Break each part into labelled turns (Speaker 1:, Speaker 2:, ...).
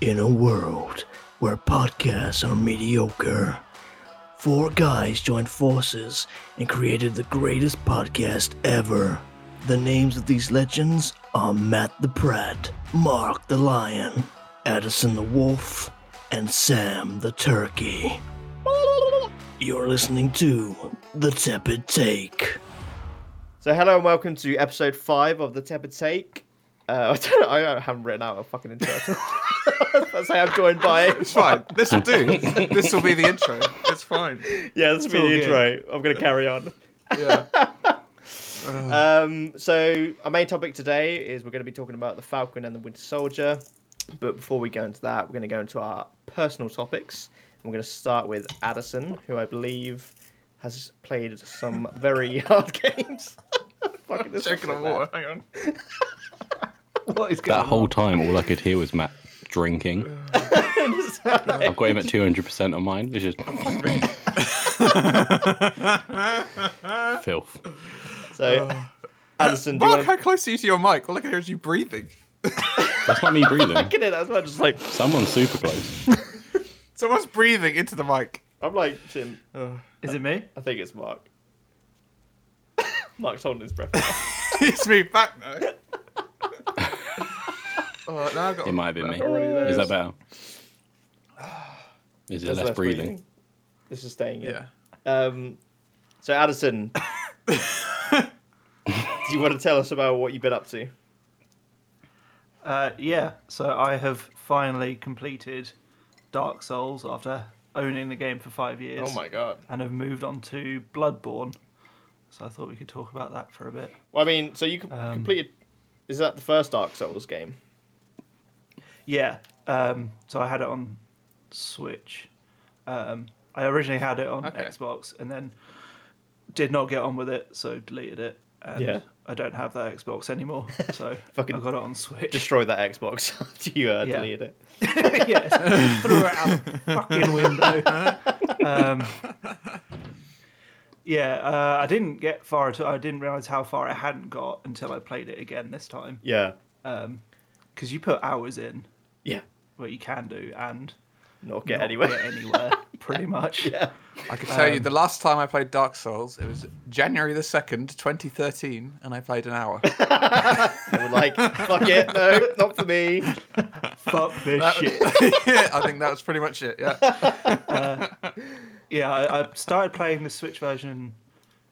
Speaker 1: In a world where podcasts are mediocre, four guys joined forces and created the greatest podcast ever. The names of these legends are Matt the Pratt, Mark the Lion, Addison the Wolf, and Sam the Turkey. You're listening to The Tepid Take.
Speaker 2: So hello and welcome to episode five of the Tepid Take. Uh, I don't. I don't- I haven't written out a fucking intro. That's how I'm joined by.
Speaker 3: It's fine. This will do. this will be the intro. It's fine.
Speaker 2: Yeah, that's
Speaker 3: It's
Speaker 2: be
Speaker 3: all
Speaker 2: the
Speaker 3: good.
Speaker 2: intro. I'm gonna carry on.
Speaker 3: Yeah.
Speaker 2: Um, so our main topic today is we're gonna be talking about the Falcon and the Winter Soldier. But before we go into that, we're gonna go into our personal topics. And we're gonna start with Addison, who I believe has played some very hard games. fucking this
Speaker 3: Checking
Speaker 2: is
Speaker 3: on
Speaker 2: bad.
Speaker 3: water. Hang on. what is going
Speaker 4: That whole time, all I could hear was Matt drinking. I've got him at 200% on mine. It's just filth.
Speaker 2: So, Addison, do you
Speaker 3: Uh, Mark,
Speaker 2: want
Speaker 3: how close are you to your mic? All I can hear is you breathing.
Speaker 4: That's not me breathing.
Speaker 2: to? That's why I'm just like
Speaker 4: Someone's super close.
Speaker 3: Someone's breathing into the mic.
Speaker 2: I'm like Jim.
Speaker 5: Is it me?
Speaker 2: I think it's Mark. Mark's holding his breath.
Speaker 3: He's moved back now. oh, now I've got.
Speaker 4: It might have been me.
Speaker 3: already there.
Speaker 4: Is that better? Is it
Speaker 2: There's
Speaker 4: less breathing?
Speaker 2: This is staying in.
Speaker 3: Yeah.
Speaker 2: Um, so Addison, do you want to tell us about what you've been up to?
Speaker 5: Uh, yeah. So I have finally completed Dark Souls after owning the game for five years,
Speaker 4: Oh
Speaker 2: god.
Speaker 5: and have moved on to Bloodborne. So I thought we could talk about that for a bit.
Speaker 2: Well, I mean, so you com-
Speaker 5: Um,
Speaker 2: completed. Is that the first Dark Souls game?
Speaker 5: Yeah. Um, so I had it on Switch. Um, I originally had it on
Speaker 3: Okay.
Speaker 5: Xbox, and then did not get on with it, so deleted it. And
Speaker 2: Yeah.
Speaker 5: I don't have that Xbox anymore, so
Speaker 2: Fucking
Speaker 5: I got it on Switch.
Speaker 2: Destroy that Xbox. after you uh,
Speaker 5: Yeah.
Speaker 2: deleted it?
Speaker 5: yes, threw it out the fucking window. Um, yeah, uh, I didn't get far at all. I didn't realize how far I hadn't got until I played it again this time.
Speaker 2: Yeah.
Speaker 5: Because you put hours in,
Speaker 2: Yeah.
Speaker 5: what you can do, and
Speaker 2: Not get
Speaker 5: not
Speaker 2: anywhere.
Speaker 5: get anywhere, pretty much.
Speaker 2: yeah.
Speaker 3: I can tell you the last time I played Dark Souls, it was January the 2nd, 2013, and I played an hour.
Speaker 2: They were like, fuck it, no, not for me.
Speaker 5: Fuck this shit.
Speaker 3: yeah, I think that was pretty much it. Yeah.
Speaker 5: Yeah, I, I started playing the Switch version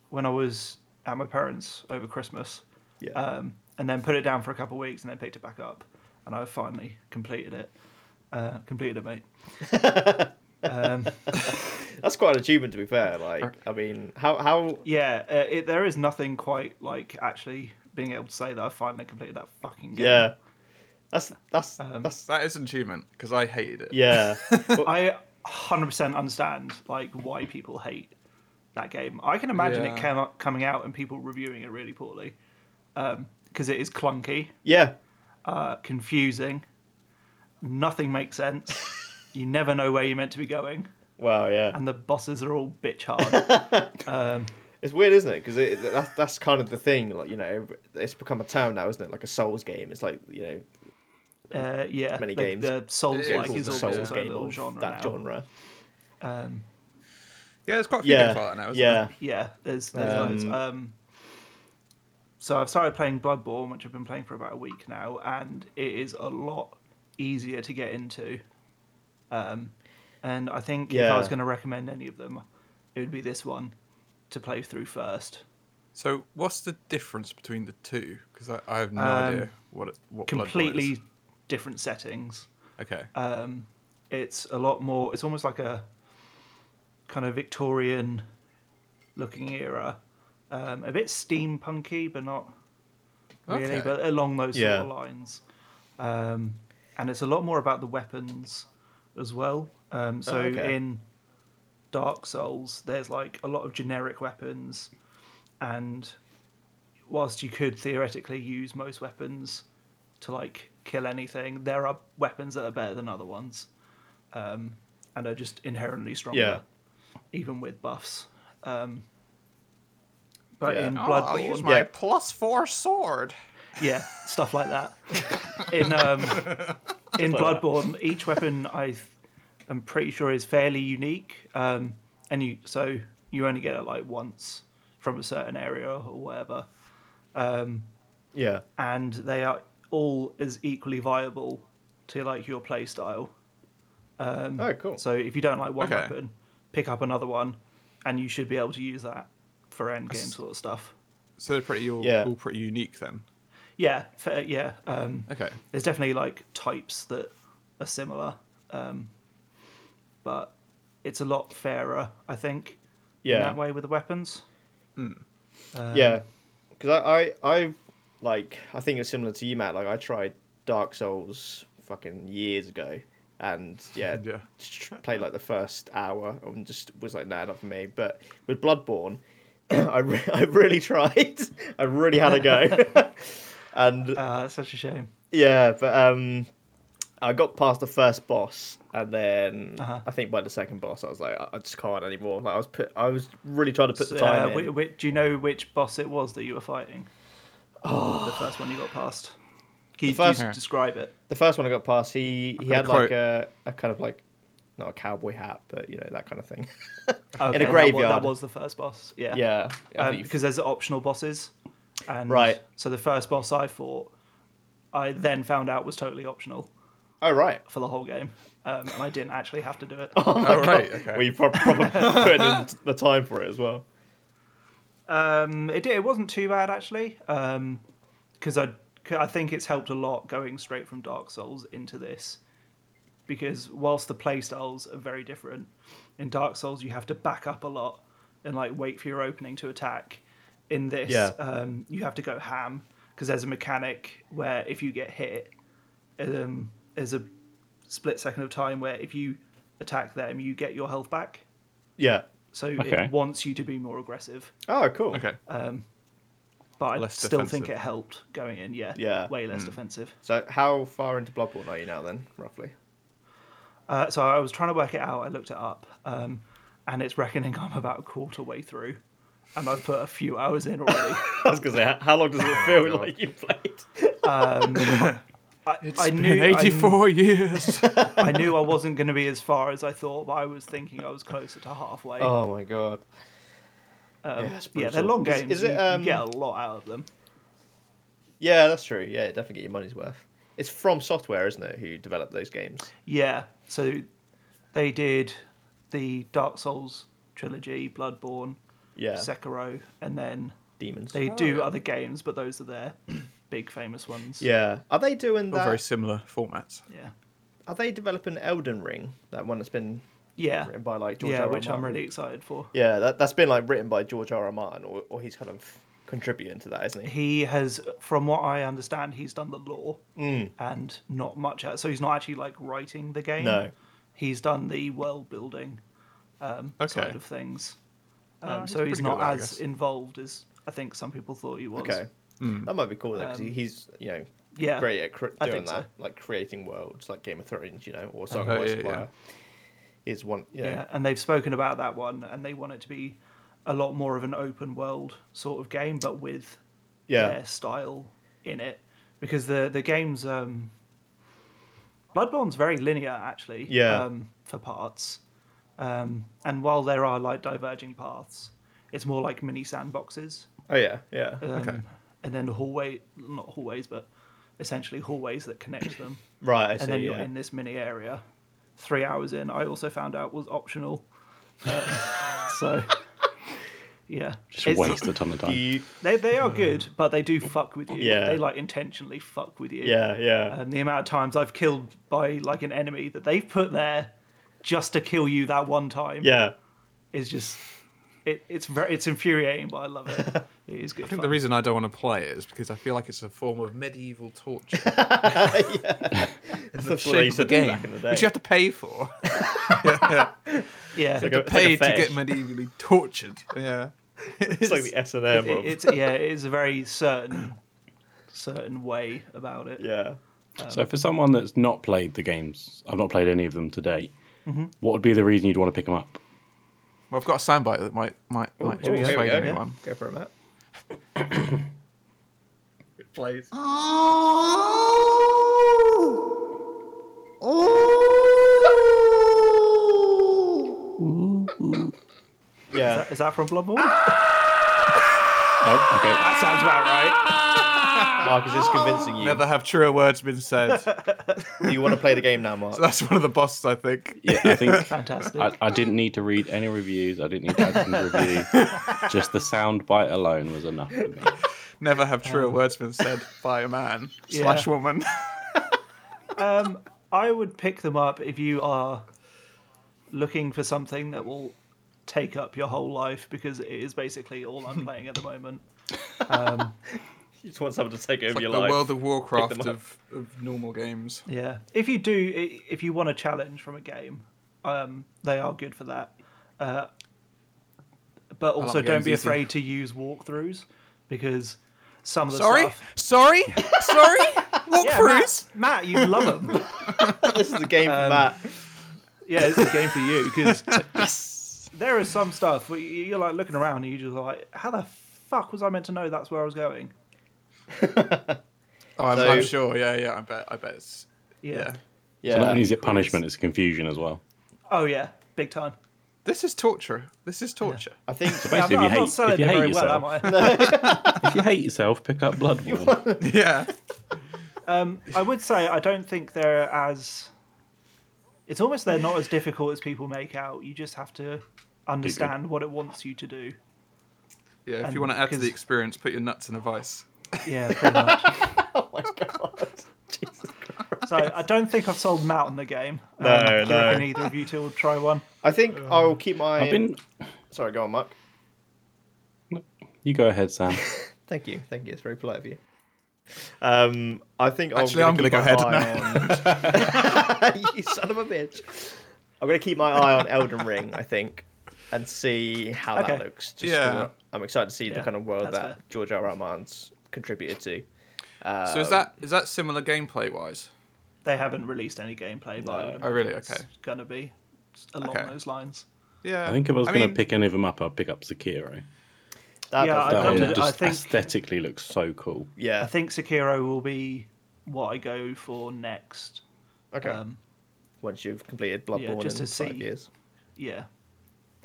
Speaker 5: when I was at my parents over Christmas.
Speaker 2: Yeah.
Speaker 5: um, and then put it down for a couple of weeks and then picked it back up and I finally completed it. Uh, completed it, mate. um,
Speaker 2: That's quite an achievement, to be fair. Like, I mean, how how
Speaker 5: yeah, uh, it, there is nothing quite like actually being able to say that I finally completed that fucking game.
Speaker 2: yeah, that's that's
Speaker 5: Um,
Speaker 2: that's
Speaker 3: That is an achievement because I hated it.
Speaker 2: yeah. Well,
Speaker 5: I 100% understand like why people hate that game. I can imagine
Speaker 3: Yeah.
Speaker 5: it came out, coming out and people reviewing it really poorly because it is clunky,
Speaker 2: yeah,
Speaker 5: uh, confusing, nothing makes sense. you never know where you're meant to be going.
Speaker 2: wow, yeah.
Speaker 5: and the bosses are all bitch hard. um,
Speaker 2: It's weird, isn't it? Because it, that's that's kind of the thing. Like you know, it's become a term now, isn't it? Like a Souls game. It's like you know,
Speaker 5: uh, yeah,
Speaker 2: Many
Speaker 5: the,
Speaker 2: games.
Speaker 5: The Souls
Speaker 2: it's
Speaker 3: Yeah,
Speaker 5: like
Speaker 3: called
Speaker 2: all
Speaker 5: is
Speaker 2: the
Speaker 5: almost
Speaker 2: Souls
Speaker 5: its own
Speaker 2: game
Speaker 5: little
Speaker 2: of
Speaker 5: genre.
Speaker 2: that
Speaker 5: now.
Speaker 2: genre.
Speaker 5: Um,
Speaker 3: Yeah, there's quite a few games like
Speaker 2: Yeah,
Speaker 3: that now, isn't
Speaker 2: yeah.
Speaker 5: yeah, there's there's loads.
Speaker 2: Um,
Speaker 5: Um, so I've started playing Bloodborne, which I've been playing for about a week now, and it is a lot easier to get into. Um, and I think if
Speaker 2: Yeah.
Speaker 5: I was going to recommend any of them, it would be this one to play through first.
Speaker 3: So, what's the difference between the two? Because I, I have no
Speaker 5: Um,
Speaker 3: idea what it, what Bloodborne is.
Speaker 5: Completely different settings.
Speaker 3: Okay.
Speaker 2: uh,
Speaker 5: um, it's a lot more it's almost like a kind of victorian looking era um, a bit steampunky but not really
Speaker 3: Okay.
Speaker 5: but along those
Speaker 2: Yeah.
Speaker 5: sort of lines um, and it's a lot more about the weapons as well um, so
Speaker 2: Oh, okay.
Speaker 5: in dark souls there's like a lot of generic weapons and whilst you could theoretically use most weapons to like kill anything, there are weapons that are better than other ones, um, and are just inherently stronger,
Speaker 2: Yeah.
Speaker 5: even with buffs. Um, but
Speaker 2: Yeah.
Speaker 5: in
Speaker 3: Oh,
Speaker 5: Bloodborne,
Speaker 3: I'll use my
Speaker 2: Yeah.
Speaker 3: plus four sword.
Speaker 5: yeah, stuff like that. in um, in Bloodborne, each weapon I th- am pretty sure is fairly unique, um, and you so you only get it like once from a certain area or whatever,
Speaker 2: Yeah.
Speaker 5: and they are all as equally viable to like your playstyle.
Speaker 2: Oh, cool.
Speaker 5: So if you don't like one
Speaker 3: Okay.
Speaker 5: weapon, pick up another one, and you should be able to use that for end game sort of stuff.
Speaker 3: So they're pretty all,
Speaker 2: Yeah.
Speaker 3: all pretty unique then.
Speaker 5: Yeah, fa- yeah. Um,
Speaker 3: Okay.
Speaker 5: there's definitely like types that are similar, um, but it's a lot fairer, I think, in
Speaker 2: yeah.
Speaker 5: that way with the weapons. Um,
Speaker 2: Yeah, because I, I, I, like, I think it's similar to you, Matt. Like, I tried Dark Souls fucking years ago, and yeah,
Speaker 3: Yeah.
Speaker 2: tr- played like the first hour and just was like, nah, not for me. But with Bloodborne, I, re- I really tried. I really had a go, and
Speaker 5: Uh, that's such a shame.
Speaker 2: yeah, but um, I got past the first boss, and then
Speaker 5: Uh-huh.
Speaker 2: I think by the second boss, I was like, I, I just can't anymore. Like, I was put, I was really trying to put the
Speaker 5: So,
Speaker 2: time
Speaker 5: uh,
Speaker 2: in.
Speaker 5: whi- whi- do you know which boss it was that you were fighting? The first one you got past. Can you,
Speaker 2: Oh. first-
Speaker 5: do you describe it?
Speaker 2: the first one I got past, he he
Speaker 3: gonna
Speaker 2: had like
Speaker 3: quote-
Speaker 2: a, a kind of like not a cowboy hat, but you know that kind of thing.
Speaker 5: Okay, that wa- That,
Speaker 2: graveyard.
Speaker 5: was the first boss. Yeah.
Speaker 2: yeah, I
Speaker 5: Um,
Speaker 2: think-
Speaker 5: because there's optional bosses, and
Speaker 2: Right.
Speaker 5: So the first boss I fought, I then found out was totally optional
Speaker 2: oh right,
Speaker 5: for the whole game, um, and I didn't actually have to do it.
Speaker 3: Oh, right. Okay.
Speaker 2: we prob- probably put in the time for it as well.
Speaker 5: Um, it did, it wasn't too bad actually, because I I think it's helped a lot going straight from Dark Souls into this, because whilst the playstyles are very different, in Dark Souls you have to back up a lot and like wait for your opening to attack. In this,
Speaker 2: Yeah.
Speaker 5: um, you have to go ham because there's a mechanic where if you get hit, um, there's a split second of time where if you attack them, you get your health back.
Speaker 2: Yeah.
Speaker 5: So
Speaker 4: Okay.
Speaker 5: it wants you to be more aggressive
Speaker 2: Oh cool.
Speaker 3: Okay.
Speaker 5: but I
Speaker 3: Less
Speaker 5: still
Speaker 3: defensive.
Speaker 5: think
Speaker 3: Hmm.
Speaker 5: it helped going in. Yeah,
Speaker 2: Yeah.
Speaker 5: way less defensive.
Speaker 2: So how far into Bloodborne are you now then, roughly?
Speaker 5: Uh, so I was trying to work it out. I looked it up, um, and it's reckoning I'm about a quarter way through, and I've put a few hours in already.
Speaker 2: I was gonna say, how long does it feel like you played?
Speaker 5: I,
Speaker 3: It's
Speaker 5: I
Speaker 3: been
Speaker 5: knew I-
Speaker 3: 84 years.
Speaker 5: I knew I wasn't going to be as far as I thought, but I was thinking I was closer to halfway.
Speaker 2: oh my god.
Speaker 5: Um,
Speaker 2: yeah, it's
Speaker 5: yeah, they're
Speaker 2: brutal.
Speaker 5: long
Speaker 2: Is-
Speaker 5: games.
Speaker 2: is
Speaker 5: Is,
Speaker 2: it,
Speaker 5: it,
Speaker 2: um,
Speaker 5: get a lot out of them.
Speaker 2: Yeah, that's true. Yeah, definitely get your money's worth. It's from software, isn't it, who developed those games?
Speaker 5: Yeah, so they did the Dark Souls trilogy, Bloodborne,
Speaker 2: Yeah.
Speaker 5: Sekiro, and then
Speaker 2: Demons.
Speaker 3: Oh,
Speaker 5: they do other games, but those are their big famous ones.
Speaker 2: Yeah. Are they doing
Speaker 3: All
Speaker 2: that?
Speaker 3: very similar formats.
Speaker 5: Yeah.
Speaker 2: Are they developing Elden Ring? That one that's been
Speaker 5: Yeah.
Speaker 2: written by like George
Speaker 5: Yeah,
Speaker 2: R. R.
Speaker 5: which I'm
Speaker 2: Martin.
Speaker 5: really excited for.
Speaker 2: Yeah, that that's been like written by George R. R. Martin, or, or he's kind of contributing to that, isn't he?
Speaker 5: He has, from what I understand, he's done the law
Speaker 2: Mm.
Speaker 5: and not much. else. So he's not actually like writing the game.
Speaker 2: No.
Speaker 5: He's done the world building um,
Speaker 3: Okay.
Speaker 5: side of things. Um,
Speaker 3: Oh, he's
Speaker 5: so he's
Speaker 3: pretty good at
Speaker 5: not
Speaker 3: that, I
Speaker 5: as
Speaker 3: guess.
Speaker 5: involved as I think some people thought he was.
Speaker 2: Okay, that might be cool though, because he's you know
Speaker 5: Hmm. Um, Yeah.
Speaker 2: great at cre-
Speaker 5: I
Speaker 2: doing
Speaker 5: think
Speaker 2: that,
Speaker 5: so.
Speaker 2: like creating worlds, like Game of Thrones, you know, or Song
Speaker 3: Oh,
Speaker 2: of Ice
Speaker 3: yeah,
Speaker 2: and
Speaker 3: yeah.
Speaker 2: Fire. Is one, you know,
Speaker 5: Yeah, and they've spoken about that one, and they want it to be a lot more of an open world sort of game, but with
Speaker 2: Yeah.
Speaker 5: their style in it, because the the game's um, Bloodborne's very linear actually.
Speaker 2: Yeah.
Speaker 5: Um, for parts, um, and while there are like diverging paths, it's more like mini sandboxes,
Speaker 2: Oh yeah, yeah,
Speaker 5: um, and then hallway not hallways, but essentially hallways that connect them
Speaker 2: right. I
Speaker 5: and then
Speaker 2: see.
Speaker 5: you're
Speaker 2: yeah.
Speaker 5: in this mini area. Three hours in, I also found out was optional. Uh, so, yeah,
Speaker 4: Just
Speaker 5: It's-
Speaker 4: waste a ton of
Speaker 2: Do
Speaker 4: time.
Speaker 2: you-
Speaker 5: they they are good, but they do fuck with you.
Speaker 2: Mm. Yeah.
Speaker 5: they like intentionally fuck with you.
Speaker 2: yeah, yeah,
Speaker 5: and the amount of times I've killed by like an enemy that they've put there just to kill you that one time
Speaker 2: yeah.
Speaker 5: is just it, it's very it's infuriating, but I love it. It is good.
Speaker 3: I think
Speaker 5: fun.
Speaker 3: the reason I don't want to play it is because I feel like it's a form of medieval torture.
Speaker 2: It's the
Speaker 3: shape of
Speaker 2: place
Speaker 3: the
Speaker 2: of
Speaker 3: game,
Speaker 2: back in the day.
Speaker 3: which you have to pay for.
Speaker 5: yeah,
Speaker 2: like a- it's like
Speaker 3: Paid to
Speaker 2: fetish.
Speaker 3: get medievally tortured. Yeah.
Speaker 2: It's like the S and M.
Speaker 5: It- it's yeah, it is a very certain certain way about it.
Speaker 2: Yeah.
Speaker 4: So, for someone that's not played the games, I've not played any of them today. What would be the reason you'd want to pick them up?
Speaker 3: Well, I've got a soundbite that might might might
Speaker 2: Ooh, Oh, here we
Speaker 3: persuade
Speaker 2: go. yeah.
Speaker 3: anyone.
Speaker 2: Go for it, Matt.
Speaker 3: Oh,
Speaker 5: that is that from Bloodborne?
Speaker 4: Oh, okay.
Speaker 5: that sounds about right.
Speaker 2: Mark is just convincing you.
Speaker 3: Never have truer words been said.
Speaker 2: Do you want to play the game now, Mark?
Speaker 3: That's one of the bosses, I think.
Speaker 4: Yeah, I think
Speaker 5: Fantastic.
Speaker 4: I, I didn't need to read any reviews. I didn't need to add a review. Just the sound bite alone was enough for me.
Speaker 3: Never have truer words been said by a man
Speaker 5: Yeah.
Speaker 3: slash woman.
Speaker 5: um, I would pick them up if you are looking for something that will take up your whole life because it is basically all I'm playing at the moment.
Speaker 2: You just want someone to take over
Speaker 3: like
Speaker 2: your
Speaker 3: the
Speaker 2: life.
Speaker 3: World of Warcraft
Speaker 2: up.
Speaker 3: of, of normal games.
Speaker 5: Yeah. If you do, i- if you want a challenge from a game, um, they are good for that. Uh, but also,
Speaker 3: like
Speaker 5: don't
Speaker 3: games
Speaker 5: be
Speaker 3: easy.
Speaker 5: afraid to use walkthroughs because some of the
Speaker 3: Sorry,
Speaker 5: stuff.
Speaker 3: sorry, sorry.
Speaker 5: Yeah,
Speaker 3: Walkthroughs.
Speaker 5: Matt, Matt, you love them.
Speaker 2: this is the game for Matt.
Speaker 5: yeah, it's a game for you because there is some stuff where you- you're like looking around and you just like, how the fuck was I meant to know that's where I was going?
Speaker 3: oh, I'm,
Speaker 2: So-
Speaker 3: I'm sure. Yeah, yeah. I bet. I bet. It's,
Speaker 5: Yeah.
Speaker 3: yeah.
Speaker 2: Yeah.
Speaker 4: So not only is it punishment, it's confusion as well.
Speaker 5: Oh yeah, big time.
Speaker 3: This is torture. This is torture.
Speaker 2: I think
Speaker 5: Yeah,
Speaker 4: Basically,
Speaker 5: I'm,
Speaker 4: if you
Speaker 5: not, I'm
Speaker 4: hate-
Speaker 5: not
Speaker 4: if
Speaker 5: selling
Speaker 4: you
Speaker 5: it
Speaker 4: hate
Speaker 5: very
Speaker 4: yourself.
Speaker 5: well, am I?
Speaker 4: If you hate yourself, pick up Bloodborne.
Speaker 3: Yeah.
Speaker 5: um, I would say I don't think they're as. It's almost they're not as difficult as people make out. You just have to understand what it wants you to do.
Speaker 3: Yeah. If
Speaker 5: And
Speaker 3: you want to add to the
Speaker 5: because-
Speaker 3: experience, put your nuts in a vice.
Speaker 5: Yeah, pretty much. oh my god. So I don't think I've sold Matt on the game. Um,
Speaker 2: No,
Speaker 5: do you
Speaker 2: no.
Speaker 5: reckon either of you two will try one.
Speaker 2: I think I'll keep my.
Speaker 4: I've been.
Speaker 2: Sorry, go on, Mark.
Speaker 4: You go ahead, Sam.
Speaker 2: Thank you, thank you. It's very polite of you. Um, I think
Speaker 3: Actually,
Speaker 2: I'm
Speaker 3: I'm
Speaker 2: gonna
Speaker 3: gonna
Speaker 2: keep
Speaker 3: go
Speaker 2: my eye on- you son of a bitch. I'm gonna keep my eye on Elden Ring. I think, and see how that
Speaker 5: Okay.
Speaker 2: looks. Just
Speaker 3: Yeah.
Speaker 2: 'cause I'm excited to see the
Speaker 5: Yeah,
Speaker 2: kind of world
Speaker 5: that's
Speaker 2: that
Speaker 5: fair.
Speaker 2: George R. R. Martin's contributed to.
Speaker 3: So is that is that similar gameplay wise?
Speaker 5: They haven't released any gameplay, but I would
Speaker 2: No.
Speaker 5: imagine
Speaker 3: Oh, really?
Speaker 5: it's
Speaker 3: Okay.
Speaker 5: gonna be along
Speaker 3: Okay.
Speaker 5: those lines.
Speaker 3: Yeah.
Speaker 4: I think if I was going
Speaker 3: mean,
Speaker 4: to pick any of them up, I'd pick up Sekiro.
Speaker 2: That
Speaker 5: Yeah,
Speaker 2: does
Speaker 5: I
Speaker 4: That
Speaker 2: look
Speaker 5: got
Speaker 4: one
Speaker 5: it.
Speaker 2: good.
Speaker 4: just
Speaker 5: I think-
Speaker 4: aesthetically looks so cool.
Speaker 2: yeah.
Speaker 5: I think Sekiro will be what I go for next.
Speaker 2: okay.
Speaker 5: Um,
Speaker 2: Once you've completed Bloodborne
Speaker 5: just
Speaker 2: in
Speaker 5: to
Speaker 2: five
Speaker 5: see.
Speaker 2: years.
Speaker 5: yeah.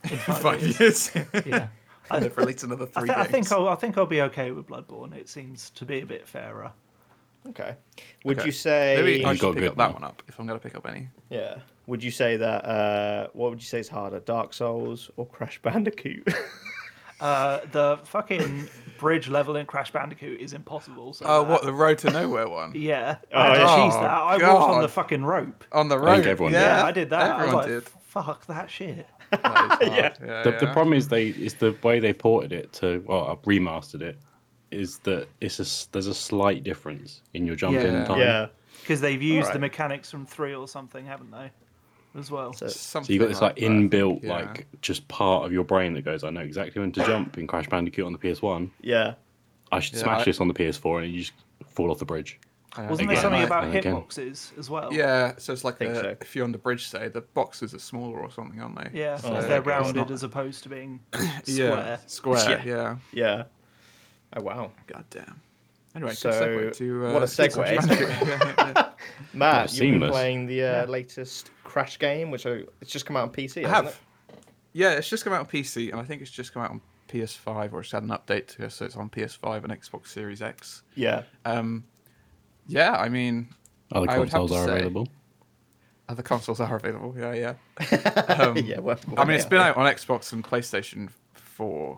Speaker 3: five years.
Speaker 5: Yeah. I,
Speaker 3: They've released another
Speaker 5: I,
Speaker 3: three
Speaker 5: th- I think
Speaker 3: games.
Speaker 5: I'll, I think I'll be okay with Bloodborne. It seems to be a bit fairer.
Speaker 2: Okay. Would
Speaker 3: Okay.
Speaker 2: you say?
Speaker 3: Maybe I
Speaker 4: You've got
Speaker 3: should pick
Speaker 4: good
Speaker 3: up that
Speaker 4: one.
Speaker 3: one up if I'm going to pick up any.
Speaker 2: Yeah. Would you say that? Uh, what would you say is harder, Dark Souls or Crash Bandicoot?
Speaker 5: Uh, the fucking bridge level in Crash Bandicoot is impossible. So
Speaker 3: Oh,
Speaker 5: that-
Speaker 3: what the Road to Nowhere one
Speaker 5: Yeah, I had to
Speaker 2: Oh, yeah.
Speaker 5: cheese that. I
Speaker 3: Oh,
Speaker 5: walked on
Speaker 3: God.
Speaker 5: the fucking rope.
Speaker 3: on the road.
Speaker 4: I think everyone did.
Speaker 5: Yeah, I did that. I was
Speaker 3: Everyone
Speaker 5: like,
Speaker 3: did.
Speaker 5: fuck that shit.
Speaker 3: That is hard. yeah.
Speaker 4: The, the
Speaker 3: Oh, yeah.
Speaker 4: problem is they is the way they ported it to well I've remastered it is that it's a s there's a slight difference in your jump
Speaker 3: Yeah.
Speaker 4: in time.
Speaker 2: yeah.
Speaker 5: Because they've used the
Speaker 2: Alright.
Speaker 5: mechanics from three or something, haven't they? As well.
Speaker 2: So-
Speaker 4: So you got this like
Speaker 3: Something
Speaker 4: inbuilt
Speaker 3: that, I think,
Speaker 4: like just part of your brain that goes I know exactly when to jump in Crash Bandicoot on the PS1.
Speaker 2: Yeah.
Speaker 4: I should
Speaker 3: Yeah,
Speaker 4: smash
Speaker 3: I-
Speaker 4: this on the PS4 and you just fall off the bridge.
Speaker 3: yeah.
Speaker 5: Wasn't
Speaker 4: Again,
Speaker 5: there something
Speaker 4: right,
Speaker 5: about
Speaker 4: and again.
Speaker 5: hitboxes as well?
Speaker 3: Yeah, so it's like
Speaker 2: Think
Speaker 3: the,
Speaker 2: so.
Speaker 3: if you're on the bridge, say the boxes are smaller or something, aren't they?
Speaker 5: Yeah,
Speaker 3: So
Speaker 5: because
Speaker 2: there
Speaker 5: they're
Speaker 2: you go.
Speaker 5: rounded
Speaker 3: It's
Speaker 5: as opposed to being
Speaker 3: yeah,
Speaker 5: square.
Speaker 3: square.
Speaker 2: Yeah.
Speaker 3: Yeah.
Speaker 2: Yeah. Oh wow.
Speaker 3: God damn. Anyway,
Speaker 2: So,
Speaker 3: good segue to uh,
Speaker 2: what a
Speaker 3: Crash
Speaker 2: segue.
Speaker 3: Bandicoot. yeah, yeah.
Speaker 2: Matt, you've
Speaker 4: was
Speaker 2: been
Speaker 4: seamless.
Speaker 2: playing the uh, latest Crash game, which I, it's just come out on PC. hasn't
Speaker 3: I have.
Speaker 2: It?
Speaker 3: Yeah, it's just come out on PC, and I think it's just come out on PS5, or it's had an update to it, so it's on PS5 and Xbox Series X.
Speaker 2: Yeah.
Speaker 3: Um, yeah, I mean,
Speaker 4: Other
Speaker 3: I would have
Speaker 4: consoles
Speaker 3: to
Speaker 4: are
Speaker 3: say-
Speaker 4: available.
Speaker 3: other consoles are available. Yeah, yeah. Um,
Speaker 2: yeah. Well,
Speaker 3: I mean, it's
Speaker 2: yeah.
Speaker 3: been out on Xbox and PlayStation 4.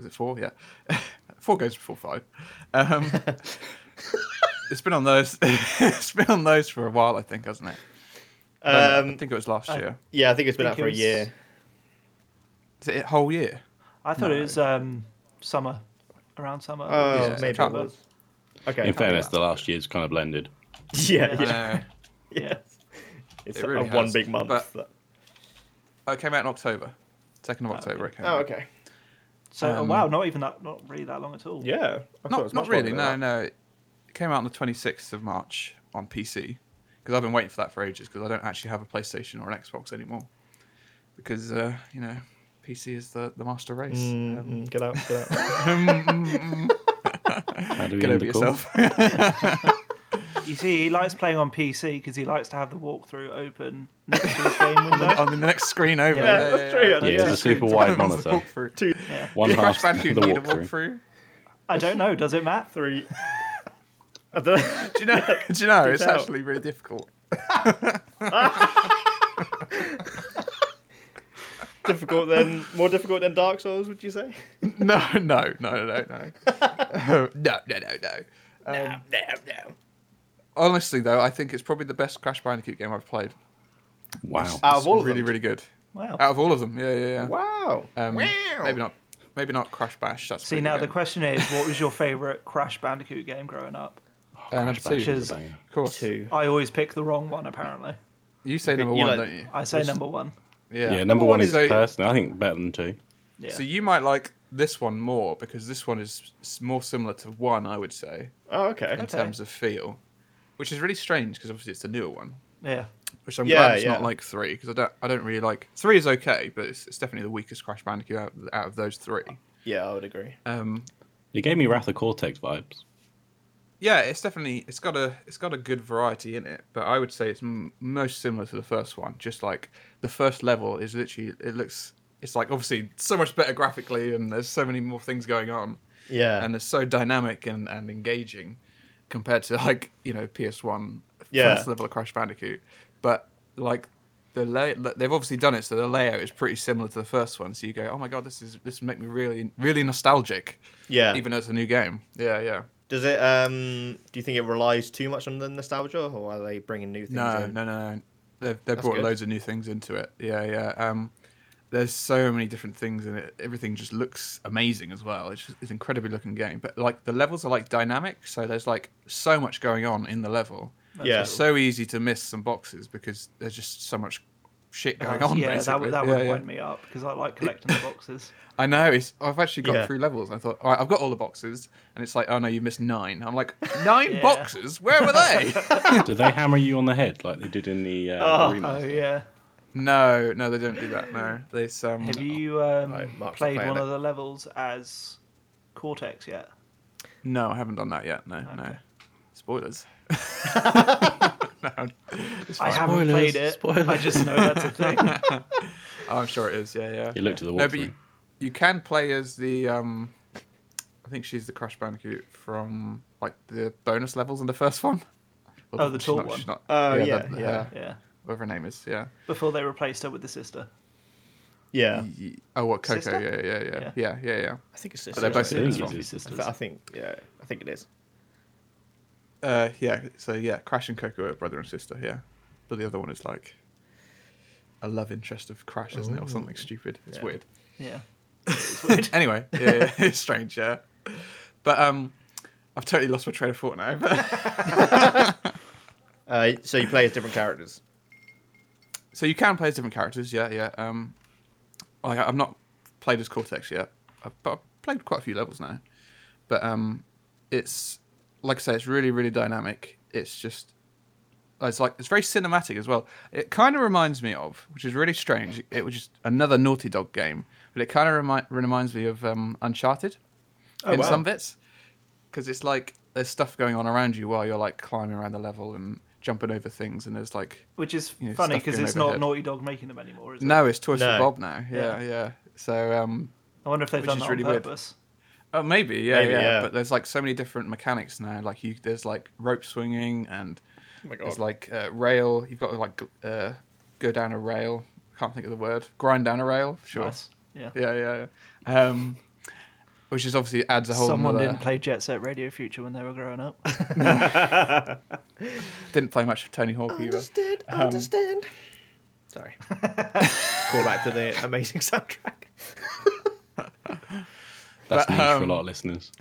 Speaker 3: Is it 4? Yeah. 4 goes before 5. Um, it's been on those it's been on those for a while, I think, hasn't it? I don't know, I
Speaker 2: Um,
Speaker 3: think it was last year.
Speaker 2: yeah, I think it's been
Speaker 5: I
Speaker 2: out
Speaker 5: think
Speaker 2: for
Speaker 5: it
Speaker 2: a
Speaker 5: was-
Speaker 2: year.
Speaker 3: Is it a whole year?
Speaker 5: I thought it was um, summer, around summer.
Speaker 2: Oh,
Speaker 3: Yeah,
Speaker 2: maybe it
Speaker 3: can't-
Speaker 2: was. Okay.
Speaker 4: In fairness, the last year's kind of blended.
Speaker 2: yeah. Yeah.
Speaker 3: Uh,
Speaker 2: yeah. It's
Speaker 3: It really
Speaker 2: a one
Speaker 3: has,
Speaker 2: big month.
Speaker 3: but-
Speaker 2: that-
Speaker 3: oh, it came out in October. 2nd of October it came
Speaker 2: Oh,
Speaker 3: out.
Speaker 2: okay.
Speaker 5: so oh,
Speaker 3: um,
Speaker 5: wow, not even that, not really that long at all.
Speaker 2: Yeah. I thought it
Speaker 3: Not,
Speaker 2: was
Speaker 3: not
Speaker 2: much longer
Speaker 3: really,
Speaker 2: than
Speaker 3: no,
Speaker 2: that.
Speaker 3: no. It came out on the 26th of March on PC. Because I've been waiting for that for ages because I don't actually have a PlayStation or an Xbox anymore. Because, uh, you know, PC is the, the master race.
Speaker 2: Mm,
Speaker 3: Um,
Speaker 2: mm, get out. Get out.
Speaker 3: Um,
Speaker 4: How do we
Speaker 3: Get
Speaker 4: end
Speaker 3: over
Speaker 4: the call?
Speaker 3: yourself.
Speaker 5: You see, he likes playing on PC because he likes to have the walkthrough open next to his game window.
Speaker 3: on the next screen over.
Speaker 2: Yeah, that's true,
Speaker 4: Yeah,
Speaker 2: Yeah,
Speaker 4: it's a super wide monitor.
Speaker 3: Two,
Speaker 5: Yeah.
Speaker 4: One
Speaker 3: Crash
Speaker 4: half the
Speaker 3: Bandicoot need a
Speaker 4: walkthrough.
Speaker 3: walkthrough.
Speaker 5: I don't know. Does it, Matt?
Speaker 2: Three. Of the-
Speaker 3: Do you know? Do you know? It's
Speaker 2: tell.
Speaker 3: actually really difficult.
Speaker 2: difficult than more difficult than Dark Souls, would you say?
Speaker 3: No, no, no, no, no, no, no, no, no.
Speaker 2: no, no, no.
Speaker 3: Honestly, though, I think it's probably the best Crash Bandicoot game I've played.
Speaker 4: Wow.
Speaker 3: Uh,
Speaker 2: Out of all of
Speaker 3: really,
Speaker 2: them.
Speaker 3: really good.
Speaker 5: Wow.
Speaker 3: Out of all of them, yeah, yeah, yeah.
Speaker 2: Wow.
Speaker 3: Um,
Speaker 2: wow.
Speaker 3: Maybe not. Maybe not Crash Bash. That's
Speaker 5: See,
Speaker 3: pretty
Speaker 5: now
Speaker 3: good.
Speaker 5: the question is, what was your favourite Crash Bandicoot game growing up?
Speaker 3: Um,
Speaker 4: Crash
Speaker 3: two,
Speaker 4: Bandicoot is a
Speaker 5: Shoes.
Speaker 4: banger.
Speaker 3: Of course,
Speaker 2: Two.
Speaker 5: I always pick the wrong one, apparently.
Speaker 3: you say number
Speaker 2: you
Speaker 3: one,
Speaker 2: like-
Speaker 3: don't you?
Speaker 5: I say number one.
Speaker 4: Yeah, number one is
Speaker 3: so-
Speaker 4: personal. I think better than two.
Speaker 5: Yeah.
Speaker 3: So you might like this one more because this one is s- more similar to one, I would say,
Speaker 2: Oh, okay.
Speaker 3: in terms of feel, which is really strange because obviously it's a newer one.
Speaker 5: yeah.
Speaker 3: Which I'm
Speaker 2: Yeah,
Speaker 3: glad it's
Speaker 2: yeah.
Speaker 3: not like three because I don't I don't really like three is okay, but it's, it's definitely the weakest Crash Bandicoot out, out of those three.
Speaker 2: Yeah, I would agree.
Speaker 3: Um,
Speaker 4: It gave me Wrath of Cortex vibes.
Speaker 3: yeah, it's definitely it's got a it's got a good variety in it, but I would say it's m- most similar to the first one. Just like the first level is literally it looks it's like obviously so much better graphically, and there's so many more things going on.
Speaker 2: Yeah.
Speaker 3: and it's so dynamic and, and engaging compared to like you know PS1
Speaker 2: Yeah.
Speaker 3: first level of Crash Bandicoot. But like the lay- they've obviously done it so the layout is pretty similar to the first one. So you go, oh my god, this is this make me really really nostalgic,
Speaker 2: yeah.
Speaker 3: even though it's a new game. Yeah, yeah.
Speaker 2: Does it? Um. Do you think it relies too much on the nostalgia, or are they bringing new things?
Speaker 3: No,
Speaker 2: in?
Speaker 3: no, no, no. They've, they've brought
Speaker 2: good.
Speaker 3: loads of new things into it. Yeah, yeah. Um, there's so many different things in it. Everything just looks amazing as well. It's just, it's an incredibly looking game. But like the levels are like dynamic, so there's like so much going on in the level.
Speaker 2: Yeah.
Speaker 3: It's so easy to miss some boxes because there's just so much shit going
Speaker 5: Uh,
Speaker 3: on.
Speaker 5: yeah, that,
Speaker 3: basically.
Speaker 5: would- that
Speaker 3: Yeah,
Speaker 5: would
Speaker 3: yeah.
Speaker 5: wind me up because I like collecting the boxes.
Speaker 3: I know. It's I've actually got
Speaker 2: Yeah.
Speaker 3: through levels. And I thought, all right, I've got all the boxes, and it's like, oh no, you missed nine. I'm like, nine
Speaker 5: Yeah.
Speaker 3: boxes? Where were they?
Speaker 4: Did they hammer you on the head like they did in the uh,
Speaker 2: Oh,
Speaker 4: the
Speaker 5: Oh
Speaker 4: remaster?
Speaker 5: yeah.
Speaker 3: no, no, they don't do that. No, they um.
Speaker 5: Have you um,
Speaker 2: Right, Mark's
Speaker 5: played
Speaker 3: playing
Speaker 5: one
Speaker 3: it.
Speaker 5: of the levels as Cortex yet?
Speaker 3: No, I haven't done that yet. No, no. Spoilers. no, it's
Speaker 5: I
Speaker 3: fine.
Speaker 5: haven't
Speaker 4: Spoilers,
Speaker 5: played it. I
Speaker 4: spoilers.
Speaker 5: just know that's a thing.
Speaker 3: Oh, I'm sure it is. Yeah, yeah.
Speaker 4: You looked at the
Speaker 3: No, but
Speaker 4: walkthrough.
Speaker 3: you, you can play as the. Um, I think she's the Crash Bandicoot from like the bonus levels in the first one. Or
Speaker 5: Oh, the
Speaker 3: she's
Speaker 5: tall
Speaker 3: not-
Speaker 5: one.
Speaker 3: she's not-
Speaker 2: Oh,
Speaker 3: yeah,
Speaker 2: yeah,
Speaker 3: the- the-
Speaker 2: yeah.
Speaker 3: her-
Speaker 5: Yeah.
Speaker 3: whatever her name is. Yeah.
Speaker 5: Before they replaced her with the sister.
Speaker 2: Yeah.
Speaker 3: Y- Oh, what Coco?
Speaker 5: Sister?
Speaker 3: Yeah, yeah, yeah,
Speaker 5: Yeah.
Speaker 3: yeah, yeah, yeah.
Speaker 2: I think it's.
Speaker 3: But they're both
Speaker 4: I
Speaker 3: in
Speaker 4: think
Speaker 3: this
Speaker 4: it
Speaker 3: one.
Speaker 4: is.
Speaker 5: Sisters.
Speaker 2: I think. Yeah. I think it is.
Speaker 3: Uh, yeah. So yeah, Crash and Coco are brother and sister. Yeah, but the other one is like a love interest of Crash, isn't it, or something stupid? It's
Speaker 2: Yeah.
Speaker 3: weird.
Speaker 5: Yeah.
Speaker 3: anyway, yeah, yeah, it's strange, yeah. But um, I've totally lost my train of thought now. But,
Speaker 2: Uh, so you play as different characters.
Speaker 3: so you can play as different characters, yeah, yeah. Um, like I've not played as Cortex yet, I've, but I've played quite a few levels now. But um, it's like I say, it's really, really dynamic. It's just, it's like it's very cinematic as well. It kind of reminds me of, which is really strange. It was just another Naughty Dog game, but it kind of remi- reminds me of um, Uncharted. in
Speaker 2: wow.
Speaker 3: some bits because it's like there's stuff going on around you while you're like climbing around the level and jumping over things and there's like
Speaker 5: Which is
Speaker 3: You know,
Speaker 5: funny
Speaker 3: stuff
Speaker 5: because
Speaker 3: going
Speaker 5: it's
Speaker 3: overhead.
Speaker 5: not Naughty Dog making them anymore, is it?
Speaker 3: no it's twisted
Speaker 2: No.
Speaker 3: bob now yeah yeah,
Speaker 5: Yeah.
Speaker 3: so um
Speaker 5: I wonder if they've
Speaker 3: Which
Speaker 5: done
Speaker 3: is
Speaker 5: that
Speaker 3: really
Speaker 5: on
Speaker 3: weird.
Speaker 5: purpose.
Speaker 3: oh maybe yeah,
Speaker 2: Maybe,
Speaker 3: yeah
Speaker 2: yeah.
Speaker 3: but there's like so many different mechanics now like you there's like rope swinging and
Speaker 5: Oh
Speaker 3: there's like uh, rail you've got to like gl- uh, go down a rail can't think of the word grind down a rail sure
Speaker 5: Nice. Yeah.
Speaker 3: yeah yeah yeah. um which is obviously adds a whole
Speaker 5: Someone
Speaker 3: nother-
Speaker 5: didn't play Jet Set Radio Future when they were growing up.
Speaker 3: didn't play much of tony hawk either
Speaker 2: Understand. understand. Sorry. Call back to the amazing soundtrack.
Speaker 4: That's
Speaker 3: but,
Speaker 4: new for
Speaker 3: um,
Speaker 4: a lot of listeners.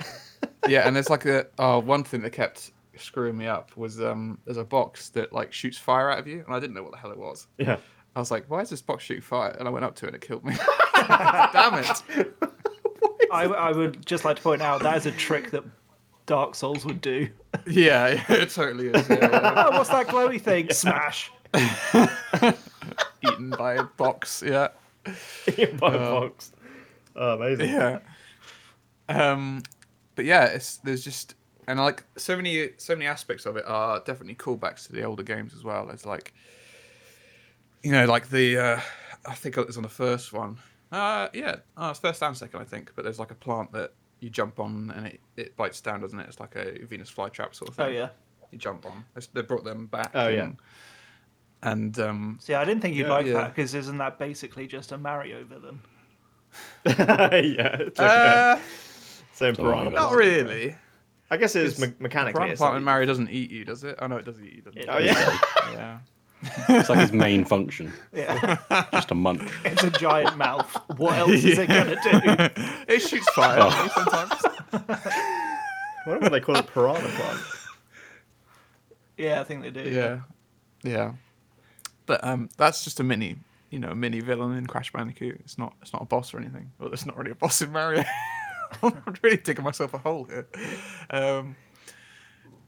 Speaker 3: yeah, and there's like a oh, one thing that kept screwing me up was um there's a box that like shoots fire out of you, and I didn't know what the hell it was.
Speaker 2: Yeah.
Speaker 3: I was like, why is this box shooting fire? And I went up to it and it killed me. Damn it!
Speaker 5: I, I would just like to point out that is a trick that Dark Souls would do.
Speaker 3: Yeah, yeah, it totally is. Yeah, yeah.
Speaker 5: oh, what's that glowy thing? Smash.
Speaker 3: Eaten by a box. Yeah, Um,
Speaker 2: By box. Oh, amazing.
Speaker 3: yeah. Um, but yeah, it's there's just and like so many so many aspects of it are definitely callbacks to the older games as well. It's like you know, like the uh, I think it was on the first one. Uh, yeah, oh, it's first and second, I think. But there's like a plant that you jump on and it, it bites down, doesn't it? It's like a Venus flytrap sort of thing.
Speaker 5: Oh yeah.
Speaker 3: you jump on. It's, they brought them back.
Speaker 2: Oh, yeah.
Speaker 3: and, yeah, and um,
Speaker 5: See, I didn't think you'd
Speaker 3: Yeah,
Speaker 5: like
Speaker 3: yeah.
Speaker 5: that because isn't that basically just a Mario villain?
Speaker 2: yeah. It's like
Speaker 3: uh,
Speaker 2: so
Speaker 4: don't worry
Speaker 2: piranha
Speaker 4: about
Speaker 2: plant.
Speaker 3: not really.
Speaker 2: I guess it is
Speaker 3: It's
Speaker 2: me- mechanically.
Speaker 3: Piranha
Speaker 2: It's
Speaker 3: Plant and
Speaker 2: like,
Speaker 3: Mario doesn't eat you, does it? Oh no, it does eat you, doesn't it?
Speaker 2: oh yeah.
Speaker 3: yeah.
Speaker 4: It's like his main function,
Speaker 5: Yeah.
Speaker 4: just a monk.
Speaker 5: it's a giant mouth. What else is it gonna do?
Speaker 3: it shoots fire sometimes.
Speaker 2: I wonder what they call it piranha plant.
Speaker 5: Yeah, I think they do.
Speaker 3: Yeah, yeah. But um, that's just a mini, you know, a mini villain in Crash Bandicoot. It's not, it's not a boss or anything. Well, there's not really a boss in Mario. I'm really digging myself a hole here. Um,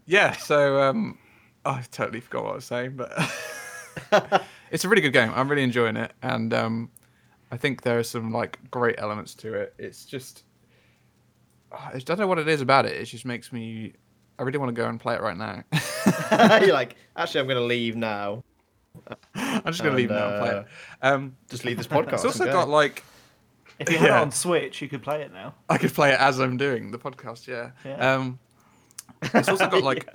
Speaker 3: yeah. So um, I totally forgot what I was saying, but it's a really good game. I'm really enjoying it, and um, I think there are some like great elements to it. It's just I don't know what it is about it. It just makes me. I really want to go and play it right now.
Speaker 2: You're like, actually, I'm going to leave now.
Speaker 3: I'm just gonna
Speaker 2: And,
Speaker 3: leave now and play it. Um,
Speaker 2: Just leave this podcast.
Speaker 3: it's also
Speaker 2: and go.
Speaker 3: got like
Speaker 5: If you had
Speaker 3: Yeah.
Speaker 5: it on Switch, you could play it now.
Speaker 3: I could play it as I'm doing the podcast. Yeah.
Speaker 5: Yeah.
Speaker 3: Um, it's also got like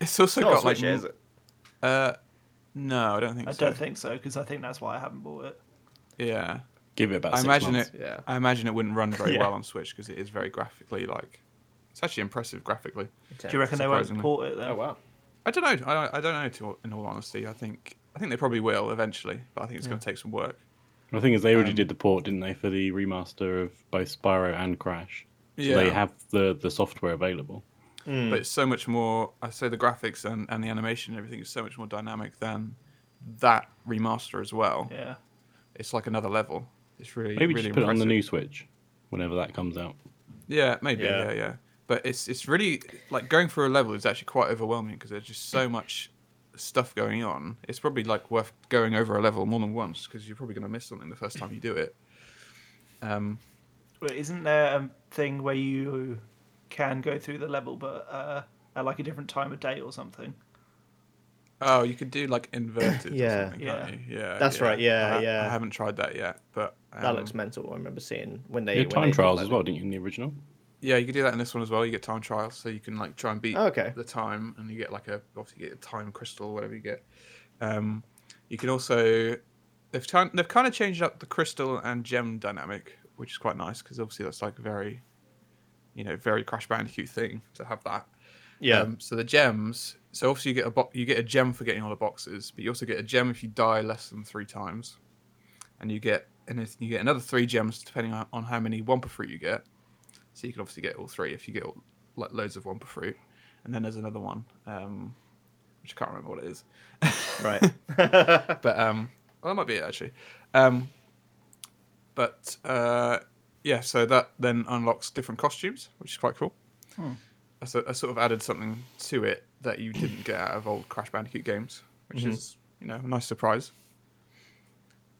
Speaker 3: it's also
Speaker 2: It's not
Speaker 3: got like
Speaker 2: Switch, is it?
Speaker 3: uh no I don't think
Speaker 5: I
Speaker 3: so.
Speaker 5: don't think so because I think that's why I haven't bought it.
Speaker 3: yeah.
Speaker 4: Give it about.
Speaker 3: I
Speaker 4: six
Speaker 3: imagine
Speaker 4: months.
Speaker 3: it.
Speaker 2: yeah.
Speaker 3: I imagine it wouldn't run very
Speaker 2: Yeah.
Speaker 3: well on Switch because it is very graphically like. It's actually impressive graphically.
Speaker 5: Do you reckon they won't
Speaker 3: Surprisingly.
Speaker 5: port it then?
Speaker 2: Oh wow.
Speaker 3: I don't know. I don't, I don't know. To, in all honesty, I think I think they probably will eventually, but I think it's going to take some work.
Speaker 4: The thing is, they already did the port, didn't they, for the remaster of both Spyro and Crash? So they
Speaker 3: Yeah.
Speaker 4: have the, the software available.
Speaker 3: but it's so much more i say the graphics and, and the animation and everything is so much more dynamic than that remaster as well
Speaker 5: Yeah.
Speaker 3: it's like another level it's really
Speaker 4: Maybe
Speaker 3: really
Speaker 4: just put it on the
Speaker 3: impressive.
Speaker 4: new Switch whenever that comes out.
Speaker 3: yeah maybe
Speaker 2: Yeah.
Speaker 3: yeah. yeah but it's it's really like going through a level is actually quite overwhelming because there's just so much stuff going on it's probably like worth going over a level more than once because you're probably going to miss something the first time you do it um
Speaker 5: But isn't there a thing where you can go through the level but uh, at like a different time of day or something?
Speaker 3: oh you could do like inverted
Speaker 2: Yeah.
Speaker 3: or something, can't you? yeah
Speaker 2: That's right, yeah,
Speaker 3: I ha-
Speaker 2: yeah.
Speaker 3: i haven't tried that yet but
Speaker 2: That
Speaker 3: um,
Speaker 2: looks mental. I remember seeing when
Speaker 4: You
Speaker 2: they
Speaker 4: had
Speaker 2: when
Speaker 4: time
Speaker 2: they
Speaker 4: trials
Speaker 2: did
Speaker 4: as well, didn't you, in the original?
Speaker 3: Yeah, you can do that in this one as well. You get time trials, so you can like try and beat
Speaker 2: Oh, okay.
Speaker 3: the time, and you get like a obviously you get a time crystal, whatever you get. Um, you can also they've kind they've kind of changed up the crystal and gem dynamic, which is quite nice because obviously that's like a very, you know, very Crash Bandicoot thing to have
Speaker 2: that.
Speaker 3: that.
Speaker 2: Yeah.
Speaker 3: Um, so the gems. So obviously you get a bo- you get a gem for getting all the boxes, but you also get a gem if you die less than three times, and you get and if- you get another three gems depending on, on how many Wampa fruit you get. So you can obviously get all three if you get all, like loads of Wampa fruit, and then there's another one, um, which I can't remember what it is,
Speaker 2: right.
Speaker 3: but um, well, that might be it actually. Um, but uh, yeah, so that then unlocks different costumes, which is quite cool.
Speaker 2: Hmm.
Speaker 3: I, so, I sort of added something to it that you didn't get out of old Crash Bandicoot games, which
Speaker 2: Mm-hmm.
Speaker 3: is you know a nice surprise.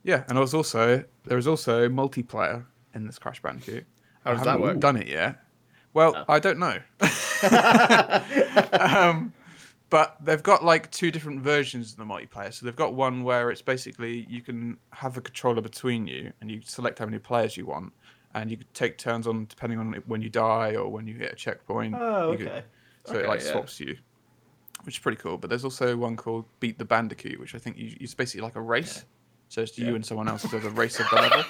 Speaker 3: Yeah, and I was also there is also multiplayer in this Crash Bandicoot.
Speaker 2: How does
Speaker 3: I
Speaker 2: that
Speaker 3: haven't
Speaker 2: work? Oh.
Speaker 3: Done it yet? Well, I don't know. um, but they've got like two different versions of the multiplayer. So they've got one where it's basically you can have a controller between you and you select how many players you want, and you could take turns on depending on when you die or when you hit a checkpoint.
Speaker 5: Oh,
Speaker 3: You could-
Speaker 5: okay.
Speaker 3: so
Speaker 2: Okay,
Speaker 3: it like
Speaker 2: yeah.
Speaker 3: swaps you, which is pretty cool. But there's also one called Beat the Bandicoot, which I think you, it's basically like a race. So it's you and someone else does a race of the level.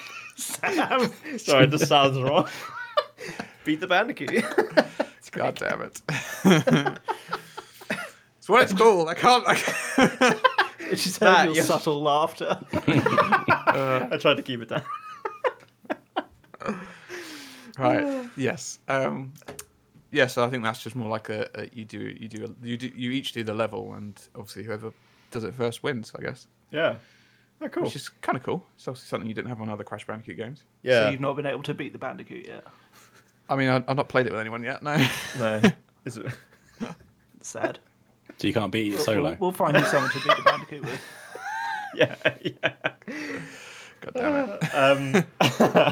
Speaker 2: Sorry, this sounds wrong. Beat the bandicoot.
Speaker 3: God damn it! it's what it's called. I can't. I can't.
Speaker 5: It's just
Speaker 2: That,
Speaker 5: your
Speaker 2: yeah.
Speaker 5: subtle laughter.
Speaker 2: I tried to keep it down.
Speaker 3: right. Yes. Um, yeah. So I think that's just more like a, a you do you do you do you each do the level, and obviously whoever does it first wins. I guess,
Speaker 2: Yeah. Oh, cool.
Speaker 3: which is kind of cool. It's obviously something you didn't have on other Crash Bandicoot games.
Speaker 2: yeah.
Speaker 5: So you've not been able to beat the Bandicoot yet.
Speaker 3: I mean, I, I've not played it with anyone yet. No.
Speaker 2: No. Is it?
Speaker 5: Sad.
Speaker 4: So you can't beat it
Speaker 5: We'll-
Speaker 4: solo.
Speaker 5: We'll, we'll find you someone to beat the Bandicoot with.
Speaker 2: Yeah. Yeah.
Speaker 3: God damn it.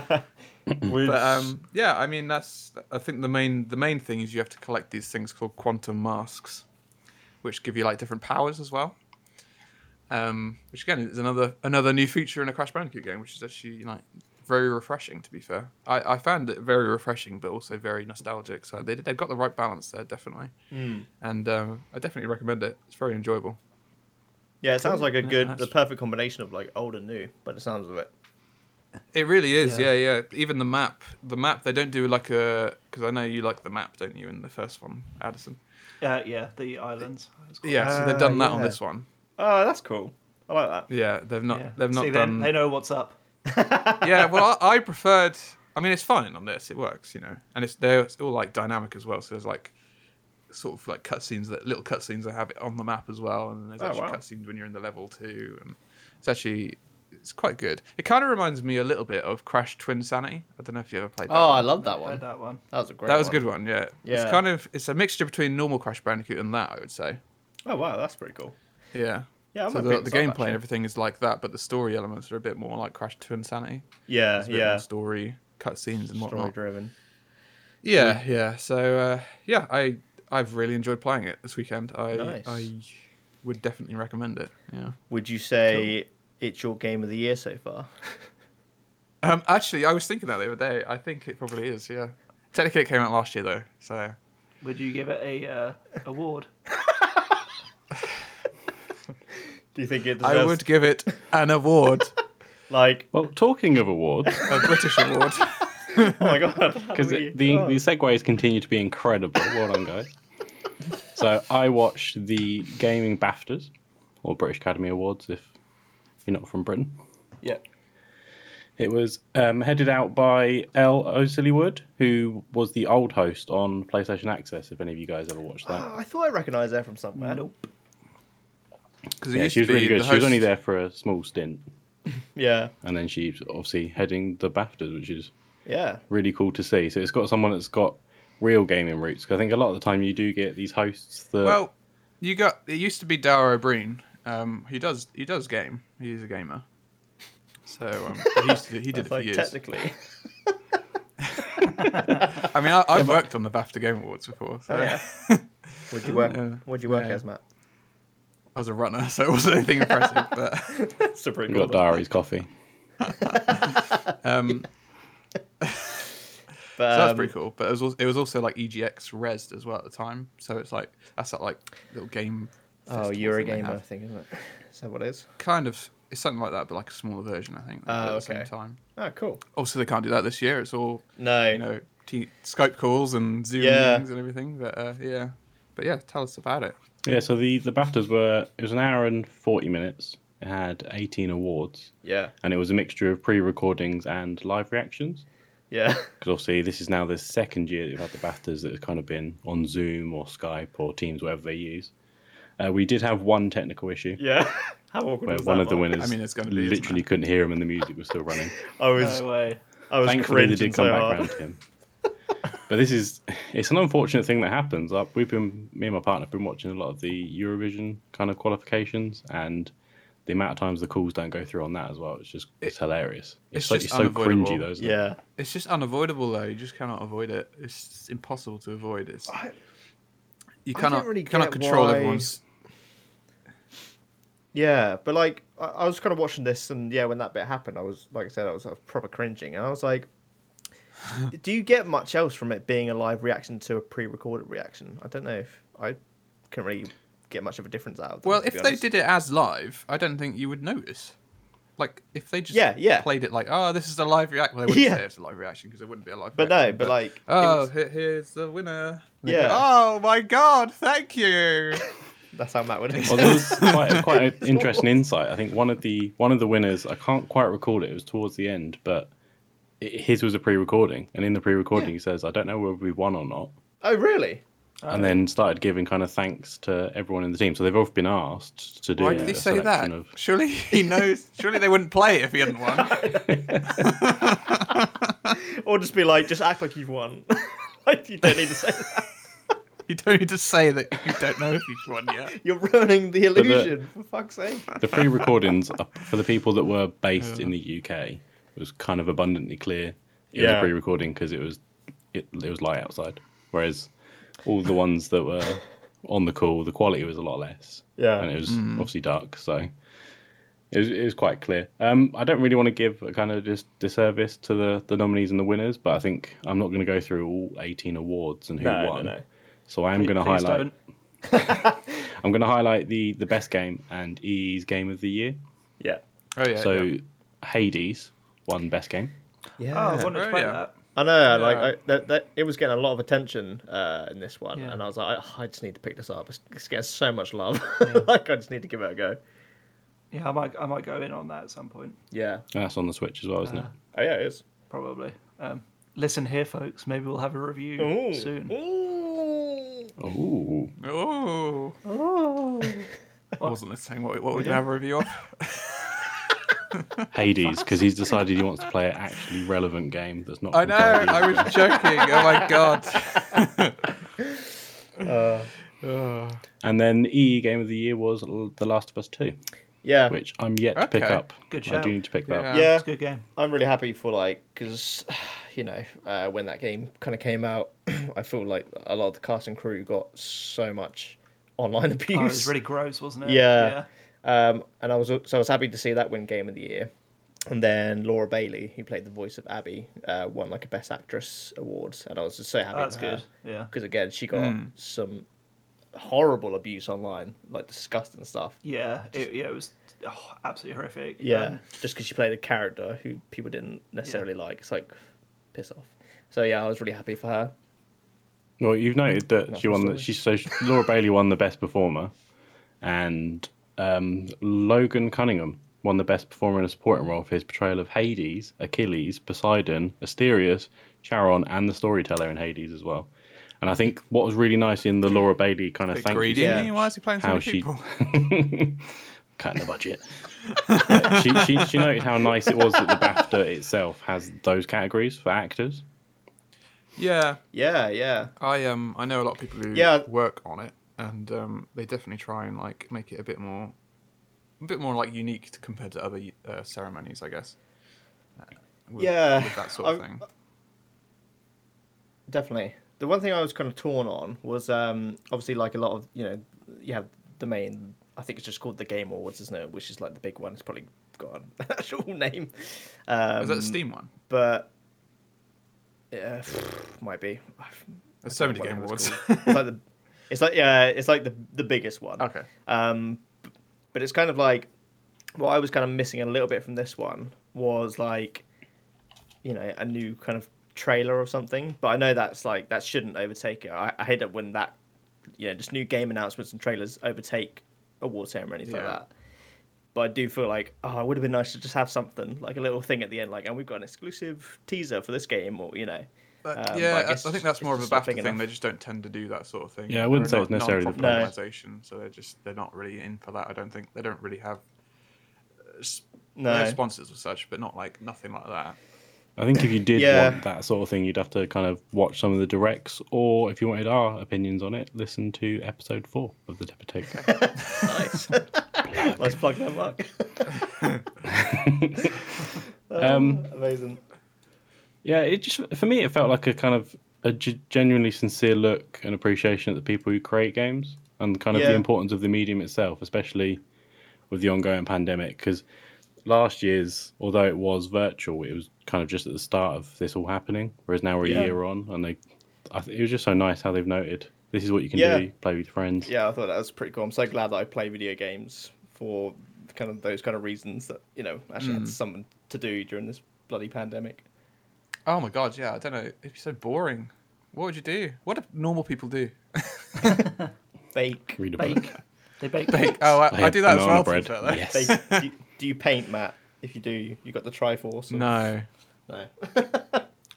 Speaker 2: Um,
Speaker 6: Which,
Speaker 3: But um, yeah, I mean that's I think the main the main thing is you have to collect these things called quantum masks, which give you like different powers as well. Um, which again is another another new feature in a Crash Bandicoot game, which is actually like very refreshing. To be fair, I, I found it very refreshing, but also very nostalgic. So they they've got the right balance there definitely, and um, I definitely recommend it. It's very enjoyable.
Speaker 2: Yeah, it sounds like a good, the
Speaker 3: that's-
Speaker 2: perfect combination of like old and new, by the sounds of it.
Speaker 3: It really is,
Speaker 5: Yeah.
Speaker 3: yeah, yeah. Even the map, the map they don't do like a because I know you like the map, don't you? In the first one, Addison.
Speaker 5: Uh, yeah, the islands. It's called-
Speaker 3: Yeah, so they've
Speaker 2: Ah,
Speaker 3: done that on
Speaker 2: yeah.
Speaker 3: this one.
Speaker 2: Oh, that's cool. I like that.
Speaker 3: Yeah, they've not.
Speaker 5: yeah.
Speaker 3: They've not
Speaker 5: See, they-
Speaker 3: done.
Speaker 5: They know what's up.
Speaker 3: yeah, well, I, I preferred. I mean, it's fine on this. It works, you know, and it's they're it's all like dynamic as well. So there's like sort of like cutscenes that little cutscenes that have it on the map as well, and there's
Speaker 2: Oh,
Speaker 3: actually
Speaker 2: wow.
Speaker 3: cutscenes when you're in the level too, and it's actually it's quite good. It kind of reminds me a little bit of Crash Twin Sanity. I don't know if you ever played that.
Speaker 2: Oh, I love that
Speaker 5: Heard
Speaker 2: one. That
Speaker 5: that one.
Speaker 2: was a great.
Speaker 3: that was a good one. Yeah.
Speaker 2: Yeah.
Speaker 3: it's kind of it's a mixture between normal Crash Bandicoot and that. I would say.
Speaker 2: Oh wow, that's pretty cool.
Speaker 3: Yeah.
Speaker 2: Yeah, I
Speaker 3: so
Speaker 2: might
Speaker 3: the,
Speaker 2: pick
Speaker 3: the
Speaker 2: this up,
Speaker 3: gameplay
Speaker 2: actually.
Speaker 3: and everything is like that, but the story elements are a bit more like Crash Twin Sanity.
Speaker 2: Yeah,
Speaker 3: It's a bit more
Speaker 2: yeah.
Speaker 3: story cutscenes and
Speaker 2: Story
Speaker 3: whatnot.
Speaker 2: driven.
Speaker 3: Yeah, yeah. So uh, yeah, I I've really enjoyed playing it this weekend. I
Speaker 2: Nice.
Speaker 3: I would definitely recommend it. Yeah.
Speaker 2: Would you say it's your game of the year so far?
Speaker 3: Um, actually, I was thinking that the other day. I think it probably is. Yeah. Technically, it came out last year though. So
Speaker 5: Would you give it a uh, award?
Speaker 2: Do you think it deserves
Speaker 3: I would give it an award,
Speaker 2: like?
Speaker 4: Well, talking of awards,
Speaker 3: a British award.
Speaker 2: Oh my god! how
Speaker 4: because
Speaker 2: do we-
Speaker 4: the, the
Speaker 2: oh.
Speaker 4: segues continue to be incredible. Well done, guys. so I watched the gaming BAFTAs, or British Academy Awards, if you're not from Britain.
Speaker 2: yeah.
Speaker 4: It was um, headed out by L. Osillywood, who was the old host on PlayStation Access. If any of you guys ever watched that,
Speaker 2: Oh, I thought I recognised that from somewhere.
Speaker 5: Nope.
Speaker 3: Because
Speaker 4: yeah, she was really good. She was only there for a small stint,
Speaker 2: Yeah,
Speaker 4: and then she's obviously heading the BAFTAs, which is
Speaker 2: yeah,
Speaker 4: really cool to see. So it's got someone that's got real gaming roots. 'Cause I think a lot of the time you do get these hosts that
Speaker 3: Well, you got. It used to be Darrow Breen. Um, he does. He does game. He's a gamer. So um, he, used to do, he did
Speaker 2: That's
Speaker 3: it for
Speaker 2: like
Speaker 3: years.
Speaker 2: technically.
Speaker 3: I mean, I, I've worked on the BAFTA Game Awards before. So.
Speaker 2: Oh, yeah. Would you work?
Speaker 3: Yeah.
Speaker 2: Would you work
Speaker 3: Yeah.
Speaker 2: as Matt?
Speaker 3: I was a runner, so it wasn't anything impressive. But
Speaker 2: That's a pretty
Speaker 4: you got
Speaker 2: cool.
Speaker 4: Diaries Coffee.
Speaker 3: um,
Speaker 2: But,
Speaker 3: so that's
Speaker 2: um,
Speaker 3: pretty cool. But it was, also, it was also like E EGX Resed as well at the time. So it's like that's that like little game.
Speaker 2: Oh,
Speaker 3: festival
Speaker 2: you're a
Speaker 3: thing they
Speaker 2: gamer, I
Speaker 3: have.
Speaker 2: think, isn't it? Is that what it is?
Speaker 3: Kind of. It's something like that, but like a smaller version. I think. they do
Speaker 2: Oh,
Speaker 3: at the
Speaker 2: okay.
Speaker 3: same time.
Speaker 2: Oh, cool.
Speaker 3: Also, they can't do that this year. It's all
Speaker 2: No,
Speaker 3: you know t- Skype calls and Zoom
Speaker 2: Yeah.
Speaker 3: meetings and everything. But uh, yeah, but yeah, tell us about it.
Speaker 4: Yeah, so the the BAFTAs were it was an hour and forty minutes. It had eighteen awards,
Speaker 2: Yeah,
Speaker 4: and it was a mixture of pre-recordings and live reactions.
Speaker 2: yeah,
Speaker 4: Because obviously this is now the second year that we've had the BAFTAs that has kind of been on Zoom or Skype or Teams, whatever they use. Uh, we did have one technical issue
Speaker 2: yeah. How awkward
Speaker 4: where
Speaker 2: was
Speaker 4: one
Speaker 2: that,
Speaker 4: of the
Speaker 2: Mark?
Speaker 3: I
Speaker 4: winners
Speaker 3: mean, it's gonna be, isn't
Speaker 4: literally
Speaker 3: it?
Speaker 4: couldn't hear him and the music was still running.
Speaker 2: I was,
Speaker 5: No way.
Speaker 2: I was
Speaker 4: Thankfully, they
Speaker 2: cringing
Speaker 4: did come
Speaker 2: so
Speaker 4: back
Speaker 2: hard.
Speaker 4: round to him. But this is it's an unfortunate thing that happens. Like we've been me and my partner have been watching a lot of the Eurovision kind of qualifications and the amount of times the calls don't go through on that as well. It's just it's hilarious. It's,
Speaker 3: it's
Speaker 4: so,
Speaker 3: just
Speaker 4: it's so
Speaker 3: unavoidable.
Speaker 4: cringy though, isn't it?
Speaker 2: Yeah,
Speaker 3: It's just unavoidable though. You just cannot avoid it. It's just impossible to avoid. It's you
Speaker 2: I don't
Speaker 3: cannot
Speaker 2: really
Speaker 3: you cannot
Speaker 2: get
Speaker 3: control
Speaker 2: why-
Speaker 3: everyone's.
Speaker 2: yeah. But like, I, I was kind of watching this, and yeah, when that bit happened, I was like I said, I was, I was proper cringing, and I was like, do you get much else from it being a live reaction to a pre-recorded reaction? I don't know if I couldn't really get much of a difference out of them.
Speaker 3: Well,
Speaker 2: to
Speaker 3: if
Speaker 2: be
Speaker 3: they
Speaker 2: honest.
Speaker 3: did it as live, I don't think you would notice. Like if they just
Speaker 2: Yeah, yeah.
Speaker 3: played it like, oh, this is a live reaction. Well, they wouldn't
Speaker 2: Yeah.
Speaker 3: say it's a live reaction because it wouldn't be a live.
Speaker 2: But no,
Speaker 3: reaction,
Speaker 2: but like, it
Speaker 3: oh,
Speaker 2: was-
Speaker 3: here- here's the winner. And they
Speaker 2: Yeah.
Speaker 3: go, Oh my God! Thank you.
Speaker 2: that's how Matt would.
Speaker 4: Well, there was quite, a- quite an interesting insight. I think one of the one of the winners, I can't quite recall it. It was towards the end, but it, his was a pre-recording, and in the pre-recording, he says, "I don't know whether we won or not,"
Speaker 2: oh, really?
Speaker 4: and then started giving kind of thanks to everyone in the team. So they've both been asked to do.
Speaker 3: Why did he
Speaker 4: a
Speaker 3: say that?
Speaker 4: selection of-
Speaker 3: Surely he knows. Surely they wouldn't play it if he hadn't won.
Speaker 2: Or just be like, just act like you've won. like you don't need to say that.
Speaker 3: you don't need to say that you don't know if you've won yet.
Speaker 2: You're ruining the
Speaker 4: the-
Speaker 2: illusion. For fuck's sake.
Speaker 4: the free recordings are- for the people that were based in the UK it was kind of abundantly clear It was
Speaker 6: Yeah.
Speaker 4: a pre-recording because it was it, it was light outside. Whereas all the ones that were on the call, the quality was a lot less,
Speaker 6: Yeah.
Speaker 4: and it was
Speaker 3: Mm-hmm.
Speaker 4: obviously dark, so it was, it was quite clear. Um, I don't really want to give a kind of dis- disservice to the, the nominees and the winners, but I think I'm not going to go through all 18 awards and who
Speaker 6: No, no,
Speaker 4: won.
Speaker 6: no.
Speaker 4: So I am going to
Speaker 5: Please
Speaker 4: highlight.
Speaker 5: don't. Oh,
Speaker 4: I'm going to highlight the the best game and EE's game of the year.
Speaker 6: Yeah.
Speaker 3: Oh yeah.
Speaker 4: so
Speaker 3: yeah.
Speaker 4: Hades won best game.
Speaker 5: Oh, I wanted
Speaker 3: Oh,
Speaker 5: to play
Speaker 3: yeah.
Speaker 5: that.
Speaker 2: I know, like
Speaker 3: Yeah.
Speaker 2: I, that, that, it was getting a lot of attention uh, in this one,
Speaker 5: Yeah.
Speaker 2: and I was like, I, I just need to pick this up. It's, it's getting so much love, like I just need to give it a go.
Speaker 5: Yeah, I might, I might go in on that at some point,
Speaker 2: Yeah.
Speaker 4: And that's on the Switch as well, isn't it?
Speaker 2: Oh yeah, it is.
Speaker 5: probably. Um, listen here, folks. Maybe we'll have a review
Speaker 2: Ooh.
Speaker 5: soon.
Speaker 2: Ooh.
Speaker 3: Ah.
Speaker 4: Ooh,
Speaker 3: Oh. I wasn't listening. What, what would you have a review of?
Speaker 4: Hades, because he's decided he wants to play an actually relevant game that's not.
Speaker 3: I know.
Speaker 4: compared to-
Speaker 3: I was joking. Oh my god. Oh,
Speaker 4: Uh, And then EE game of the year was L- The Last of Us Two,
Speaker 2: Yeah.
Speaker 4: which I'm yet to pick
Speaker 3: Okay.
Speaker 4: up.
Speaker 5: Good
Speaker 4: I
Speaker 5: shout.
Speaker 4: do need to pick that up.
Speaker 3: Yeah.
Speaker 5: um, It's a good game.
Speaker 2: I'm really happy for like because you know uh, when that game kind of came out, I feel like a lot of the cast and crew got so much online abuse.
Speaker 5: Oh, it was really gross, wasn't it?
Speaker 2: Yeah. Um, and I was so I was happy to see that win Game of the Year. And then Laura Bailey, who played the voice of Abby, uh, won like a Best Actress award, and I was just so happy.
Speaker 5: Oh, that's
Speaker 2: for her.
Speaker 5: good. Yeah.
Speaker 2: Because again, she got some horrible abuse online, like disgusting stuff.
Speaker 5: Yeah. It, yeah. It was oh, absolutely horrific.
Speaker 2: Yeah,
Speaker 5: Um,
Speaker 2: just because she played a character who people didn't necessarily like. It's like, piss off. So yeah, I was really happy for her.
Speaker 4: Well, you've noted that she
Speaker 2: Nothing
Speaker 4: won. The,
Speaker 2: sorted.
Speaker 4: she so she- Laura Bailey won the best performer, and um, Logan Cunningham won the best performer in a supporting role for his portrayal of Hades, Achilles, Poseidon, Asterius, Charon, and the storyteller in Hades as well. And I think what was really nice in the Laura Bailey kind of
Speaker 3: Bit
Speaker 4: thank
Speaker 3: greedy.
Speaker 4: you
Speaker 2: Yeah.
Speaker 3: Why is he playing so
Speaker 4: How
Speaker 3: many
Speaker 4: she-
Speaker 3: people?
Speaker 4: cutting the budget. Uh, she, she, she noted how nice it was that the BAFTA itself has those categories for actors.
Speaker 3: Yeah.
Speaker 2: Yeah, yeah,
Speaker 3: I um I know a lot of people who
Speaker 2: Yeah.
Speaker 3: work on it, and um, they definitely try and like make it a bit more, a bit more like unique to, compared to other uh, ceremonies, I guess. Uh, with-
Speaker 2: Yeah,
Speaker 3: with that sort of
Speaker 2: I-
Speaker 3: thing.
Speaker 2: definitely. The one thing I was kind of torn on was um, obviously like a lot of you know you have the main. I think it's just called the Game Awards, isn't it? Which is like the big one. It's probably got an actual name. Um,
Speaker 3: Is that the Steam one?
Speaker 2: But yeah, might be.
Speaker 3: There's so many
Speaker 2: Whatever
Speaker 3: game
Speaker 2: it's
Speaker 3: awards.
Speaker 2: called. it's like the, it's like yeah, it's like the the biggest one.
Speaker 3: okay.
Speaker 2: Um, b- but it's kind of like what I was kind of missing a little bit from this one was like, you know, a new kind of trailer or something. But I know that's like that shouldn't overtake it. I, I hate it when that, you know, just new game announcements and trailers overtake award ceremonies like
Speaker 3: Yeah.
Speaker 2: that. But I do feel like oh, it would have been nice to just have something like a little thing at the end, like, and we've got an exclusive teaser for this game, or you know. Um,
Speaker 3: But,
Speaker 2: but I
Speaker 3: yeah, I,
Speaker 2: guess
Speaker 3: I think that's
Speaker 2: it's
Speaker 3: more of a
Speaker 2: just not
Speaker 3: BAFTA
Speaker 2: big
Speaker 3: thing.
Speaker 2: enough.
Speaker 3: They just don't tend to do that sort of thing.
Speaker 4: Yeah, I wouldn't
Speaker 3: They're
Speaker 4: say it's
Speaker 3: not-
Speaker 4: necessarily the
Speaker 3: non-profit
Speaker 2: No.
Speaker 3: organisation, so they're just they're not really in for that. I don't think they don't really have. uh, s-
Speaker 2: No.
Speaker 3: they have sponsors or such, but not like nothing like that.
Speaker 4: I think if you did
Speaker 2: Yeah.
Speaker 4: want that sort of thing, you'd have to kind of watch some of the directs, or if you wanted our opinions on it, listen to episode four of the Depoteca.
Speaker 2: Nice. Let's plug that, Mark.
Speaker 4: um,
Speaker 2: Amazing.
Speaker 4: yeah, it just for me it felt like a kind of a g- genuinely sincere look and appreciation at the people who create games and kind of
Speaker 2: Yeah.
Speaker 4: the importance of the medium itself, especially with the ongoing pandemic. Because last year's, although it was virtual, it was kind of just at the start of this all happening. Whereas now we're a
Speaker 2: Yeah.
Speaker 4: year on, and they, I th- it was just so nice how they've noted this is what you can
Speaker 2: Yeah.
Speaker 4: do: play with your friends.
Speaker 2: Yeah, I thought that was pretty cool. I'm so glad that I play video games for kind of those kind of reasons that you know actually
Speaker 4: Mm.
Speaker 2: had something to do during this bloody pandemic.
Speaker 3: Oh my god, yeah. I don't know. It'd be so boring. What would you do? What do normal people do?
Speaker 2: Bake.
Speaker 4: Read a book.
Speaker 5: Bake. They bake.
Speaker 3: Oh, I,
Speaker 4: Play
Speaker 3: I do that as
Speaker 4: banana
Speaker 3: well.
Speaker 4: bread.
Speaker 3: To be fair, though.
Speaker 4: Yes.
Speaker 2: Bake. do, you, do you paint, Matt? If you do, you got the Triforce. Or...
Speaker 3: No,
Speaker 2: No.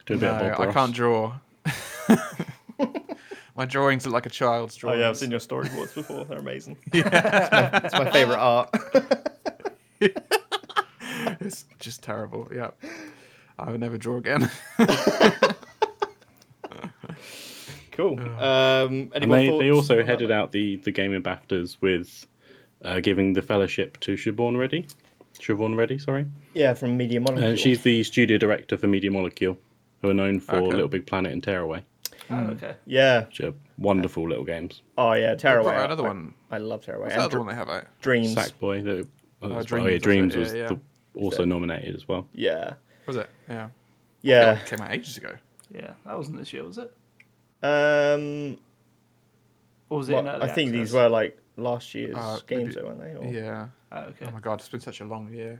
Speaker 4: Do a bit
Speaker 3: no,
Speaker 4: of Bob
Speaker 3: I
Speaker 4: Ross.
Speaker 3: can't draw. My drawings are like a child's
Speaker 2: Oh
Speaker 3: drawings.
Speaker 2: yeah, I've seen your storyboards before. They're amazing. Yeah. it's my favorite art.
Speaker 3: It's just terrible. Yeah, I would never draw again.
Speaker 2: Cool. Um, any
Speaker 4: Oh. And
Speaker 2: more
Speaker 4: they, they
Speaker 2: thoughts
Speaker 4: also
Speaker 2: on that?
Speaker 4: headed out the, the gaming BAFTAs with uh, giving the fellowship to Siobhan Reddy. Siobhan Reddy, sorry. Uh,
Speaker 2: Yeah, from Media Molecule.
Speaker 4: And she's the studio director for Media Molecule. who are known for
Speaker 3: Okay.
Speaker 4: Little Big Planet and Tearaway,
Speaker 5: Oh, okay.
Speaker 2: Yeah.
Speaker 4: which are wonderful little games.
Speaker 2: Oh yeah,
Speaker 3: They've
Speaker 2: Tearaway.
Speaker 3: got another
Speaker 2: I,
Speaker 3: one.
Speaker 2: I love Tearaway.
Speaker 3: What's
Speaker 2: And
Speaker 3: that other
Speaker 2: Dr-
Speaker 3: one they have eh? out?
Speaker 2: Dreams.
Speaker 4: Sackboy, that oh, yeah,
Speaker 3: Dreams,
Speaker 4: Dreams,
Speaker 3: that's it,
Speaker 4: was
Speaker 3: yeah, yeah.
Speaker 4: The, also nominated as well.
Speaker 2: Yeah.
Speaker 3: Was it? Yeah.
Speaker 2: Yeah.
Speaker 3: It came out ages ago.
Speaker 5: Yeah, that wasn't this year, was it?
Speaker 2: Um.
Speaker 5: Or was it?
Speaker 2: well,
Speaker 5: in early
Speaker 2: I think these
Speaker 5: access?
Speaker 2: were like last year's
Speaker 3: Uh,
Speaker 2: games,
Speaker 3: maybe-
Speaker 2: though, weren't they? Or-
Speaker 3: Yeah.
Speaker 5: Oh, okay.
Speaker 3: Oh my god, it's been such a long year.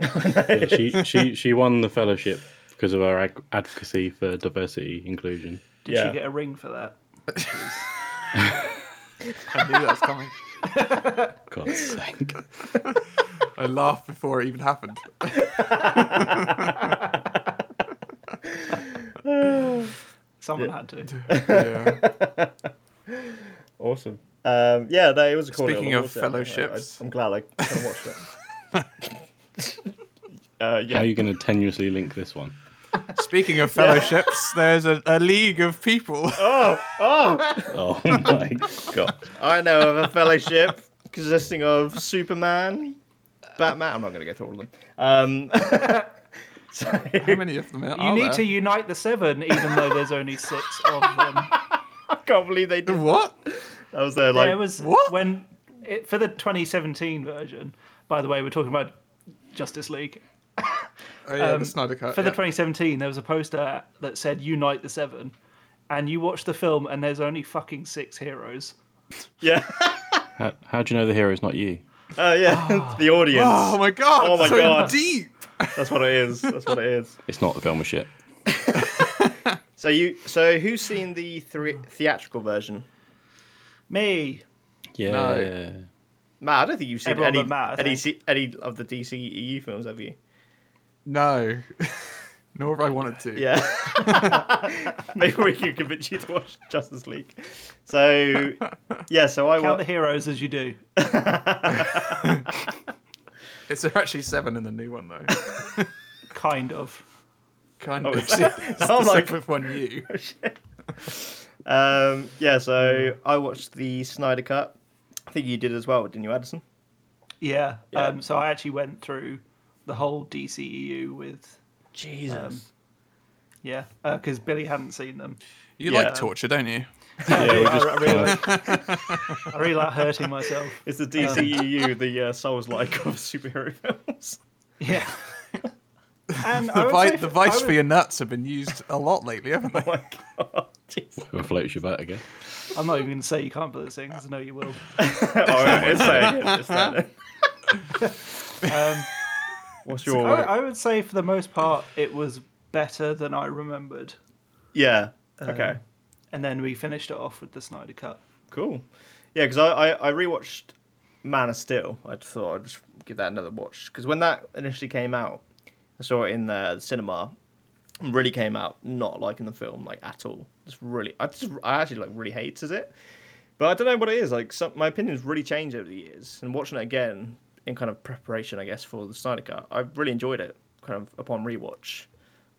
Speaker 4: Yeah, she, she, she won the fellowship because of her ag- advocacy for diversity inclusion.
Speaker 5: Did
Speaker 2: Yeah.
Speaker 5: she get a ring for that?
Speaker 3: I knew that was coming.
Speaker 4: God's sake.
Speaker 3: I laughed before it even happened.
Speaker 5: Someone had to.
Speaker 3: Yeah.
Speaker 2: Awesome. Um, yeah, no, it was a cool.
Speaker 3: Speaking
Speaker 2: little award,
Speaker 3: of
Speaker 2: yeah.
Speaker 3: fellowships.
Speaker 2: I, am glad I kinda watched it. uh,
Speaker 4: How are
Speaker 2: yeah.
Speaker 4: you going to tenuously link this one?
Speaker 3: Speaking of fellowships, there's a, a league of people.
Speaker 2: Oh, oh!
Speaker 4: Oh my God.
Speaker 2: I know of a fellowship consisting of Superman, Batman. I'm not going to go through all of them. Um, so-
Speaker 3: How many of them are
Speaker 5: You need to
Speaker 3: Oh, there?
Speaker 5: unite the seven, even though there's only six of them.
Speaker 2: I can't believe they did.
Speaker 3: What?
Speaker 2: That was their like.
Speaker 5: there was
Speaker 3: what?
Speaker 5: when it, for the 2017 version. By the way, we're talking about Justice League.
Speaker 3: Oh yeah,
Speaker 5: Um,
Speaker 3: the Snyder Cut.
Speaker 5: For the
Speaker 3: yeah.
Speaker 5: 2017, there was a poster that said "Unite the Seven," and you watch the film, and there's only fucking six heroes.
Speaker 2: Yeah.
Speaker 4: How, how do you know the hero's not you?
Speaker 2: Oh yeah. the audience.
Speaker 3: Oh my god!
Speaker 2: Oh my
Speaker 3: so
Speaker 2: God.
Speaker 3: deep.
Speaker 2: That's what it is. That's what it is.
Speaker 4: It's not the film of shit.
Speaker 2: So you. So who's seen the thre- theatrical version?
Speaker 5: Me,
Speaker 4: Yeah.
Speaker 2: Matt, I don't think you've seen
Speaker 5: Everyone
Speaker 2: any
Speaker 5: but Matt, I
Speaker 2: any,
Speaker 5: think.
Speaker 2: C- any of the DCEU films, have you?
Speaker 3: No. Nor have I wanted to.
Speaker 2: Yeah. Maybe we can convince you to watch Justice League. So yeah. So I
Speaker 5: count
Speaker 2: wa-
Speaker 5: the heroes as you do.
Speaker 3: It's actually seven in the new one though.
Speaker 5: Kind of.
Speaker 3: Kind
Speaker 2: Oh,
Speaker 3: of.
Speaker 2: it's-
Speaker 3: It's
Speaker 2: oh
Speaker 3: the
Speaker 2: my
Speaker 3: seventh one you.
Speaker 2: um. Yeah. So I watched the Snyder Cut. I think you did as well, didn't you, Addison?
Speaker 5: Yeah.
Speaker 2: Yeah.
Speaker 5: Um, so I actually went through the whole DCEU with,
Speaker 2: Jesus.
Speaker 1: Um,
Speaker 5: yeah, because Billy hadn't seen them.
Speaker 3: You
Speaker 2: Yeah.
Speaker 3: like torture, don't you?
Speaker 4: Yeah, we just-
Speaker 5: I, I really, like, I really like hurting myself.
Speaker 2: It's the DCEU, the uh, Souls like of superhero films.
Speaker 5: Yeah. And I
Speaker 3: The,
Speaker 5: would
Speaker 3: vi-
Speaker 5: say
Speaker 3: the
Speaker 5: for-
Speaker 3: vice
Speaker 5: I
Speaker 3: for
Speaker 5: would-
Speaker 3: your nuts have been used a lot lately, haven't they?
Speaker 2: Oh my god. Jesus.
Speaker 4: Whoever floats your boat again.
Speaker 5: I'm not even going to say you can't put this in because I know you will.
Speaker 2: oh, it's saying it. It's saying it.
Speaker 5: Um,
Speaker 2: What's
Speaker 5: I,
Speaker 2: your
Speaker 5: I would say for the most part, it was better than I remembered.
Speaker 2: yeah?
Speaker 5: Uh,
Speaker 2: Okay,
Speaker 5: And then we finished it off with the Snyder Cut.
Speaker 2: cool. Yeah, because I, I I rewatched Man of Steel. I just thought I'd just give that another watch because when that initially came out, I saw it in the cinema. and Really came out not liking the film like at all. Just really, I just I actually like really hated it. But I don't know what it is. Like some, my opinions really changed over the years, and watching it again in kind of preparation, I guess, for the Snyder Cut, I really enjoyed it. Kind of upon rewatch.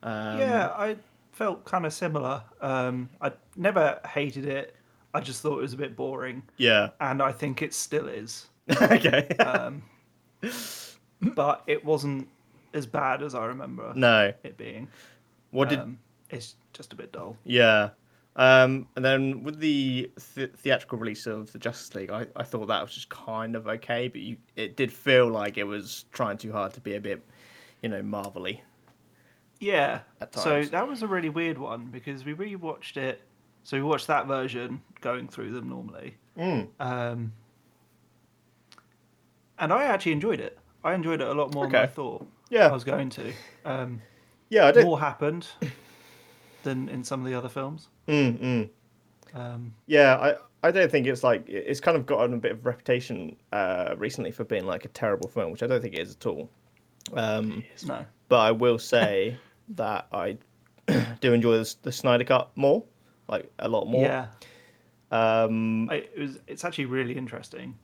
Speaker 2: Um,
Speaker 5: yeah, I felt kind of similar. Um, I never hated it. I just thought it was a bit boring.
Speaker 2: Yeah.
Speaker 5: And I think it still is.
Speaker 2: okay.
Speaker 5: But it wasn't as bad as I remember
Speaker 2: no.
Speaker 5: it being.
Speaker 2: What did?
Speaker 5: Um, it's just a bit dull.
Speaker 2: Yeah. Um, and then with the th- theatrical release of the Justice League, I, I thought that was just kind of okay, but you, it did feel like it was trying too hard to be a bit, you know, marvelly.
Speaker 5: Yeah.
Speaker 2: At
Speaker 5: So
Speaker 2: times.
Speaker 5: that was a really weird one because we rewatched it. So we watched that version going through them normally.
Speaker 2: Mm.
Speaker 5: Um, and I actually enjoyed it. I enjoyed it a lot more than I
Speaker 2: Okay.
Speaker 5: thought
Speaker 2: Yeah.
Speaker 5: I was going to. Um,
Speaker 2: Yeah, I did.
Speaker 5: more happened than in some of the other films. Um,
Speaker 2: Yeah, I, I don't think it's like it- it's kind of gotten a bit of reputation uh, recently for being like a terrible film, which I don't think it is at all. Um,
Speaker 5: no.
Speaker 2: but I will say that I do enjoy the, the Snyder Cut more, like a lot more.
Speaker 5: Yeah.
Speaker 2: Um,
Speaker 5: I, it was, it's actually really interesting.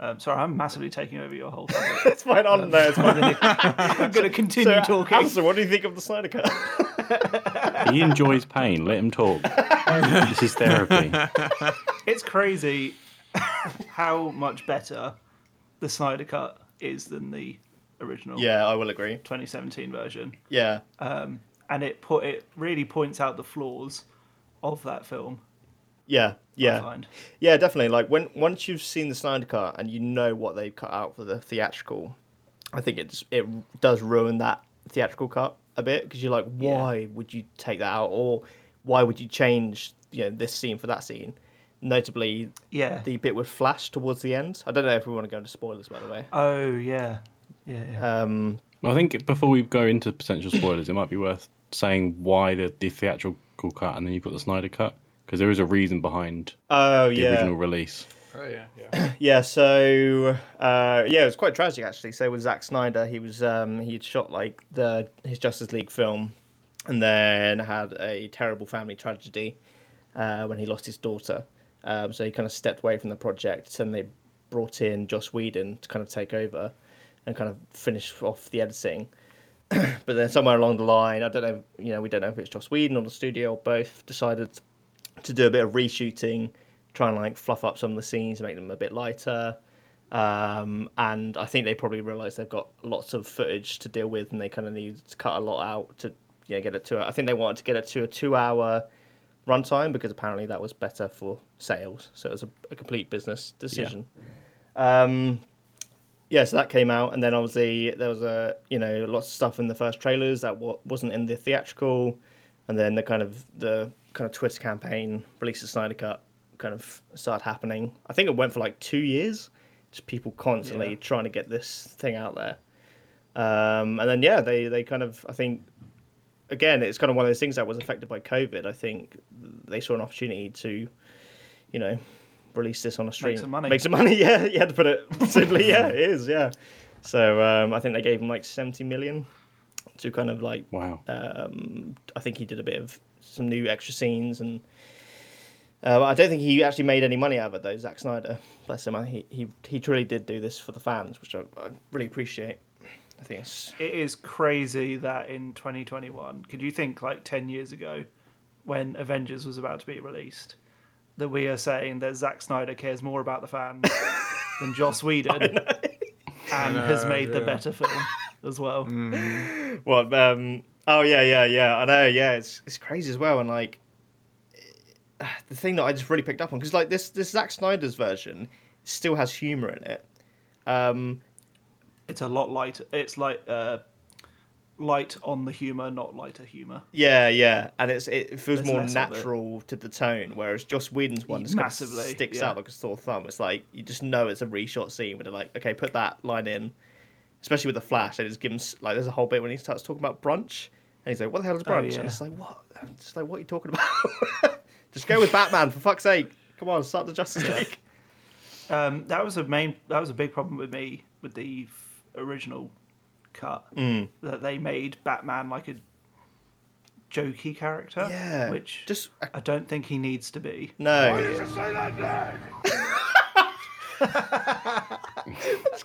Speaker 5: Um, sorry, I'm massively taking over your whole thing.
Speaker 2: it's fine. I don't know. It's fine.
Speaker 5: I'm going to continue
Speaker 2: So,
Speaker 5: talking.
Speaker 2: Alison, what do you think of the Snyder Cut?
Speaker 4: He enjoys pain. Let him talk. this is therapy.
Speaker 5: It's crazy how much better the Snyder Cut is than the original
Speaker 2: yeah, I will agree.
Speaker 5: 2017 version.
Speaker 2: Yeah,
Speaker 5: and it put it really points out the flaws of that film.
Speaker 2: Yeah,
Speaker 5: I
Speaker 2: yeah,
Speaker 5: find.
Speaker 2: yeah, definitely. Like when once you've seen the Snyder Cut and you know what they've cut out for the theatrical, I think it's it does ruin that theatrical cut a bit because you're like, why would you take that out, or why would you change you know this scene for that scene? Notably,
Speaker 5: Yeah.
Speaker 2: the bit with Flash towards the end. I don't know if we want to go into spoilers, by the way.
Speaker 5: Oh yeah, yeah. yeah.
Speaker 2: Um,
Speaker 4: I think before we go into potential spoilers, it might be worth saying why the, the theatrical cut and then you've got the Snyder cut because there is a reason behind
Speaker 2: oh
Speaker 4: the
Speaker 2: yeah,
Speaker 4: original release.
Speaker 3: Oh yeah, yeah.
Speaker 2: Yeah, so uh, yeah, it was quite tragic actually. So with Zack Snyder, he was um, he had shot like the his Justice League film, and then had a terrible family tragedy uh, when he lost his daughter. Um, so he kind of stepped away from the project, and they brought in Joss Whedon to kind of take over and kind of finish off the editing. but then somewhere along the line, I don't know, you know, we don't know if it's Joss Whedon or the studio or both decided to do a bit of reshooting, try and like fluff up some of the scenes, make them a bit lighter. Um, and I think they probably realised they've got lots of footage to deal with, and they kind of needed to cut a lot out to you know, get it to. I think they wanted to get it to a two-hour runtime because apparently that was better for sales. So it was a, a complete business decision. Um, yeah, so that came out, and then obviously there was a you know lots of stuff in the first trailers that wa- wasn't in the theatrical, and then the kind of the kind of Twitter campaign release the Snyder Cut kind of started happening. I think it went for like two years, just people constantly
Speaker 5: Yeah.
Speaker 2: trying to get this thing out there. Um, and then yeah, they they kind of I think again it's kind of one of those things that was affected by COVID. I think they saw an opportunity to, you know, release this on a stream,
Speaker 5: some money.
Speaker 2: make some money. Yeah, you had to put it simply. Yeah, it is. Yeah. So um, I think they gave him like seventy million to kind of like
Speaker 4: Wow.
Speaker 2: um, I think he did a bit of some new extra scenes, and uh, I don't think he actually made any money out of it though. Zack Snyder, bless him, I- he he he truly did do this for the fans, which I, I really appreciate. I think it's
Speaker 5: It is crazy that in 2021, could you think like 10 years ago when Avengers was about to be released, that we are saying that Zack Snyder cares more about the fans than Joss Whedon and has
Speaker 3: know,
Speaker 5: made the
Speaker 3: yeah.
Speaker 5: better film as well?
Speaker 2: what? Um, oh yeah, yeah, yeah. I know. Yeah, it's it's crazy as well, and like the thing that I just really picked up on because like this this Zack Snyder's version still has humor in it. Um,
Speaker 5: It's a lot lighter. It's like uh, light on the humor, not lighter humor.
Speaker 2: Yeah, yeah, and it's it feels
Speaker 5: There's
Speaker 2: more
Speaker 5: less of it.
Speaker 2: natural to the tone, whereas Joss Whedon's one just massively
Speaker 5: Massively,
Speaker 2: sticks
Speaker 5: yeah.
Speaker 2: out like a sore thumb. It's like you just know it's a reshot scene, where they're like, okay, put that line in, especially with the flash. They just give him s- like there's a whole bit when he starts talking about brunch, and he's like, what the hell is
Speaker 5: Oh,
Speaker 2: brunch?
Speaker 5: yeah.
Speaker 2: And it's like what? It's like what are you talking about? just go with Batman for fuck's sake. Come on, start the Justice League.
Speaker 5: Um, that was a main. That was a big problem with me with the f- original cut
Speaker 2: Mm.
Speaker 5: that they made Batman like a jokey character.
Speaker 2: Yeah,
Speaker 5: which
Speaker 2: just
Speaker 5: I don't think he needs to be.
Speaker 2: no. just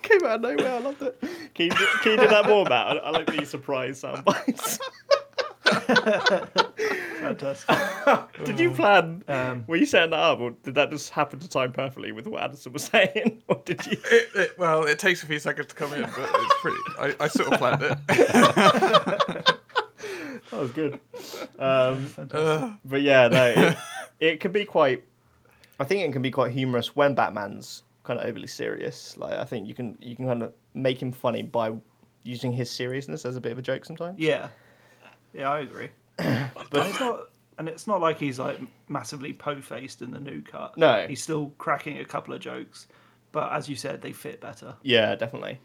Speaker 2: came out of nowhere. I loved it. Can you, do- can you do that more, Matt? I, I like the surprise sound bites.
Speaker 5: Fantastic.
Speaker 2: Did you plan?
Speaker 5: Um,
Speaker 2: were you setting that up, or did that just happen to time perfectly with what Addison was saying, or did you?
Speaker 3: It, it, well, it takes a few seconds to come in, but it's pretty. I, I sort of planned it.
Speaker 2: That was good. Um,
Speaker 3: Uh,
Speaker 2: but yeah, no, it, it can be quite. I think it can be quite humorous when Batman's kind of overly serious. Like I think you can you can kind of make him funny by using his seriousness as a bit of a joke sometimes.
Speaker 5: yeah, yeah, I agree. and it's not, and it's not like he's like massively po-faced in the new cut.
Speaker 2: No.
Speaker 5: he's still cracking a couple of jokes, but as you said, they fit better.
Speaker 2: Yeah, definitely.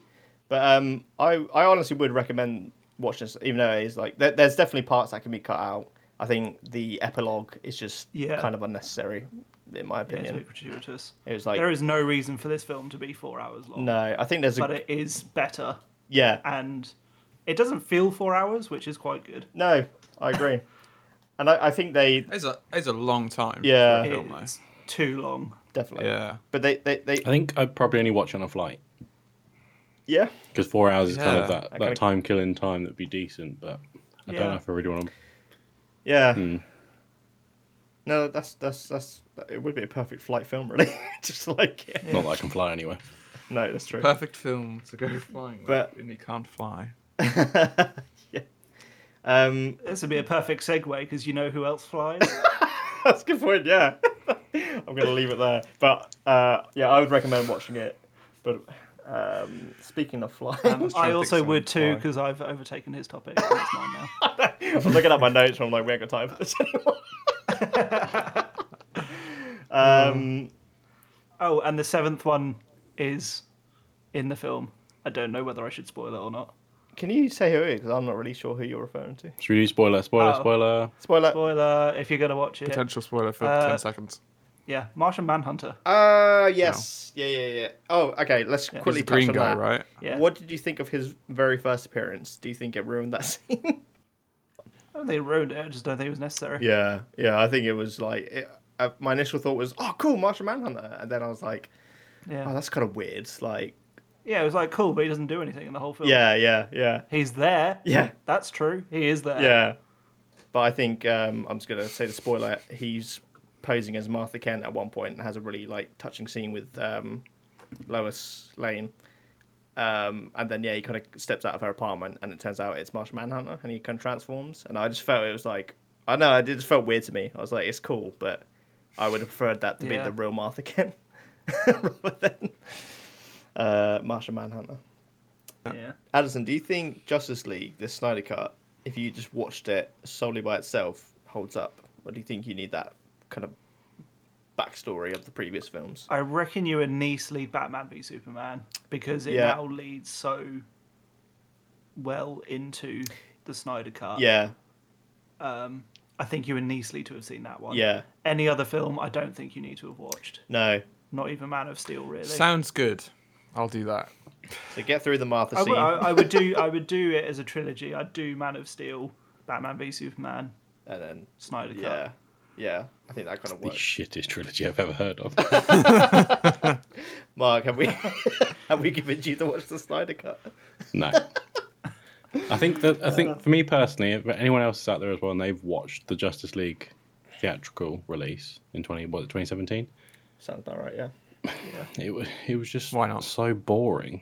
Speaker 2: But um, I I honestly would recommend watching this, even though it's like there, there's definitely parts that can be cut out. I think the epilogue is just
Speaker 5: Yeah.
Speaker 2: kind of unnecessary, in my
Speaker 5: Yeah, it's a
Speaker 2: opinion.
Speaker 5: bit gratuitous.
Speaker 2: it was like
Speaker 5: there is no reason for this film to be four hours long.
Speaker 2: no, I think there's a
Speaker 5: but it is better
Speaker 2: yeah
Speaker 5: and it doesn't feel four hours which is quite good
Speaker 2: no, I agree, and I, I think they
Speaker 3: it's a it's a long time.
Speaker 2: Yeah.
Speaker 3: for a film, though.
Speaker 5: it's too long
Speaker 2: definitely
Speaker 3: yeah.
Speaker 2: but they they, they
Speaker 4: I think I'd probably only watch it on a flight
Speaker 2: yeah
Speaker 4: because four hours is kind
Speaker 3: Yeah,
Speaker 4: of that,
Speaker 2: I
Speaker 4: that
Speaker 2: kinda-
Speaker 4: time killing time that'd be decent, but I
Speaker 5: Yeah.
Speaker 4: don't know if I really want to.
Speaker 2: yeah. No, that's that's that's it would be a perfect flight film, really. Just like
Speaker 4: Not that I can fly anywhere.
Speaker 2: no, that's true.
Speaker 3: Perfect film to go flying,
Speaker 2: But-
Speaker 3: but and you can't fly.
Speaker 2: Um,
Speaker 5: This would be a perfect segue because you know who else flies?
Speaker 2: That's a good point. Yeah, I'm gonna leave it there. But uh, yeah, I would recommend watching it. But um, speaking of flying,
Speaker 3: trying
Speaker 5: I
Speaker 3: to
Speaker 5: also
Speaker 3: think
Speaker 5: would too
Speaker 3: someone
Speaker 5: because I've overtaken his topic. and it's mine now.
Speaker 2: I'm looking at my notes and I'm like, we ain't got time for this anymore. um,
Speaker 5: Oh, and the seventh one is in the film. I don't know whether I should spoil it or not.
Speaker 2: can you say who it is? Because I'm not really sure who you're referring to.
Speaker 4: Should we do spoiler, spoiler,
Speaker 5: Oh.
Speaker 4: spoiler?
Speaker 2: Spoiler.
Speaker 5: Spoiler if you're gonna watch it.
Speaker 3: Potential spoiler for
Speaker 5: Uh,
Speaker 3: 10 seconds.
Speaker 5: Yeah, Martian Manhunter.
Speaker 2: Uh, yes. Yeah, yeah, yeah. Oh, okay. Let's
Speaker 5: Yeah.
Speaker 3: He's
Speaker 2: quickly
Speaker 3: the
Speaker 2: touch
Speaker 3: green
Speaker 2: on
Speaker 3: guy,
Speaker 2: that.
Speaker 3: right?
Speaker 5: Yeah,
Speaker 2: What did you think of his very first appearance? Do you think it ruined that scene?
Speaker 5: I don't think it ruined it. I just don't think it was necessary.
Speaker 2: Yeah, yeah. I think it was like it, uh, my initial thought was, "Oh, cool, Martian Manhunter," and then I was like, "Oh,
Speaker 5: Yeah.
Speaker 2: that's kind of weird." Like,
Speaker 5: yeah, it was like cool, but he doesn't do anything in the whole film.
Speaker 2: yeah, yeah, yeah,
Speaker 5: he's there.
Speaker 2: Yeah.
Speaker 5: that's true. He is there.
Speaker 2: yeah. But I think um, I'm just gonna say the spoiler. He's posing as Martha Kent at one point and has a really like touching scene with um, Lois Lane. Um, and then yeah, he kind of steps out of her apartment, and it turns out it's Martian Manhunter, and he kind of transforms. And I just felt it was like, I know, it just felt weird to me. I was like, it's cool, but I would have preferred that to be
Speaker 5: Yeah.
Speaker 2: the real Martha Kent rather than uh, Martian Manhunter.
Speaker 5: yeah.
Speaker 2: Addison, do you think Justice League, the Snyder Cut, if you just watched it solely by itself, holds up? Or do you think you need that kind of backstory of the previous films?
Speaker 5: I reckon you and Nice lead Batman v Superman because it
Speaker 2: Yeah.
Speaker 5: now leads so well into the Snyder Cut.
Speaker 2: Yeah,
Speaker 5: Um, I think you and Nice lead to have seen that one.
Speaker 2: yeah,
Speaker 5: Any other film, I don't think you need to have watched.
Speaker 2: no.
Speaker 5: Not even Man of Steel, really.
Speaker 3: Sounds good. I'll do that.
Speaker 2: So get through the Martha
Speaker 5: I
Speaker 2: scene.
Speaker 5: would, I, I would do. I would do it as a trilogy. I'd do Man of Steel, Batman v Superman,
Speaker 2: and then,
Speaker 5: Snyder Cut.
Speaker 2: yeah, yeah, I think that kind of
Speaker 4: The
Speaker 2: works.
Speaker 4: shittest trilogy I've ever heard of.
Speaker 2: Mark, have we have we given you to watch the Snyder Cut?
Speaker 4: No. I think that I think for me personally, if anyone else is out there as well and they've watched the Justice League theatrical release in twenty was it twenty seventeen,
Speaker 2: Sounds about right, yeah.
Speaker 4: it was it was just
Speaker 3: Why not?
Speaker 4: so boring.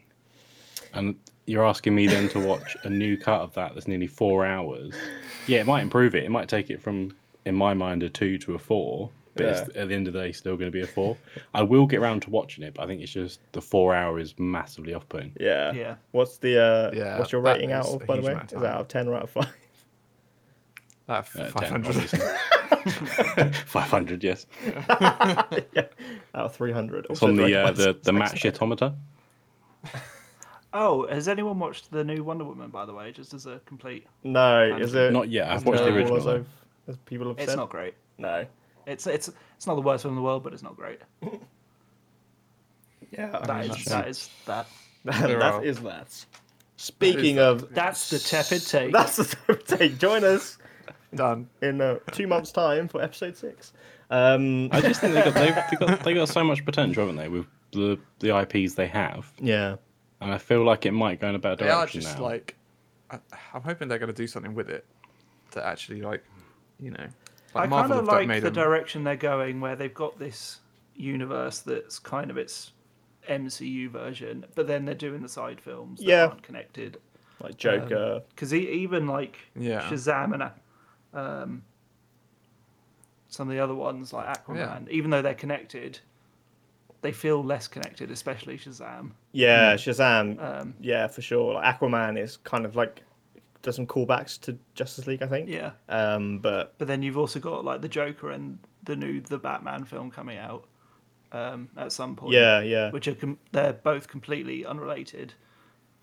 Speaker 4: And you're asking me then to watch a new cut of that that's nearly four hours. Yeah, it might improve it. It might take it from in my mind a two to a four. But it's, at the end of the day, still going to be a four. I will get round to watching it, but I think it's just the four hour is massively off-putting.
Speaker 2: Yeah.
Speaker 5: Yeah.
Speaker 2: What's the uh,
Speaker 3: Yeah,
Speaker 2: what's your
Speaker 3: that
Speaker 2: rating out
Speaker 3: is
Speaker 2: of
Speaker 3: a
Speaker 2: by the
Speaker 3: huge
Speaker 2: way?
Speaker 3: amount
Speaker 2: Is
Speaker 3: of
Speaker 2: that
Speaker 3: time.
Speaker 2: out of ten or out of five?
Speaker 3: That
Speaker 4: Uh,
Speaker 3: 500.
Speaker 4: Five hundred, yes.
Speaker 2: Out of three hundred.
Speaker 4: It's on the uh, the the match shitometer.
Speaker 5: Oh, has anyone watched the new Wonder Woman? By the way, just as a complete.
Speaker 2: No,
Speaker 5: Um,
Speaker 2: is it
Speaker 4: Not yet. I've watched the
Speaker 2: terrible
Speaker 4: original.
Speaker 2: as
Speaker 4: though.
Speaker 2: I've- as people have
Speaker 5: It's
Speaker 2: said?
Speaker 5: not great.
Speaker 2: No.
Speaker 5: It's it's it's not the worst film in the world, but it's not great.
Speaker 2: Yeah,
Speaker 5: That is that is that.
Speaker 3: There
Speaker 2: that
Speaker 3: are.
Speaker 2: is that. Speaking of,
Speaker 5: That's the tepid take.
Speaker 2: that's the take. Join us
Speaker 3: Done.
Speaker 2: in uh, two months' time for episode six. Um,
Speaker 4: I just think they got they've they got, they got so much potential, haven't they, with the the IPs they have,
Speaker 2: yeah,
Speaker 4: and I feel like it might go in a better
Speaker 3: They are
Speaker 4: direction
Speaker 3: just
Speaker 4: now.
Speaker 3: like, I, I'm hoping they're going to do something with it that actually, like, you know, like
Speaker 5: I kind
Speaker 3: Marvel
Speaker 5: of
Speaker 3: have
Speaker 5: like
Speaker 3: made
Speaker 5: the
Speaker 3: them-
Speaker 5: direction they're going, where they've got this universe that's kind of its MCU version, but then they're doing the side films that
Speaker 2: Yeah.
Speaker 5: aren't connected.
Speaker 2: like Joker.
Speaker 5: Because even like
Speaker 3: Yeah.
Speaker 5: Shazam and uh, um, some of the other ones like Aquaman,
Speaker 3: Yeah.
Speaker 5: even though they're connected, they feel less connected, especially Shazam.
Speaker 2: yeah, Shazam.
Speaker 5: Um,
Speaker 2: yeah, for sure. Like Aquaman is kind of like does some callbacks to Justice League, I think.
Speaker 5: yeah.
Speaker 2: Um, but
Speaker 5: But then you've also got like the Joker and the new the Batman film coming out um, at some point.
Speaker 2: yeah, yeah,
Speaker 5: which are com- they're both completely unrelated.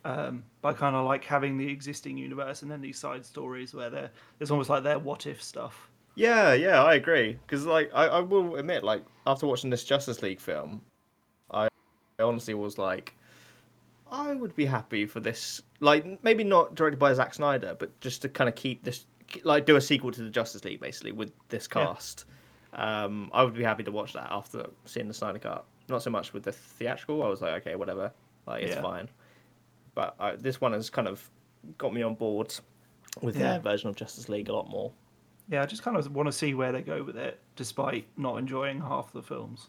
Speaker 5: Um, by kind of like having the existing universe and then these side stories where they're it's almost like they're what if stuff.
Speaker 2: Yeah, yeah, I agree. Because like, I, I will admit, like after watching this Justice League film, I I honestly was like, I would be happy for this. Like maybe not directed by Zack Snyder, but just to kind of keep this, like do a sequel to the Justice League basically with this
Speaker 5: Yeah.
Speaker 2: cast. Um, I would be happy to watch that after seeing the Snyder Cut. Not so much with the theatrical. I was like, okay, whatever, like it's
Speaker 5: Yeah.
Speaker 2: fine. But I, this one has kind of got me on board with their
Speaker 5: Yeah.
Speaker 2: version of Justice League a lot more.
Speaker 5: Yeah, I just kind of want to see where they go with it, despite not enjoying half the films.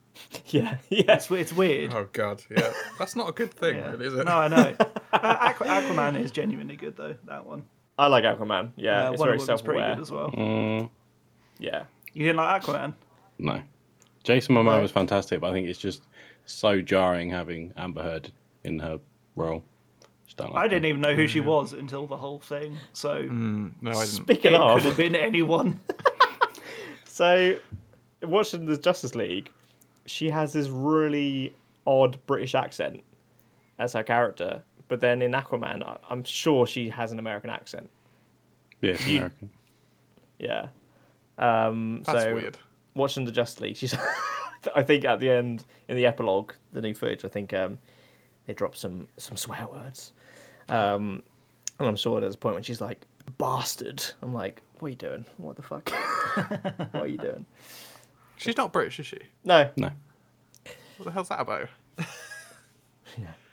Speaker 2: Yeah, yeah.
Speaker 5: It's it's weird.
Speaker 3: Oh, God. Yeah. That's not a good thing,
Speaker 5: Yeah.
Speaker 3: really, is it?
Speaker 5: No, I know. uh, Aqu- Aquaman is genuinely good though. That one.
Speaker 2: I like Aquaman. Yeah,
Speaker 5: Uh,
Speaker 2: it's
Speaker 5: Wonder
Speaker 2: very
Speaker 5: Woman's pretty
Speaker 2: self-aware.
Speaker 5: good as well.
Speaker 4: Mm,
Speaker 2: Yeah,
Speaker 5: You didn't like Aquaman?
Speaker 4: no. Jason Momoa
Speaker 2: Right.
Speaker 4: was fantastic, but I think it's just so jarring having Amber Heard in her role. Just don't like
Speaker 5: I
Speaker 4: her.
Speaker 5: didn't even know who she was until the whole thing. So
Speaker 3: Mm, no, I didn't.
Speaker 2: speaking
Speaker 5: it could
Speaker 2: of,
Speaker 5: have been anyone.
Speaker 2: So, watching the Justice League, she has this really odd British accent as her character. But then in Aquaman, I- I'm sure she has an American accent.
Speaker 4: Yeah, it's American.
Speaker 2: Yeah. Um,
Speaker 3: That's
Speaker 2: so
Speaker 3: weird.
Speaker 2: Watching the Justice League, she's. I think at the end in the epilogue, the new footage. I think um, they drop some some swear words, um, and I'm sure there's a point when she's like "bastard." I'm like, "What are you doing? What the fuck? what are you doing?"
Speaker 3: She's not British, is she?
Speaker 2: No.
Speaker 4: No.
Speaker 3: What the hell's that about?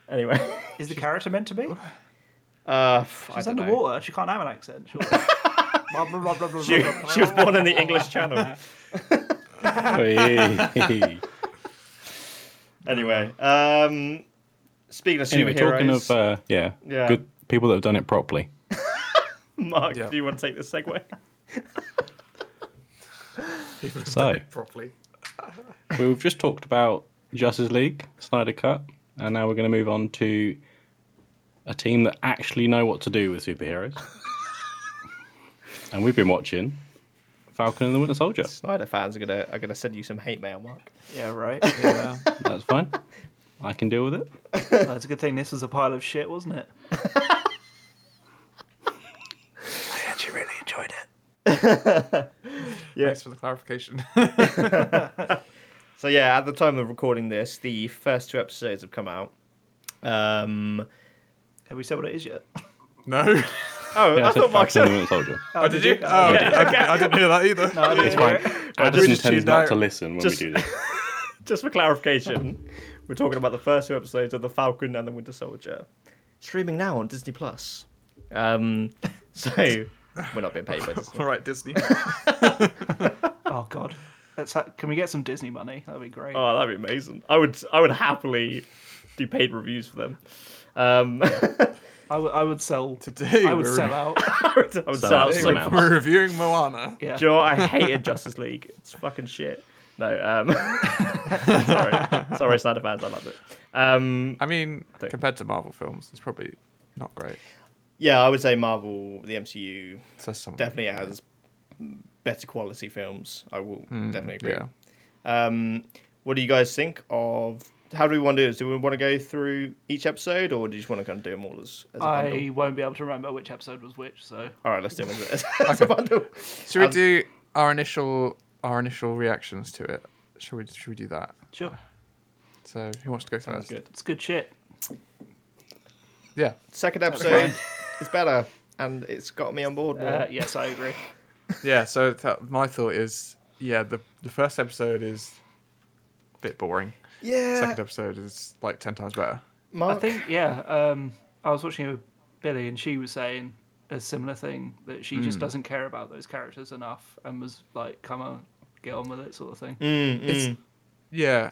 Speaker 2: Anyway.
Speaker 5: Is the character meant to be?
Speaker 2: Uh,
Speaker 5: She's underwater. She can't have an accent. surely. Blah, blah, blah, blah, blah,
Speaker 2: She,
Speaker 5: blah, blah.
Speaker 2: she was born in the English Channel.
Speaker 4: Hey.
Speaker 2: Anyway, um, speaking of superheroes,
Speaker 4: anyway, talking of uh, yeah,
Speaker 2: Yeah.
Speaker 4: good people that have done it properly. uh,
Speaker 2: Mark,
Speaker 3: Yeah.
Speaker 2: do you want to take this segue?
Speaker 4: So
Speaker 3: Properly.
Speaker 4: we've just talked about Justice League, Snyder Cut, and now we're going to move on to a team that actually know what to do with superheroes. and we've been watching Falcon and the Winter Soldier.
Speaker 2: Spider fans are gonna are gonna send you some hate mail, Mark.
Speaker 5: Yeah, right.
Speaker 3: Yeah.
Speaker 4: That's fine. I can deal with it.
Speaker 5: That's a good thing. This was a pile of shit, wasn't it?
Speaker 1: I actually really enjoyed it.
Speaker 2: Yeah.
Speaker 3: Thanks for the clarification.
Speaker 2: So yeah, at the time of recording this, the first two episodes have come out. Um,
Speaker 5: Have we said what it is yet?
Speaker 3: no.
Speaker 2: oh,
Speaker 4: Yeah, I
Speaker 2: I
Speaker 4: said
Speaker 2: thought Mark
Speaker 4: Falcon and the
Speaker 2: said.
Speaker 4: Winter Soldier.
Speaker 3: Oh, did you? Oh,
Speaker 5: yeah.
Speaker 3: I, didn't- I didn't hear that either.
Speaker 5: No, I didn't
Speaker 4: It's
Speaker 5: hear
Speaker 4: fine.
Speaker 5: it.
Speaker 4: Addison
Speaker 3: just
Speaker 4: tends
Speaker 3: tuned
Speaker 4: not
Speaker 3: out.
Speaker 4: to listen when
Speaker 2: Just-
Speaker 4: we do this.
Speaker 2: Just for clarification, we're talking about the first two episodes of the Falcon and the Winter Soldier, streaming now on Disney Plus. Um, so we're not being paid by Disney.
Speaker 3: All right, Disney.
Speaker 5: Oh God. Let's ha- can we get some Disney money? That'd be great.
Speaker 2: Oh, that'd be amazing. I would I would happily do paid reviews for them. Um, I
Speaker 5: I would I would sell.
Speaker 3: Today
Speaker 5: I would
Speaker 3: we're-
Speaker 5: sell out.
Speaker 2: would, I would
Speaker 4: So
Speaker 2: sell out
Speaker 4: that's
Speaker 2: so
Speaker 4: the amount.
Speaker 2: much.
Speaker 3: We're reviewing Moana.
Speaker 5: Yeah.
Speaker 2: Do you know what? I hated Justice League. It's fucking shit. No, um, sorry, sorry, Snyder fans. I loved it. Um,
Speaker 3: I mean,
Speaker 2: Don't-
Speaker 3: compared to Marvel films, it's probably not great.
Speaker 2: yeah, I would say Marvel, the MCU,
Speaker 3: says something.
Speaker 2: definitely has better quality films. I will
Speaker 3: Mm,
Speaker 2: definitely agree.
Speaker 3: Yeah.
Speaker 2: Um, what do you guys think of? How do we want to do this? Do we want to go through each episode, or do you just want to kind of do them all as, as a bundle?
Speaker 5: I won't be able to remember which episode was which. So
Speaker 2: All right, let's do it as a- as a bundle.
Speaker 3: Should we
Speaker 2: Um,
Speaker 3: do our initial our initial reactions to it? Should we should we do that?
Speaker 5: sure,
Speaker 3: So who wants to go
Speaker 2: Sounds
Speaker 3: first?
Speaker 2: good.
Speaker 5: it's good shit.
Speaker 3: Yeah.
Speaker 2: Second episode is better, and it's got me on board more.
Speaker 5: Uh, yes, I agree.
Speaker 3: Yeah. So th- my thought is, yeah, the the first episode is a bit boring.
Speaker 2: yeah,
Speaker 3: Second episode is like ten times better.
Speaker 5: I
Speaker 2: Mark.
Speaker 5: think yeah. Um, I was watching it with Billy, and she was saying a similar thing that she
Speaker 2: Hmm.
Speaker 5: just doesn't care about those characters enough, and was like, "Come on, get on with it," sort of thing.
Speaker 2: Mm,
Speaker 3: It's-
Speaker 2: mm.
Speaker 3: Yeah.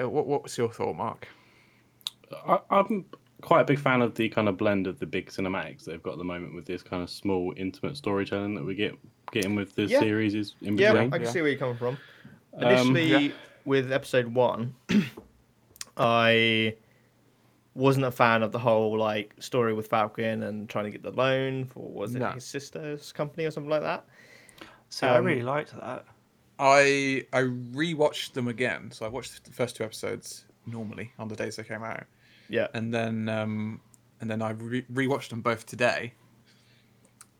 Speaker 3: Uh, what What's your thought, Mark?
Speaker 4: I, I'm quite a big fan of the kind of blend of the big cinematics they've got at the moment with this kind of small, intimate storytelling that we get getting with the
Speaker 2: Yeah.
Speaker 4: series is in
Speaker 2: Yeah,
Speaker 4: between.
Speaker 2: I can
Speaker 3: Yeah.
Speaker 2: see where you're coming from.
Speaker 4: Um,
Speaker 2: Initially,
Speaker 3: yeah.
Speaker 2: with episode one, I wasn't a fan of the whole like story with Falcon and trying to get the loan for was it
Speaker 3: No.
Speaker 2: his sister's company or something like that.
Speaker 5: So I
Speaker 2: Um,
Speaker 5: really liked that.
Speaker 3: I I rewatched them again. So I watched the first two episodes normally on the days they came out,
Speaker 2: Yeah,
Speaker 3: and then um, and then I re- rewatched them both today.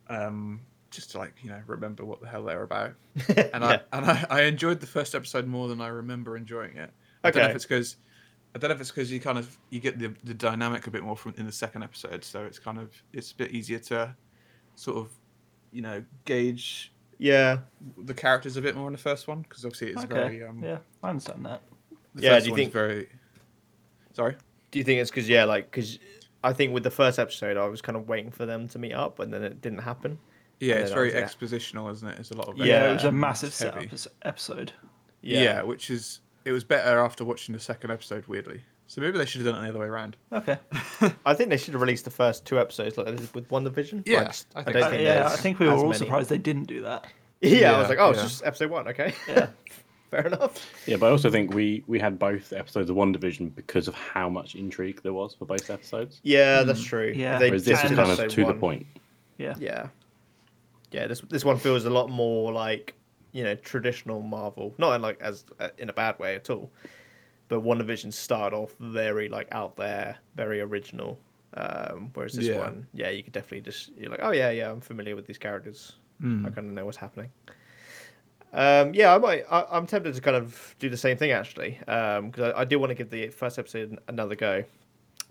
Speaker 3: Um, just to like you know remember what the hell they're about, and I
Speaker 2: Yeah.
Speaker 3: and I, I enjoyed the first episode more than I remember enjoying it. I don't know
Speaker 2: Okay.
Speaker 3: if it's because I don't know if it's because you kind of you get the the dynamic a bit more from in the second episode, so it's kind of it's a bit easier to sort of you know gauge
Speaker 2: yeah,
Speaker 3: the characters a bit more in the first one because obviously it's
Speaker 5: okay.
Speaker 3: very um,
Speaker 5: Yeah, I understand that.
Speaker 3: the
Speaker 2: Yeah,
Speaker 3: first
Speaker 2: do you
Speaker 3: one's
Speaker 2: think-
Speaker 3: very? Sorry.
Speaker 2: Do you think it's because yeah, like because I think with the first episode, I was kind of waiting for them to meet up, and then it didn't happen.
Speaker 3: Yeah,
Speaker 2: Yeah,
Speaker 3: it's
Speaker 2: that
Speaker 3: very
Speaker 2: was it.
Speaker 3: expositional, isn't it? It's a lot of
Speaker 2: Yeah, um,
Speaker 5: Yeah, it was a
Speaker 2: it's
Speaker 5: massive
Speaker 3: heavy.
Speaker 5: setup episode.
Speaker 3: Yeah. which is it was better after watching the second episode. Weirdly, So maybe they should have done it the other way around.
Speaker 5: Okay.
Speaker 2: I think they should have released the first two episodes like they did with WandaVision.
Speaker 3: Yeah,
Speaker 2: I, just,
Speaker 3: I
Speaker 2: I,
Speaker 3: think
Speaker 2: don't
Speaker 3: so.
Speaker 2: think
Speaker 5: Uh, yeah,
Speaker 2: there's
Speaker 5: I think we were
Speaker 2: as
Speaker 5: all
Speaker 2: many.
Speaker 5: surprised they didn't do that.
Speaker 2: Yeah, I
Speaker 3: Yeah,
Speaker 2: was like, oh, it's
Speaker 3: yeah.
Speaker 2: just episode one. Okay,
Speaker 5: Yeah.
Speaker 2: fair enough.
Speaker 4: Yeah, but I also think we we had both episodes of One Division because of how much intrigue there was for both episodes.
Speaker 2: Yeah, that's true.
Speaker 5: Hmm. Yeah.
Speaker 2: They
Speaker 4: Whereas this
Speaker 2: just
Speaker 4: is
Speaker 2: did
Speaker 4: kind of
Speaker 2: episode
Speaker 4: to the
Speaker 2: one.
Speaker 4: point.
Speaker 5: Yeah.
Speaker 2: Yeah, yeah. This this one feels a lot more like you know traditional Marvel, not in like as uh, in a bad way at all. But WandaVision started off very like out there, very original. Um, whereas this
Speaker 3: Yeah.
Speaker 2: one, yeah, you could definitely just you're like, oh yeah, yeah, I'm familiar with these characters. I kind of know what's happening. Um, yeah, I might. I, I'm tempted to kind of do the same thing actually, because I, I do want to give the first episode another go.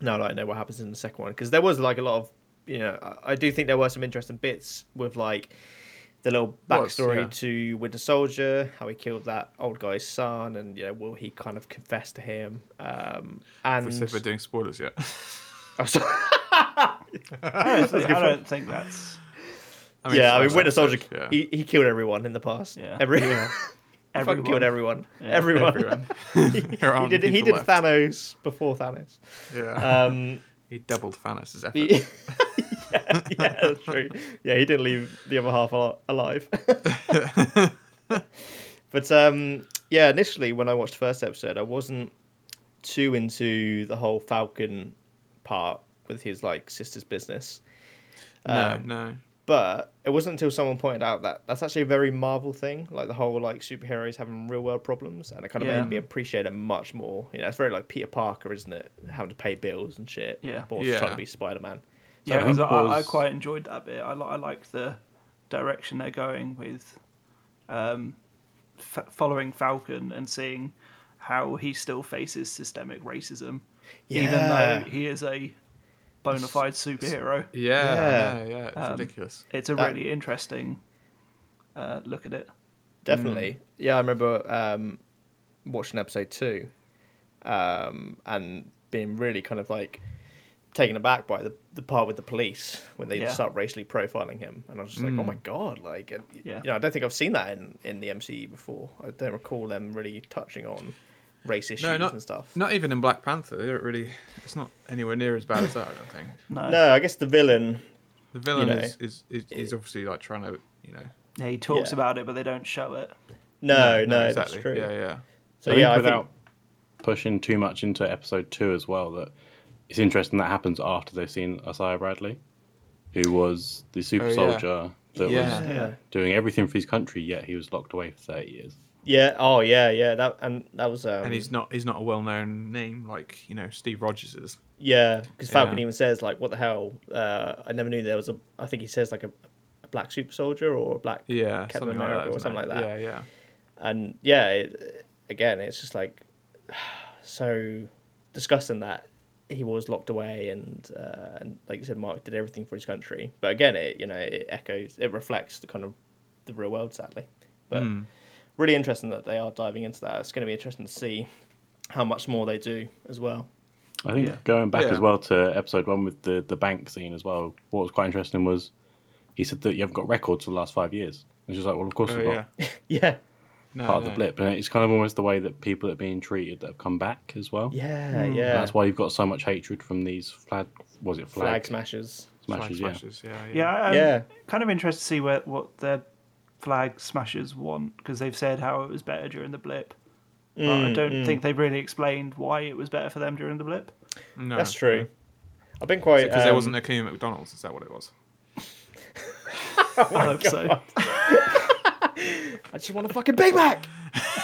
Speaker 2: Now that I know what happens in the second one, because there was like a lot of, you know, I, I do think there were some interesting bits with like the little
Speaker 3: Was,
Speaker 2: backstory
Speaker 3: yeah.
Speaker 2: to Winter Soldier, how he killed that old guy's son, and you know, will he kind of confess to him? Um, and
Speaker 3: If we if we're doing spoilers yet.
Speaker 2: Oh, sorry.
Speaker 5: I don't, think, I don't think that's
Speaker 2: yeah, I
Speaker 3: it's
Speaker 2: mean,
Speaker 3: the
Speaker 2: Winter
Speaker 3: first
Speaker 2: Soldier,
Speaker 3: episode, yeah.
Speaker 2: he, he killed everyone in the past.
Speaker 5: Yeah.
Speaker 2: Every, He fucking
Speaker 5: everyone.
Speaker 2: killed everyone.
Speaker 5: Yeah.
Speaker 2: everyone.
Speaker 3: Everyone. There
Speaker 2: he
Speaker 3: aren't
Speaker 2: did, he
Speaker 3: people
Speaker 2: did
Speaker 3: left.
Speaker 2: Thanos before Thanos.
Speaker 3: Yeah.
Speaker 2: Um,
Speaker 3: he doubled Thanos' effort.
Speaker 2: he- yeah, yeah, that's true. Yeah, he didn't leave the other half al- alive. but um, yeah, initially when I watched the first episode, I wasn't too into the whole Falcon part with his like sister's business.
Speaker 3: no,
Speaker 2: Um,
Speaker 3: no.
Speaker 2: but it wasn't until someone pointed out that that's actually a very Marvel thing, like the whole like superheroes having real world problems, and it kind of
Speaker 5: Yeah.
Speaker 2: made me appreciate it much more. You know, it's very like Peter Parker, isn't it? Having to pay bills and shit.
Speaker 5: Yeah.
Speaker 2: Or
Speaker 3: Yeah.
Speaker 2: trying to be Spider Man.
Speaker 5: Yeah,
Speaker 4: I
Speaker 5: 'cause
Speaker 4: think
Speaker 5: I, I
Speaker 4: was-
Speaker 5: quite enjoyed that bit. I, li- I like the direction they're going with um, f- following Falcon and seeing how he still faces systemic racism,
Speaker 2: Yeah.
Speaker 5: even though he is a bona fide superhero.
Speaker 3: Yeah,
Speaker 2: Yeah.
Speaker 3: yeah, yeah. It's
Speaker 5: Um,
Speaker 3: ridiculous.
Speaker 5: It's a
Speaker 2: That-
Speaker 5: really interesting uh, look at it.
Speaker 2: Definitely.
Speaker 3: Mm.
Speaker 2: Yeah, I remember um, watching episode two um, and being really kind of like taken aback by the, the part with the police when they
Speaker 5: Yeah.
Speaker 2: start racially profiling him. And I was just like, oh
Speaker 3: Mm.
Speaker 2: my God. Like, it-
Speaker 5: Yeah.
Speaker 2: you know, I don't think I've seen that in, in the MCU before. I don't recall them really touching on race issues
Speaker 3: No, not
Speaker 2: and stuff.
Speaker 3: Not even in Black Panther. They don't really. It's not anywhere near as bad as that. I don't think.
Speaker 5: No,
Speaker 2: No, I guess the villain.
Speaker 3: The villain
Speaker 2: know,
Speaker 3: is, is, is is obviously like trying to, you know.
Speaker 5: Yeah, he talks
Speaker 2: Yeah.
Speaker 5: about it, but they don't show it.
Speaker 2: No, no,
Speaker 3: exactly.
Speaker 2: that's true.
Speaker 3: Yeah, yeah.
Speaker 2: So
Speaker 4: I think
Speaker 2: yeah, I think,
Speaker 4: without pushing too much into episode two as well, that it's interesting that happens after they've seen Isaiah Bradley, who was the super
Speaker 3: Oh, yeah.
Speaker 4: soldier that
Speaker 3: Yeah.
Speaker 4: was
Speaker 2: yeah.
Speaker 4: doing everything for his country, yet he was locked away for thirty years.
Speaker 2: Yeah. Oh, yeah, yeah. That and that was. Um,
Speaker 3: And he's not he's not a well known name like you know Steve Rogers is.
Speaker 2: Yeah, because Falcon
Speaker 3: Yeah.
Speaker 2: even says like, "What the hell? Uh, I never knew there was a." I think he says like a, a black super soldier or a black
Speaker 3: Yeah,
Speaker 2: Captain
Speaker 3: something like
Speaker 2: America
Speaker 3: that,
Speaker 2: or
Speaker 3: wasn't
Speaker 2: something
Speaker 3: it?
Speaker 2: like that.
Speaker 3: Yeah, yeah.
Speaker 2: And yeah, it, again, it's just like so disgusting that he was locked away and, uh, and like you said, Mark did everything for his country. But again, it you know it echoes, it reflects the kind of the real world, sadly. But
Speaker 3: Hmm.
Speaker 2: really interesting that they are diving into that. It's going to be interesting to see how much more they do as well.
Speaker 4: I think
Speaker 5: Yeah.
Speaker 4: going back
Speaker 3: Yeah.
Speaker 4: as well to episode one with the, the bank scene as well, what was quite interesting was he said that you haven't got records for the last five years. And she's like, well, of course
Speaker 3: Oh,
Speaker 4: we've
Speaker 3: yeah.
Speaker 4: got
Speaker 2: Yeah,
Speaker 3: No,
Speaker 4: part of the
Speaker 3: no.
Speaker 4: blip. And it's kind of almost the way that people are being treated that have come back as well.
Speaker 2: yeah,
Speaker 3: Hmm,
Speaker 4: And
Speaker 2: yeah.
Speaker 4: that's why you've got so much hatred from these flag, was it
Speaker 2: Flag
Speaker 4: flag,
Speaker 2: smashes.
Speaker 3: Flag
Speaker 4: smashes? yeah.
Speaker 3: smashes, Yeah, yeah.
Speaker 5: Yeah, I'm
Speaker 2: Yeah.
Speaker 5: kind of interested to see where, what their flag smashers want because they've said how it was better during the blip. But
Speaker 3: Mm,
Speaker 5: I don't think they've really explained why it was better for them during the blip.
Speaker 3: No,
Speaker 2: That's true. Ah. I've been quite
Speaker 3: Because there
Speaker 2: um,
Speaker 3: wasn't a queue at McDonald's. Is that what it was? Oh
Speaker 5: I hope so.
Speaker 2: I just want a fucking Big Mac.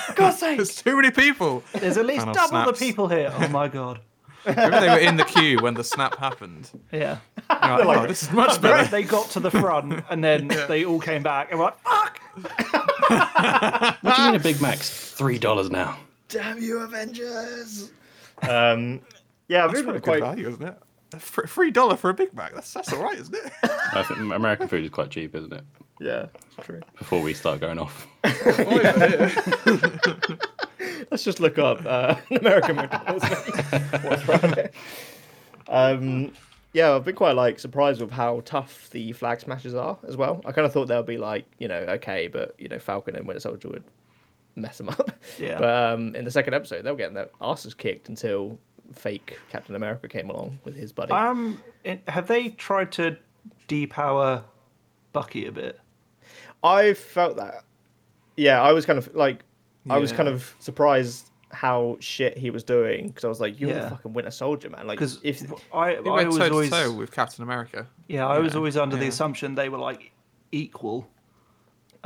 Speaker 2: For God's sake!
Speaker 3: There's too many people.
Speaker 5: There's at least
Speaker 3: Kind of
Speaker 5: double
Speaker 3: snaps.
Speaker 5: the people here. Oh my god.
Speaker 3: Remember they were in the queue when the snap happened.
Speaker 5: Yeah.
Speaker 3: You're like, oh, this is much
Speaker 5: Right,
Speaker 3: better.
Speaker 5: they got to the front and then they all came back and were like, fuck!
Speaker 4: What do you mean a Big Mac's $3 now?
Speaker 2: Damn you, Avengers! Um, yeah, I've
Speaker 3: That's
Speaker 2: been
Speaker 3: pretty
Speaker 2: quite.
Speaker 3: good value, isn't it? Fr- Three dollar for a Big Mac. That's that's all right, isn't it?
Speaker 4: I think American food is quite cheap, isn't it?
Speaker 2: Yeah, it's true.
Speaker 4: Before we start going off.
Speaker 2: Let's just look up uh, American McDonald's. menu. What's wrong with it? Um, yeah, I've been quite like surprised with how tough the flag smashes are as well. I kind of thought they'll be like, you know, okay, but you know, Falcon and Winter Soldier would mess them up.
Speaker 5: Yeah.
Speaker 2: But um, in the second episode, they were getting their asses kicked until fake Captain America came along with his buddy.
Speaker 5: Um, it- have they tried to depower Bucky a bit?
Speaker 2: I felt that. Yeah, I was kind of like, I was
Speaker 5: Yeah.
Speaker 2: kind of surprised how shit he was doing because I was like, you're
Speaker 5: Yeah.
Speaker 2: the fucking Winter Soldier, man. Like,
Speaker 5: Because
Speaker 2: if
Speaker 5: I, I
Speaker 3: He went
Speaker 5: was
Speaker 3: toe to
Speaker 5: always
Speaker 3: toe with Captain America.
Speaker 5: yeah, I was always under the
Speaker 3: yeah.
Speaker 5: assumption they were like equal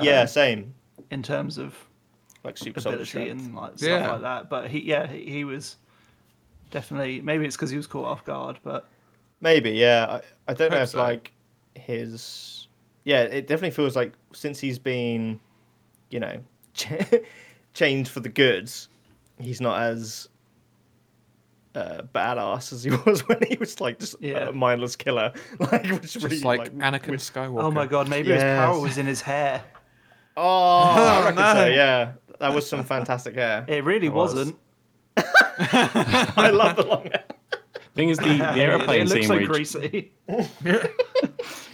Speaker 2: yeah, same
Speaker 5: in terms of
Speaker 2: like Super Soldier.
Speaker 5: ability
Speaker 2: strength.
Speaker 5: and like stuff
Speaker 3: Yeah.
Speaker 5: like that. But he, yeah, he, he was definitely maybe it's because he was caught off guard, but
Speaker 2: Maybe, yeah. I, I don't know
Speaker 3: Hope
Speaker 2: if
Speaker 3: so.
Speaker 2: like his, yeah, it definitely feels like since he's been, you know, changed for the goods, he's not as. Uh, badass as he was when he was like just
Speaker 5: Yeah.
Speaker 2: a mindless killer, like which really,
Speaker 3: Just like, Anakin
Speaker 2: with-
Speaker 3: Skywalker.
Speaker 5: oh my god, maybe his
Speaker 2: Yes.
Speaker 5: power was in his hair.
Speaker 2: Oh, I
Speaker 3: Oh,
Speaker 2: reckon
Speaker 3: no.
Speaker 2: so, yeah. That was some fantastic hair.
Speaker 5: It really
Speaker 2: was.
Speaker 5: wasn't.
Speaker 2: I love the long hair.
Speaker 4: Thing is, the, the airplane
Speaker 5: it
Speaker 4: scene
Speaker 5: looks so
Speaker 4: where he-
Speaker 5: greasy.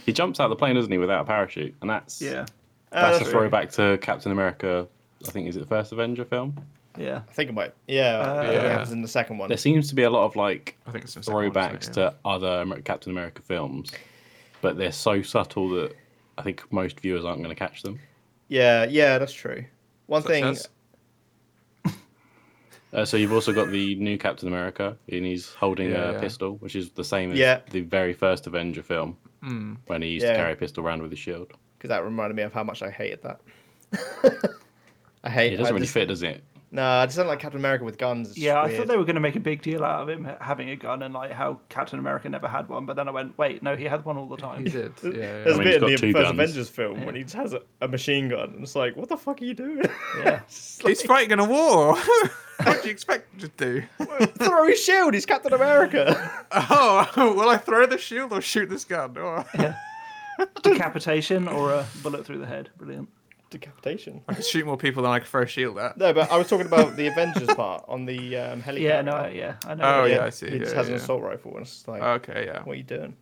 Speaker 4: he jumps out of the plane, doesn't he, without a parachute? And that's
Speaker 5: Yeah,
Speaker 4: that's,
Speaker 2: Uh,
Speaker 4: a throwback to Captain America. I think is it the first Avenger film?
Speaker 5: yeah.
Speaker 2: I think it might. Yeah,
Speaker 5: Uh,
Speaker 2: I think
Speaker 3: Yeah.
Speaker 2: it happens in the second one.
Speaker 4: There seems to be a lot of like
Speaker 3: I think it's in the second one,
Speaker 4: throwbacks
Speaker 3: isn't it?
Speaker 4: to other Amer- Captain America films, but they're so subtle that I think most viewers aren't going to catch them.
Speaker 2: Yeah, yeah, that's true. One
Speaker 3: Such
Speaker 2: thing.
Speaker 3: as?
Speaker 4: Uh, so you've also got the new Captain America, and he's holding
Speaker 3: Yeah,
Speaker 4: a
Speaker 3: yeah.
Speaker 4: pistol, which is the same as
Speaker 2: Yeah.
Speaker 4: the very first Avenger film when he used
Speaker 2: Yeah.
Speaker 4: to carry a pistol around with his shield.
Speaker 2: Because that reminded me of how much I hated that. I
Speaker 4: It
Speaker 2: hate
Speaker 4: doesn't
Speaker 2: I
Speaker 4: really
Speaker 2: just-
Speaker 4: fit, does it?
Speaker 2: No, I just don't like Captain America with guns. It's
Speaker 5: Yeah,
Speaker 2: just
Speaker 5: I
Speaker 2: weird.
Speaker 5: thought they were going to make a big deal out of him having a gun and like how Captain America never had one, but then I went, wait, no, he had one all the time.
Speaker 3: He did. Yeah, yeah.
Speaker 2: There's a
Speaker 4: I mean,
Speaker 2: bit
Speaker 4: he's
Speaker 2: in
Speaker 4: got
Speaker 2: the
Speaker 4: two
Speaker 2: first
Speaker 4: guns.
Speaker 2: Avengers film when he just has a, a machine gun and it's like, what the fuck are you doing?
Speaker 5: Yeah.
Speaker 2: It's
Speaker 3: He's
Speaker 2: like,
Speaker 3: fighting in a war. what do you expect him to do?
Speaker 2: throw his shield. He's Captain America.
Speaker 3: Oh, will I throw the shield or shoot this gun? Oh.
Speaker 5: Decapitation or a bullet through the head. Brilliant.
Speaker 2: Decapitation.
Speaker 3: I could shoot more people than I could throw a shield at.
Speaker 2: No, but I was talking about the Avengers part on the um, heli. carrier.
Speaker 5: Yeah, no, I- yeah, I know.
Speaker 3: Oh,
Speaker 5: yeah.
Speaker 3: yeah. I see,
Speaker 2: He just
Speaker 3: yeah,
Speaker 2: has an
Speaker 3: yeah. Uh,
Speaker 2: assault rifle, and it's like,
Speaker 3: Okay, yeah.
Speaker 2: what are you doing?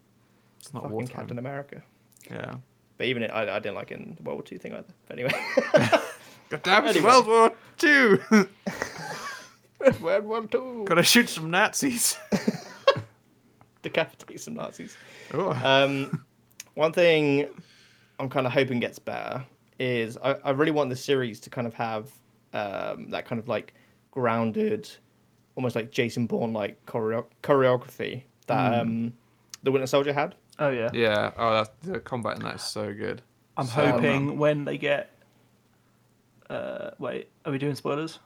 Speaker 3: It's not
Speaker 2: Fucking Captain
Speaker 3: wartime.
Speaker 2: America.
Speaker 3: Yeah.
Speaker 2: But even it, I, I didn't like it in the World War II thing either. But anyway,
Speaker 3: God damn it,
Speaker 2: Anyway.
Speaker 3: World War Two.
Speaker 2: World War II.
Speaker 3: Gotta shoot some Nazis.
Speaker 2: Decapitate some Nazis.
Speaker 3: Oh.
Speaker 2: Um, one thing I'm kind of hoping gets better is I, I really want the series to kind of have um, that kind of like grounded, almost like Jason Bourne like choreo- choreography that
Speaker 3: Hmm.
Speaker 2: um, the Winter Soldier had.
Speaker 5: Oh, yeah.
Speaker 3: yeah. Oh, that, the combat in that is so good.
Speaker 5: I'm
Speaker 3: So
Speaker 5: hoping when they get. Uh, wait, are we doing spoilers?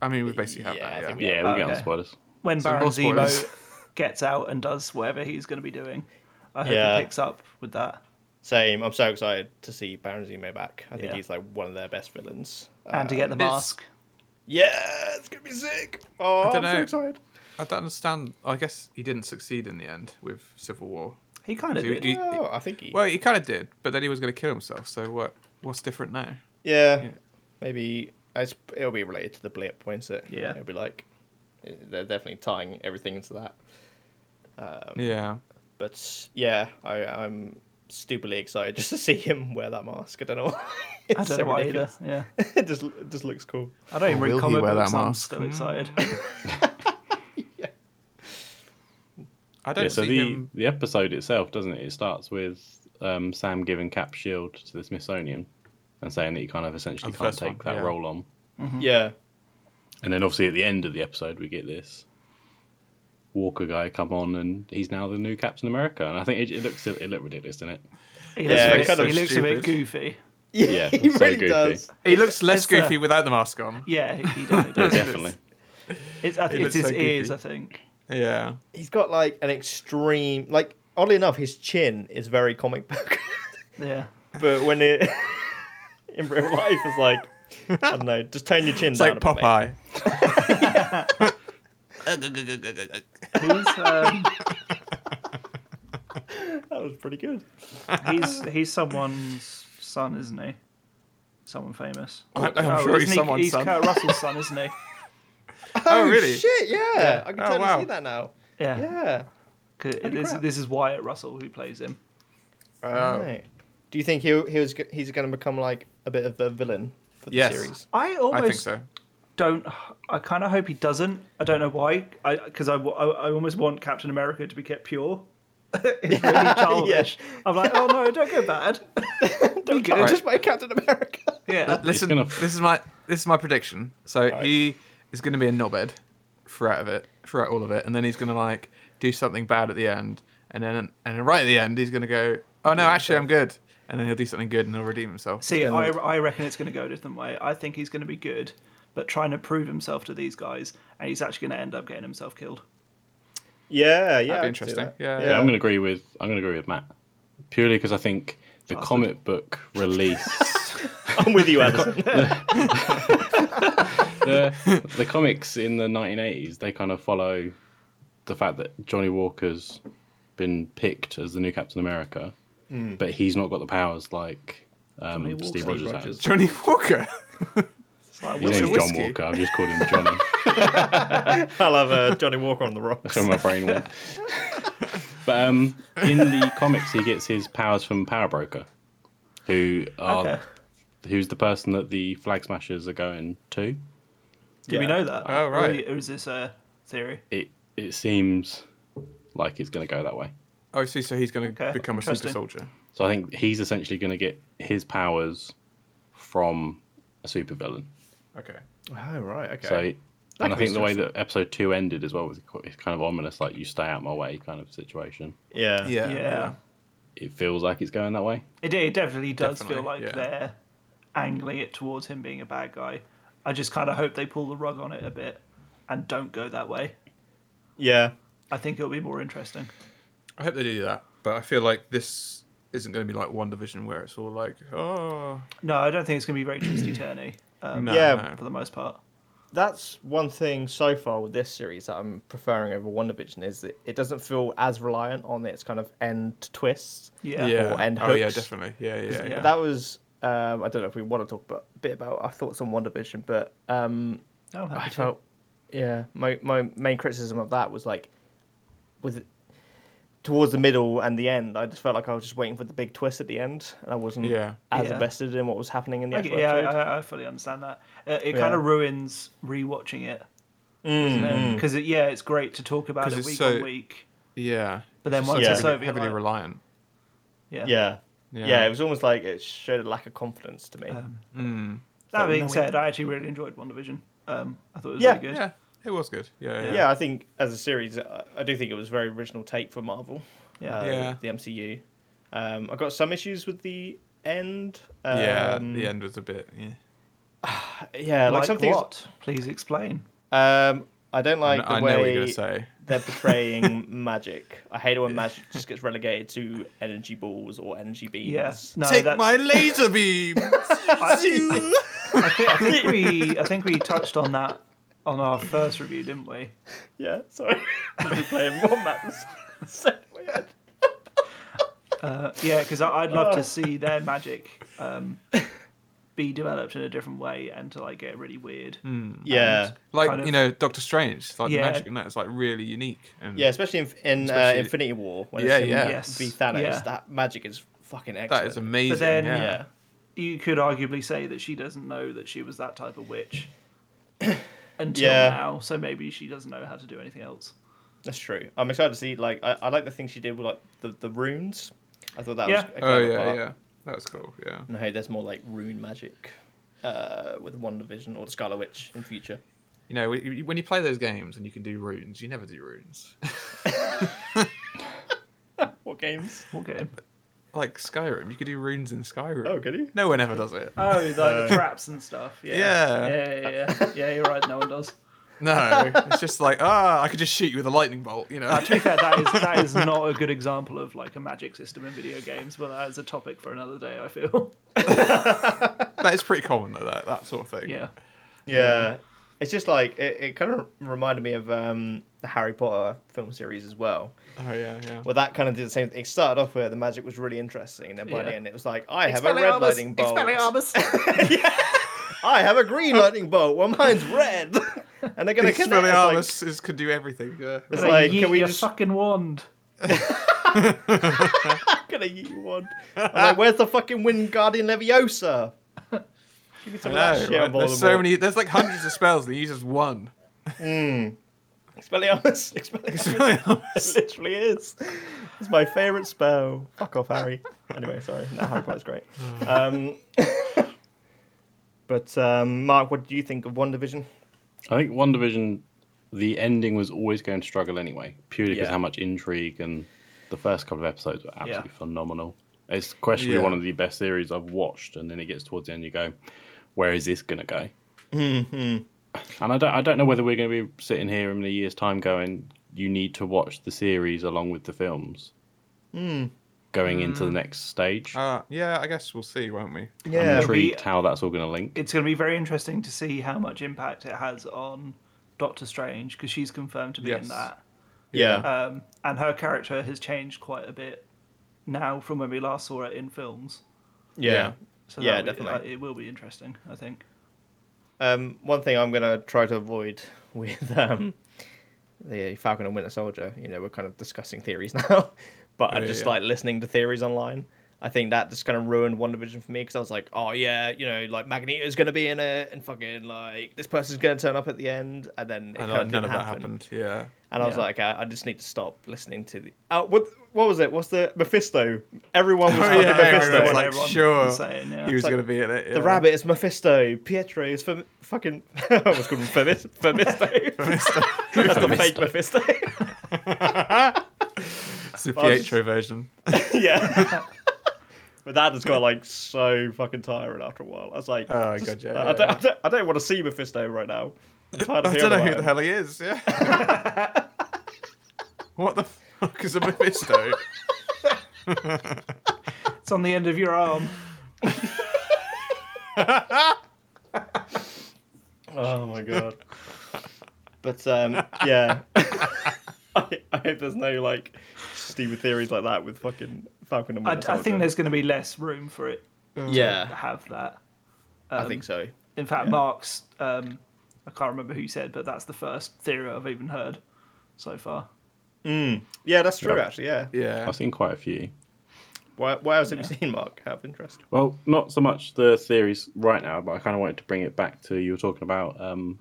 Speaker 3: I mean, we basically have
Speaker 2: Yeah, I
Speaker 3: that.
Speaker 2: think
Speaker 3: Yeah.
Speaker 4: Yeah, we'll get on
Speaker 5: Okay.
Speaker 4: spoilers.
Speaker 5: When
Speaker 3: So
Speaker 5: Baron
Speaker 3: more spoilers.
Speaker 5: Zemo gets out and does whatever he's going to be doing, I hope
Speaker 2: Yeah.
Speaker 5: it picks up with that.
Speaker 2: Same. I'm so excited to see Baron Zemo back. I think
Speaker 5: Yeah.
Speaker 2: he's like one of their best villains.
Speaker 3: Uh,
Speaker 5: And to get the
Speaker 3: it's-
Speaker 5: mask.
Speaker 2: Yeah, it's gonna be sick. Oh,
Speaker 3: I
Speaker 2: I
Speaker 3: don't
Speaker 2: am
Speaker 3: know.
Speaker 2: so excited.
Speaker 3: I don't understand. I guess he didn't succeed in the end with Civil War.
Speaker 5: He kind of
Speaker 3: Do
Speaker 5: did.
Speaker 3: you-
Speaker 2: Oh, I think he.
Speaker 3: Well, he kind of did, but then he was going to kill himself. So what? What's different now?
Speaker 2: yeah, maybe it's, it'll be related to the blip, won't it?
Speaker 5: Yeah.
Speaker 2: it'll be like eh, they're definitely tying everything into that. Um,
Speaker 3: Yeah.
Speaker 2: But yeah, I, I'm stupidly excited just to see him wear that mask. I don't know. Why. It's
Speaker 5: I don't
Speaker 2: so
Speaker 5: know why either.
Speaker 2: ridiculous.
Speaker 5: Yeah.
Speaker 2: it just it just looks cool.
Speaker 5: I don't even
Speaker 3: will
Speaker 5: read
Speaker 3: he
Speaker 5: comic
Speaker 3: wear that
Speaker 5: books. I'm
Speaker 3: mask?
Speaker 5: still excited.
Speaker 3: I don't
Speaker 4: Yeah, so
Speaker 3: see
Speaker 4: the,
Speaker 3: him.
Speaker 4: the episode itself, doesn't it? It starts with um, Sam giving Cap shield to the Smithsonian and saying that he kind of essentially
Speaker 3: Oh, the
Speaker 4: can't
Speaker 3: first
Speaker 4: take
Speaker 3: one,
Speaker 4: that
Speaker 3: yeah.
Speaker 4: role on.
Speaker 5: Mm-hmm.
Speaker 2: Yeah,
Speaker 4: And then obviously at the end of the episode, we get this Walker guy come on, and he's now the new Captain America. And I think it, it looks it looked ridiculous, didn't it?
Speaker 5: He
Speaker 2: Yeah,
Speaker 5: looks, a,
Speaker 2: it's
Speaker 5: bit,
Speaker 2: kind of
Speaker 5: he looks a bit
Speaker 3: stupid.
Speaker 5: goofy.
Speaker 4: Yeah,
Speaker 2: he
Speaker 4: so
Speaker 2: really
Speaker 4: goofy.
Speaker 2: does.
Speaker 3: He looks less
Speaker 5: it's
Speaker 2: uh,
Speaker 5: the-
Speaker 3: goofy without the mask on.
Speaker 5: Yeah, he, he definitely
Speaker 4: Yeah,
Speaker 5: does.
Speaker 4: definitely.
Speaker 5: It's, I think
Speaker 3: looks
Speaker 5: it's his
Speaker 3: so goofy.
Speaker 5: ears, I think.
Speaker 3: Yeah.
Speaker 2: He's got like an extreme. Like oddly enough, his chin is very comic book.
Speaker 5: Yeah.
Speaker 2: but when it in real life it's like I don't know, just turn your chin
Speaker 3: It's
Speaker 2: down.
Speaker 3: like
Speaker 2: a bit, mate.
Speaker 3: Popeye.
Speaker 5: He's, um,
Speaker 2: That was pretty good.
Speaker 5: he's, he's someone's son, isn't he? Someone famous.
Speaker 3: I- I'm
Speaker 5: Oh,
Speaker 3: sure he's
Speaker 5: isn't he-
Speaker 3: someone's
Speaker 5: he's
Speaker 3: son.
Speaker 5: Kurt Russell's son, isn't he?
Speaker 2: Oh,
Speaker 3: really?
Speaker 2: Shit, yeah. I can
Speaker 3: Oh,
Speaker 2: totally
Speaker 3: wow.
Speaker 2: see that now.
Speaker 5: Yeah.
Speaker 2: Yeah.
Speaker 5: 'Cause This,
Speaker 2: crap.
Speaker 5: this is Wyatt Russell who plays him.
Speaker 3: Oh.
Speaker 2: Right. Do you think he he was g- he's going to become like a bit of a villain for the
Speaker 3: Yes.
Speaker 2: series?
Speaker 5: I
Speaker 3: I
Speaker 5: almost
Speaker 3: think so.
Speaker 5: don't. I kind of hope he doesn't. I don't know why. I because I, w- I- I almost want Captain America to be kept pure. it's really childish. I'm like, oh no, don't go bad.
Speaker 2: Don't
Speaker 5: good.
Speaker 2: just by Captain America.
Speaker 5: yeah.
Speaker 3: Listen,
Speaker 4: gonna-
Speaker 3: this is my this is my prediction. So he is going to be a knobhead throughout of it, throughout all of it, and then he's going to like do something bad at the end, and then and then right at the end he's going to go, oh no, actually I'm good, and then he'll do something good and he'll redeem himself.
Speaker 5: See, I, I reckon it's going to go a different way. I think he's going to be good, but trying to prove himself to these guys, and he's actually going to end up getting himself killed.
Speaker 2: Yeah, yeah.
Speaker 3: That'd
Speaker 2: I
Speaker 3: be
Speaker 2: could see
Speaker 3: interesting.
Speaker 2: that.
Speaker 3: Yeah,
Speaker 4: Yeah, I'm going to agree with I'm going to agree with Matt purely because I think the comic book release
Speaker 2: I'm with you, Anderson.
Speaker 4: the, the comics in the 1980s they kind of follow the fact that Johnny Walker's been picked as the new Captain America, but he's not got the powers like
Speaker 5: Johnny
Speaker 4: um,
Speaker 5: Walker.
Speaker 4: Steve
Speaker 5: Steve
Speaker 4: Rogers has.
Speaker 2: Rogers.
Speaker 3: Johnny Walker.
Speaker 5: It's like,
Speaker 4: His name's
Speaker 5: well,
Speaker 4: John
Speaker 3: whiskey.
Speaker 4: Walker. I've just called him Johnny.
Speaker 2: I'll have uh, Johnny Walker on the rocks.
Speaker 4: That's where my brain went. but um, in the comics, he gets his powers from Power Broker, who are
Speaker 5: Okay.
Speaker 4: who's the person that the Flag Smashers are going to.
Speaker 5: do we
Speaker 2: Yeah.
Speaker 5: know that?
Speaker 3: Oh, right.
Speaker 5: Or is this a theory?
Speaker 4: It it seems like it's going to go that way.
Speaker 3: Oh, see, so he's going to
Speaker 5: Okay,
Speaker 3: become a super
Speaker 5: interesting.
Speaker 3: soldier.
Speaker 4: So I think he's essentially going to get his powers from a supervillain.
Speaker 3: Okay.
Speaker 2: Oh right, okay.
Speaker 4: So, and I
Speaker 3: could be
Speaker 4: think the way that episode two ended as well was qu- it's kind of ominous, like you stay out my way kind of situation.
Speaker 2: yeah,
Speaker 3: Yeah.
Speaker 5: Yeah.
Speaker 4: It feels like it's going that way.
Speaker 5: It, it definitely does
Speaker 3: Definitely,
Speaker 5: feel like
Speaker 3: yeah.
Speaker 5: they're angling it towards him being a bad guy. I just kind of hope they pull the rug on it a bit and don't go that way.
Speaker 2: yeah.
Speaker 5: I think it'll be more interesting.
Speaker 3: I hope they do that, but I feel like this isn't going to be like One Division where it's all like, oh,
Speaker 5: No, I don't think it's going to be very twisty turny um,
Speaker 3: no,
Speaker 2: Yeah.
Speaker 3: no.
Speaker 5: for the most part.
Speaker 2: That's one thing so far with this series that I'm preferring over Wonder Vision is that it doesn't feel as reliant on its kind of end twists.
Speaker 5: Yeah.
Speaker 3: yeah.
Speaker 2: Or end
Speaker 3: oh yeah,
Speaker 2: hooks.
Speaker 3: definitely. Yeah, yeah, yeah.
Speaker 2: That was um, I don't know if we want to talk about, a bit about our thoughts on Wonder Vision, but um,
Speaker 5: No, I'm happy
Speaker 2: I
Speaker 5: to.
Speaker 2: felt, yeah, my, my main criticism of that was like, with towards the middle and the end, I just felt like I was just waiting for the big twist at the end, and I wasn't
Speaker 3: Yeah.
Speaker 2: as
Speaker 5: Yeah.
Speaker 2: invested in what was happening in the
Speaker 5: I
Speaker 2: actual
Speaker 5: get- yeah,
Speaker 2: episode.
Speaker 5: I, I fully understand that. Uh, it
Speaker 2: Yeah.
Speaker 5: kind of ruins rewatching it
Speaker 3: Mm-hmm.
Speaker 5: because it, yeah, it's great to talk about
Speaker 3: 'Cause
Speaker 5: it
Speaker 3: it's
Speaker 5: week
Speaker 3: so-
Speaker 5: on week,
Speaker 3: yeah.
Speaker 5: but then
Speaker 3: It's
Speaker 5: once
Speaker 2: so
Speaker 5: it's
Speaker 2: heavily-
Speaker 5: over, you're
Speaker 3: heavily
Speaker 5: like-
Speaker 3: reliant.
Speaker 5: yeah.
Speaker 2: yeah.
Speaker 3: Yeah.
Speaker 2: yeah, It was almost like it showed a lack of confidence to me.
Speaker 5: Uh,
Speaker 3: Hmm.
Speaker 5: That
Speaker 2: So,
Speaker 5: being
Speaker 2: no, we-
Speaker 5: said, I actually really enjoyed One Division. Um, I thought it was
Speaker 2: Yeah,
Speaker 5: really good.
Speaker 3: Yeah, it was good. Yeah, yeah.
Speaker 2: yeah. I think as a series, I I do think it was a very original take for Marvel.
Speaker 5: Yeah.
Speaker 2: uh,
Speaker 3: Yeah.
Speaker 2: the MCU. Um, I got some issues with the end. Um,
Speaker 3: Yeah, the end was a bit. Yeah.
Speaker 2: Yeah, like,
Speaker 5: Like
Speaker 2: something.
Speaker 5: what? Please explain.
Speaker 2: Um, I don't like the
Speaker 3: I
Speaker 2: way
Speaker 3: know what you're gonna say.
Speaker 2: they're portraying magic. I hate it when magic just gets relegated to energy balls or energy beams.
Speaker 5: Yeah, no,
Speaker 3: Take
Speaker 5: that's,
Speaker 3: my laser beam.
Speaker 5: I, I think, I think we, I think we touched on that on our first review, didn't we?
Speaker 2: Yeah, sorry. I've been playing more maps.
Speaker 5: Uh, yeah, because I'd love to see their magic um, be developed in a different way and to like get really weird.
Speaker 3: Hmm.
Speaker 2: Yeah.
Speaker 3: like
Speaker 5: kind of-
Speaker 3: you know, Doctor Strange. Like the
Speaker 5: Yeah.
Speaker 3: magic and that is like really unique. And
Speaker 2: Yeah, especially in, in
Speaker 3: Especially-
Speaker 2: uh, Infinity War when
Speaker 3: Yeah,
Speaker 2: it's him
Speaker 3: yeah.
Speaker 5: Yes.
Speaker 2: v Thanos,
Speaker 5: Yeah.
Speaker 2: that magic is fucking excellent.
Speaker 3: that is amazing.
Speaker 5: But then-
Speaker 3: yeah.
Speaker 2: yeah.
Speaker 5: You could arguably say that she doesn't know that she was that type of witch until
Speaker 2: Yeah.
Speaker 5: now, so maybe she doesn't know how to do anything else.
Speaker 2: That's true. I'm excited to see. Like, I, I like the thing she did with like the, the runes. I thought that
Speaker 5: Yeah.
Speaker 2: was. a
Speaker 3: Oh
Speaker 2: clever
Speaker 3: yeah,
Speaker 2: part.
Speaker 3: yeah. That was cool. Yeah.
Speaker 2: And hey, there's more like rune magic, uh, with Wonder Vision or the Scarlet Witch in future.
Speaker 3: You know, when you- when you play those games and you can do runes, you never do runes.
Speaker 2: What games?
Speaker 5: What game?
Speaker 3: like Skyrim, you could do runes in Skyrim.
Speaker 2: Oh, could you?
Speaker 3: No one ever does it.
Speaker 5: Oh, like the traps and stuff. Yeah.
Speaker 3: Uh, Yeah.
Speaker 5: Yeah, yeah, yeah. Yeah, you're right. No one does.
Speaker 3: No, it's just like ah, I could just shoot you with a lightning bolt. You know.
Speaker 5: Uh, To be fair, that is, that is not a good example of like a magic system in video games, but that is a topic for another day, I feel.
Speaker 3: that is pretty common though. That that sort of thing.
Speaker 5: Yeah.
Speaker 2: Yeah. It's just like it, it kind of reminded me of um, the Harry Potter film series as well.
Speaker 3: Oh yeah, yeah.
Speaker 2: Well, that kind of did the same thing. It started off where the magic was really interesting, and then by
Speaker 5: Yeah.
Speaker 2: the end, it was like, I have a red lightning bolt.
Speaker 5: Expelliarmus.
Speaker 2: I have a green lightning bolt. Well, mine's red. and they're going to connect. It's
Speaker 3: Expelliarmus is, could do everything. Uh, Yeah.
Speaker 2: It's
Speaker 5: Like,
Speaker 2: like,
Speaker 5: yeet
Speaker 2: can we
Speaker 5: your
Speaker 2: just
Speaker 5: fucking wand?
Speaker 2: I'm gonna eat you one. I'm like, where's the fucking Wingardium Leviosa? Give me
Speaker 3: I
Speaker 2: some of that
Speaker 3: know,
Speaker 2: shit,
Speaker 3: right? There's so
Speaker 2: Voldemort.
Speaker 3: many. There's like hundreds of spells that use just one.
Speaker 2: Expelliarmus. Expelliarmus. It literally is. It's my favourite spell. Fuck off, Harry. Anyway, sorry. No, Harry Potter's great. Um, but um, Mark, what do you think of One Division?
Speaker 4: I think One Division, the ending was always going to struggle anyway, purely because
Speaker 2: Yeah.
Speaker 4: how much intrigue and the first couple of episodes were absolutely phenomenal. It's questionably
Speaker 3: Yeah.
Speaker 4: one of the best series I've watched, and then it gets towards the end, you go, "Where is this going to go?" Mm-hmm. And I don't, I don't know whether we're going to be sitting here in a year's time going, "You need to watch the series along with the films." Going into the next stage,
Speaker 3: Mm. Uh, yeah, I guess we'll see, won't we?
Speaker 4: I'm
Speaker 2: Yeah,
Speaker 5: True.
Speaker 4: intrigued how that's all going to link.
Speaker 5: It's going to be very interesting to see how much impact it has on Doctor Strange because she's confirmed to be in
Speaker 3: Yes.
Speaker 5: that.
Speaker 2: yeah,
Speaker 5: Um, and her character has changed quite a bit now from when we last saw it in films.
Speaker 2: yeah.
Speaker 5: So
Speaker 2: Yeah,
Speaker 5: that'll be-
Speaker 2: definitely.
Speaker 5: uh, it will be interesting, I think.
Speaker 2: Um, one thing I'm gonna try to avoid with um, the Falcon and Winter Soldier. You know, we're kind of discussing theories now, but I
Speaker 3: Yeah,
Speaker 2: just
Speaker 3: yeah.
Speaker 2: like listening to theories online. I think that just kind of ruined One Division for me because I was like, oh yeah, you know, like Magneto's gonna be in it, and fucking like this person's gonna turn up at the end, and then it kind
Speaker 3: And like,
Speaker 2: of
Speaker 3: none
Speaker 2: didn't
Speaker 3: of that
Speaker 2: happen.
Speaker 3: happened. Yeah.
Speaker 2: And I was
Speaker 5: Yeah.
Speaker 2: like, I, I just need to stop listening to the. Oh, what what was it? What's the Mephisto? Everyone was
Speaker 3: Oh,
Speaker 2: like
Speaker 3: yeah,
Speaker 2: Mephisto.
Speaker 3: everyone was
Speaker 2: and
Speaker 3: like,
Speaker 5: everyone
Speaker 3: sure.
Speaker 5: was saying, yeah.
Speaker 3: He
Speaker 2: It's
Speaker 3: was
Speaker 2: like,
Speaker 3: going to be in it.
Speaker 2: the
Speaker 3: yeah.
Speaker 2: rabbit is Mephisto. Pietro is Fem- fucking. I was called him Femis- Femisto. That's the fake Mephisto.
Speaker 3: It's the
Speaker 2: Well,
Speaker 3: Pietro version.
Speaker 2: yeah. But that just got like so fucking tiring after a while. I was like,
Speaker 3: Oh,
Speaker 2: just-
Speaker 3: God, yeah,
Speaker 2: I,
Speaker 3: yeah,
Speaker 2: don't, I,
Speaker 3: yeah.
Speaker 2: don't, I don't want to see Mephisto right now. I'm tired of
Speaker 3: I
Speaker 2: hearing
Speaker 3: don't know who
Speaker 2: about
Speaker 3: the
Speaker 2: him.
Speaker 3: hell he is. Yeah. what the fuck is a Mephisto?
Speaker 5: It's on the end of your arm.
Speaker 2: Oh my god. But um, yeah, I, I hope there's no like stupid theories like that with fucking Falcon and
Speaker 5: I,
Speaker 2: Winter
Speaker 5: I think
Speaker 2: Soldier.
Speaker 5: there's going to be less room for it to
Speaker 2: Yeah,
Speaker 5: have that.
Speaker 2: I
Speaker 5: um,
Speaker 2: think so.
Speaker 5: In fact, Mark's, um, I can't remember who said, but that's the first theory I've even heard so far.
Speaker 2: Yeah, that's true.
Speaker 4: Yeah.
Speaker 2: Actually, yeah.
Speaker 3: Yeah.
Speaker 4: I've seen quite a few.
Speaker 2: Why, why else have you seen Mark? Out of interest.
Speaker 4: Well, not so much the theories right now, but I kind of wanted to bring it back to you were talking about um,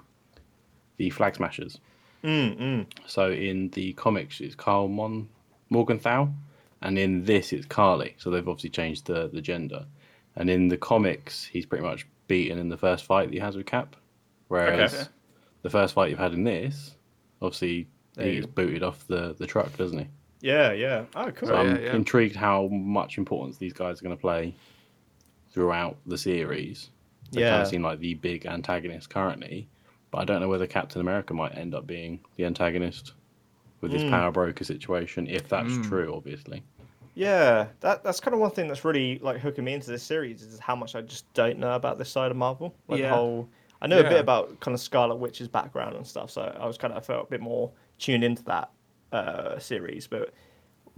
Speaker 4: the flag smashers. Mm, So in the comics, it's Carl Mon- Morgenthau, and in this, it's Carly. So they've obviously changed the, the gender. And in the comics, he's pretty much beaten in the first fight that he has with Cap, whereas
Speaker 2: Okay.
Speaker 4: the first fight you've had in this, obviously,
Speaker 2: They-
Speaker 4: he gets booted off the, the truck, doesn't he?
Speaker 2: Yeah, yeah. Oh, cool.
Speaker 4: So
Speaker 3: Right.
Speaker 4: I'm
Speaker 3: yeah, yeah.
Speaker 4: intrigued how much importance these guys are going to play throughout the series. They kind
Speaker 2: Yeah.
Speaker 4: of seem like the big antagonist currently, but I don't know whether Captain America might end up being the antagonist with
Speaker 3: Hmm.
Speaker 4: this power broker situation, if that's true, obviously.
Speaker 2: Yeah, that that's kind of one thing that's really like hooking me into this series is how much I just don't know about this side of Marvel. Like the
Speaker 5: Yeah.
Speaker 2: whole, I know a
Speaker 3: Yeah.
Speaker 2: bit about kind of Scarlet Witch's background and stuff, so I was kind of I felt a bit more tuned into that uh, series. But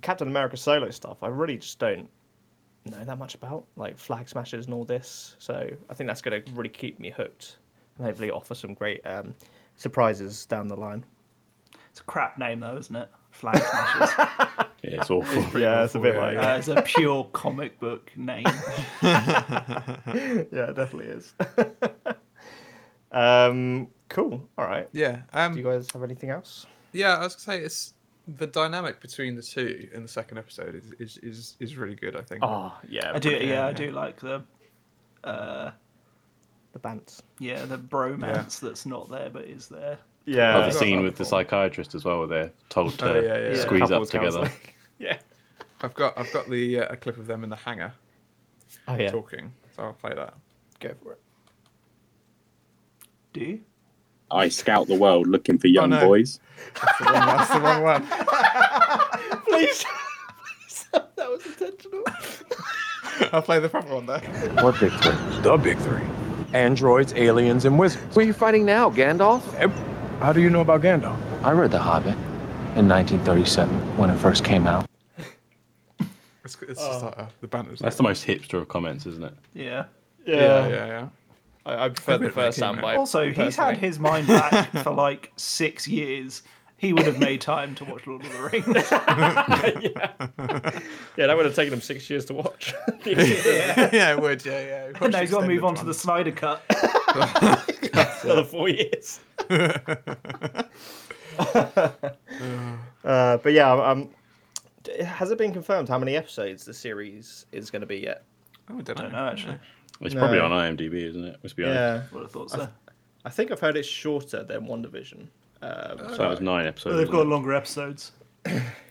Speaker 2: Captain America solo stuff, I really just don't know that much about, like Flag Smashers and all this. So I think that's going to really keep me hooked and hopefully offer some great um, surprises down the line.
Speaker 5: It's a crap name, though, isn't it? Flag Smashers.
Speaker 4: Yeah, it's awful.
Speaker 2: yeah, it's a bit
Speaker 3: awful,
Speaker 2: like
Speaker 5: uh, it's a pure comic book name.
Speaker 2: yeah, it definitely is. um, cool. All right.
Speaker 3: Yeah. Um,
Speaker 2: Do you guys have anything else?
Speaker 3: Yeah, I was gonna say it's the dynamic between the two in the second episode is is is, is really good. I think.
Speaker 2: Oh yeah,
Speaker 5: I do, yeah, I do like the,
Speaker 2: the bants.
Speaker 5: yeah, the bromance that's not there but is there.
Speaker 2: Yeah,
Speaker 4: Oh, the
Speaker 3: I've got
Speaker 4: scene
Speaker 3: that
Speaker 4: with the
Speaker 3: before.
Speaker 4: psychiatrist as well, where they're told to
Speaker 3: Oh, yeah, yeah, yeah.
Speaker 4: squeeze up
Speaker 2: Couples
Speaker 4: together.
Speaker 2: counseling. yeah.
Speaker 3: I've got I've got the uh, a clip of them in the hangar
Speaker 2: Oh yeah.
Speaker 3: talking, so I'll play that.
Speaker 2: Go for it.
Speaker 5: Do you?
Speaker 6: I scout the world looking for young
Speaker 3: no.
Speaker 6: boys.
Speaker 3: That's the wrong, that's the wrong one.
Speaker 2: Please. that was intentional.
Speaker 3: I'll play the proper one there.
Speaker 7: What big three? The big three. Androids, aliens, and wizards.
Speaker 8: Who are you fighting now, Gandalf?
Speaker 7: How do you know about Gandalf?
Speaker 8: I read The Hobbit in 1937 when it first came out.
Speaker 3: It's, it's
Speaker 2: Oh.
Speaker 3: just like, uh, the banners.
Speaker 4: That's the most hipster of comments, isn't it?
Speaker 5: Yeah.
Speaker 2: Yeah,
Speaker 3: yeah, yeah, yeah.
Speaker 5: Uh,
Speaker 2: I, I prefer the first soundbite.
Speaker 5: Also, he's had
Speaker 2: personally.
Speaker 5: his mind back for like six years he would have made time to watch Lord of the Rings.
Speaker 2: Yeah, that would have taken him six years to watch.
Speaker 3: yeah, it would. Yeah, yeah. Watch
Speaker 5: and now he's got to move
Speaker 3: extended
Speaker 5: on to
Speaker 3: one.
Speaker 5: the Snyder Cut.
Speaker 2: Another four years. uh, but yeah, um, d- has it been confirmed how many episodes the series is going to be yet?
Speaker 3: Oh, I don't
Speaker 5: I
Speaker 3: know.
Speaker 5: don't know, actually.
Speaker 4: It's probably
Speaker 2: No.
Speaker 4: on IMDb, isn't it? Let's be honest.
Speaker 2: Yeah,
Speaker 5: Would have thought so.
Speaker 2: I think I've heard it's shorter than One Division. Um,
Speaker 4: So that was nine episodes.
Speaker 5: They've got
Speaker 4: wasn't
Speaker 5: longer episodes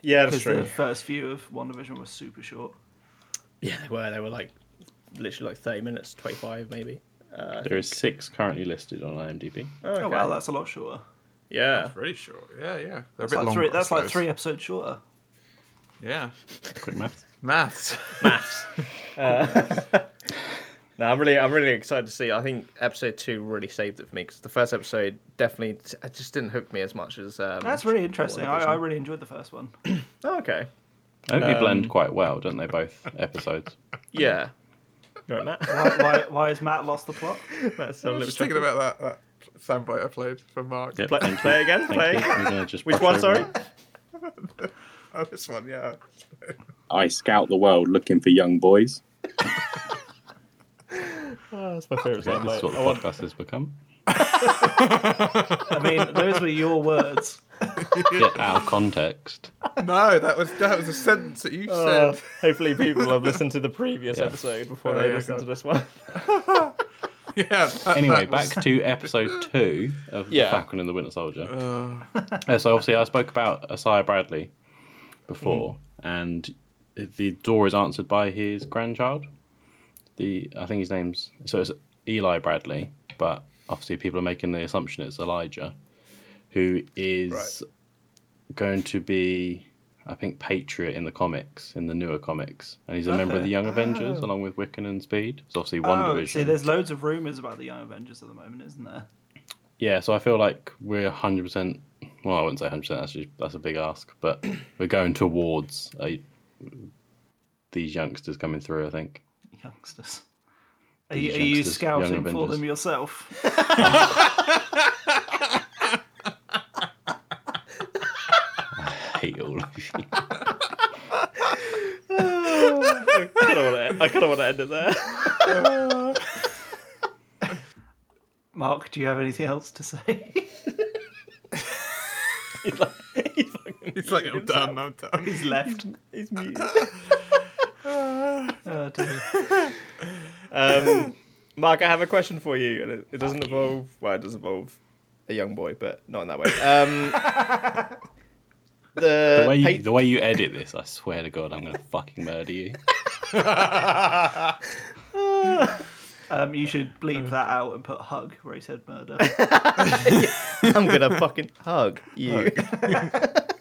Speaker 2: yeah, that's
Speaker 5: because
Speaker 2: true.
Speaker 5: the first few of One Division was super short.
Speaker 2: Yeah, they were. They were like literally like thirty minutes, twenty-five maybe.
Speaker 4: it? There is six currently listed on IMDb.
Speaker 3: Uh,
Speaker 2: Okay.
Speaker 5: Oh wow, that's a lot shorter.
Speaker 2: yeah.
Speaker 3: Pretty short. Yeah, yeah. They're a
Speaker 5: That's
Speaker 3: bit
Speaker 5: like
Speaker 3: longer,
Speaker 5: three.
Speaker 3: I
Speaker 5: That's like
Speaker 3: suppose.
Speaker 5: three episodes shorter.
Speaker 3: Yeah.
Speaker 4: Quick math.
Speaker 3: Maths.
Speaker 2: No, I'm really, I'm really excited to see. I think episode two really saved it for me because the first episode definitely, t- it just didn't hook me as much as. Um,
Speaker 5: That's really interesting. I,
Speaker 2: WandaVision.
Speaker 5: I really enjoyed the first one.
Speaker 2: Oh, okay.
Speaker 4: I think
Speaker 2: Um,
Speaker 4: they blend quite well, don't they? Both episodes.
Speaker 2: Yeah. You right, Matt?
Speaker 5: Why, why, why has Matt lost the plot?
Speaker 2: That's
Speaker 3: I
Speaker 2: some
Speaker 3: was
Speaker 2: little
Speaker 3: just thinking about that, that soundbite I played from Mark.
Speaker 4: Yep,
Speaker 2: Play,
Speaker 4: thank you.
Speaker 2: play again, play.
Speaker 4: Thank you. I'm gonna just
Speaker 2: Which
Speaker 4: brush
Speaker 2: one,
Speaker 4: over
Speaker 2: sorry?
Speaker 4: it.
Speaker 3: Oh, this one, yeah.
Speaker 6: I scout the world looking for young boys.
Speaker 2: that's my favourite
Speaker 4: Is that the sort of podcast has become?
Speaker 5: I mean, those were your words.
Speaker 4: Yeah, out of context.
Speaker 3: No, that was that was a sentence that you
Speaker 5: Oh.
Speaker 3: said.
Speaker 2: hopefully, people have listened to the previous
Speaker 4: Yeah.
Speaker 2: episode before
Speaker 3: Oh,
Speaker 2: they
Speaker 3: yeah,
Speaker 2: listen
Speaker 3: good.
Speaker 2: to this one.
Speaker 3: Yeah.
Speaker 5: Uh,
Speaker 3: that-
Speaker 4: Anyway,
Speaker 3: that was-
Speaker 4: back to episode two of
Speaker 2: Yeah.
Speaker 4: the Falcon and the Winter Soldier. Uh, so obviously, I spoke about Isaiah Bradley before,
Speaker 5: Mm.
Speaker 4: and the door is answered by his grandchild. The I think his name's so it's Eli Bradley, but obviously people are making the assumption it's Elijah, who is going to be, I think, Patriot in the comics, in the newer comics, and he's a member of
Speaker 5: Okay.
Speaker 4: the Young Avengers along with Wiccan and Speed. It's obviously one
Speaker 5: oh,
Speaker 4: division.
Speaker 5: see, there's loads of rumors about the Young Avengers at the moment, isn't there?
Speaker 4: Yeah, so I feel like we're 100%. Well, I wouldn't say 100%, that's, just, that's a big ask, but we're going towards a, these youngsters coming through, I think.
Speaker 5: Youngsters. Are,
Speaker 4: These
Speaker 5: you- are you
Speaker 4: youngsters,
Speaker 5: scouting
Speaker 4: Young
Speaker 5: for
Speaker 4: Avengers.
Speaker 5: them yourself?
Speaker 4: I hate all of you.
Speaker 2: I kind of want to end it there.
Speaker 5: Mark, do you have anything else to say?
Speaker 2: He's like, he's fucking
Speaker 3: He's like, I'm done, I'm done.
Speaker 5: He's left.
Speaker 2: he's muted.
Speaker 5: Oh, dear.
Speaker 2: Um, Mark, I have a question for you, and it, it doesn't involve well, it does involve a young boy, but not in that way. Um, the
Speaker 4: The way, you,
Speaker 2: pat-
Speaker 4: the way you edit this, I swear to God, I'm going to fucking murder you.
Speaker 5: Um, you should bleep that out and put hug where he said murder.
Speaker 2: I'm gonna fucking hug you.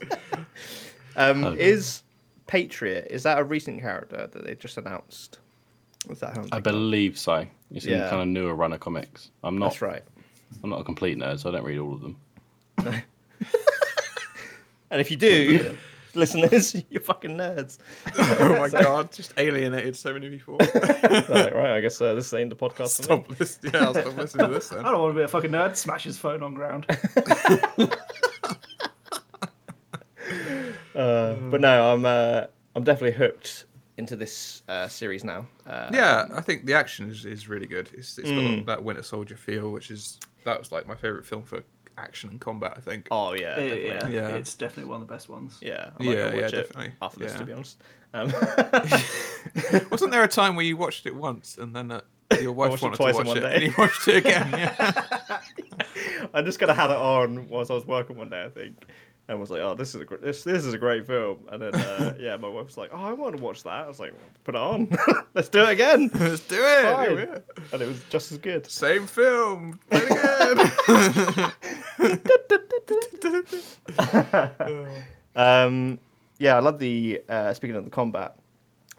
Speaker 2: um,
Speaker 4: Hug.
Speaker 2: Is Patriot is that a recent character that they just announced? Is that how I'm
Speaker 4: I
Speaker 2: thinking?
Speaker 4: believe so. It's in
Speaker 2: Yeah.
Speaker 4: kind of newer runner comics. I'm not,
Speaker 2: That's right.
Speaker 4: I'm not a complete nerd, so I don't read all of them.
Speaker 2: And if you do, listeners, you're fucking nerds.
Speaker 3: Oh my god, just alienated so many people.
Speaker 2: right, right. I guess uh, this ain't the podcast. for me.
Speaker 3: Stop listening. Yeah, I'll stop listening to this
Speaker 5: I
Speaker 3: then.
Speaker 5: don't want to be a fucking nerd. Smash his phone on ground.
Speaker 2: Uh, but no, I'm uh, I'm definitely hooked into this uh, series now. Uh,
Speaker 3: Yeah, I think the action is, is really good. It's, it's got that Winter Soldier feel, which is that was like my favorite film for action and combat. I think.
Speaker 2: Oh yeah,
Speaker 5: Yeah,
Speaker 2: definitely.
Speaker 5: yeah,
Speaker 3: Yeah.
Speaker 5: it's definitely one of the best ones.
Speaker 2: Yeah, I
Speaker 3: Yeah,
Speaker 2: watch
Speaker 3: yeah,
Speaker 2: it
Speaker 3: definitely.
Speaker 2: After this,
Speaker 3: Yeah.
Speaker 2: to be honest, um,
Speaker 3: Wasn't there a time where you watched it once and then uh, your wife
Speaker 2: watched it
Speaker 3: wanted
Speaker 2: twice
Speaker 3: to
Speaker 2: in
Speaker 3: watch
Speaker 2: one
Speaker 3: it
Speaker 2: day.
Speaker 3: and you watched it again? Yeah.
Speaker 2: I just kind of had it on whilst I was working one day, I think, and was like, "Oh, this is a gr- this this is a great film." And then uh, yeah, my wife was like, "Oh, I want to watch that." I was like, "Put it on, let's do it again,"
Speaker 3: Let's do it.
Speaker 2: Fine.
Speaker 3: yeah.
Speaker 2: and it was just as good.
Speaker 3: Same film. Play it again.
Speaker 2: Um, yeah, I love the uh, speaking of the combat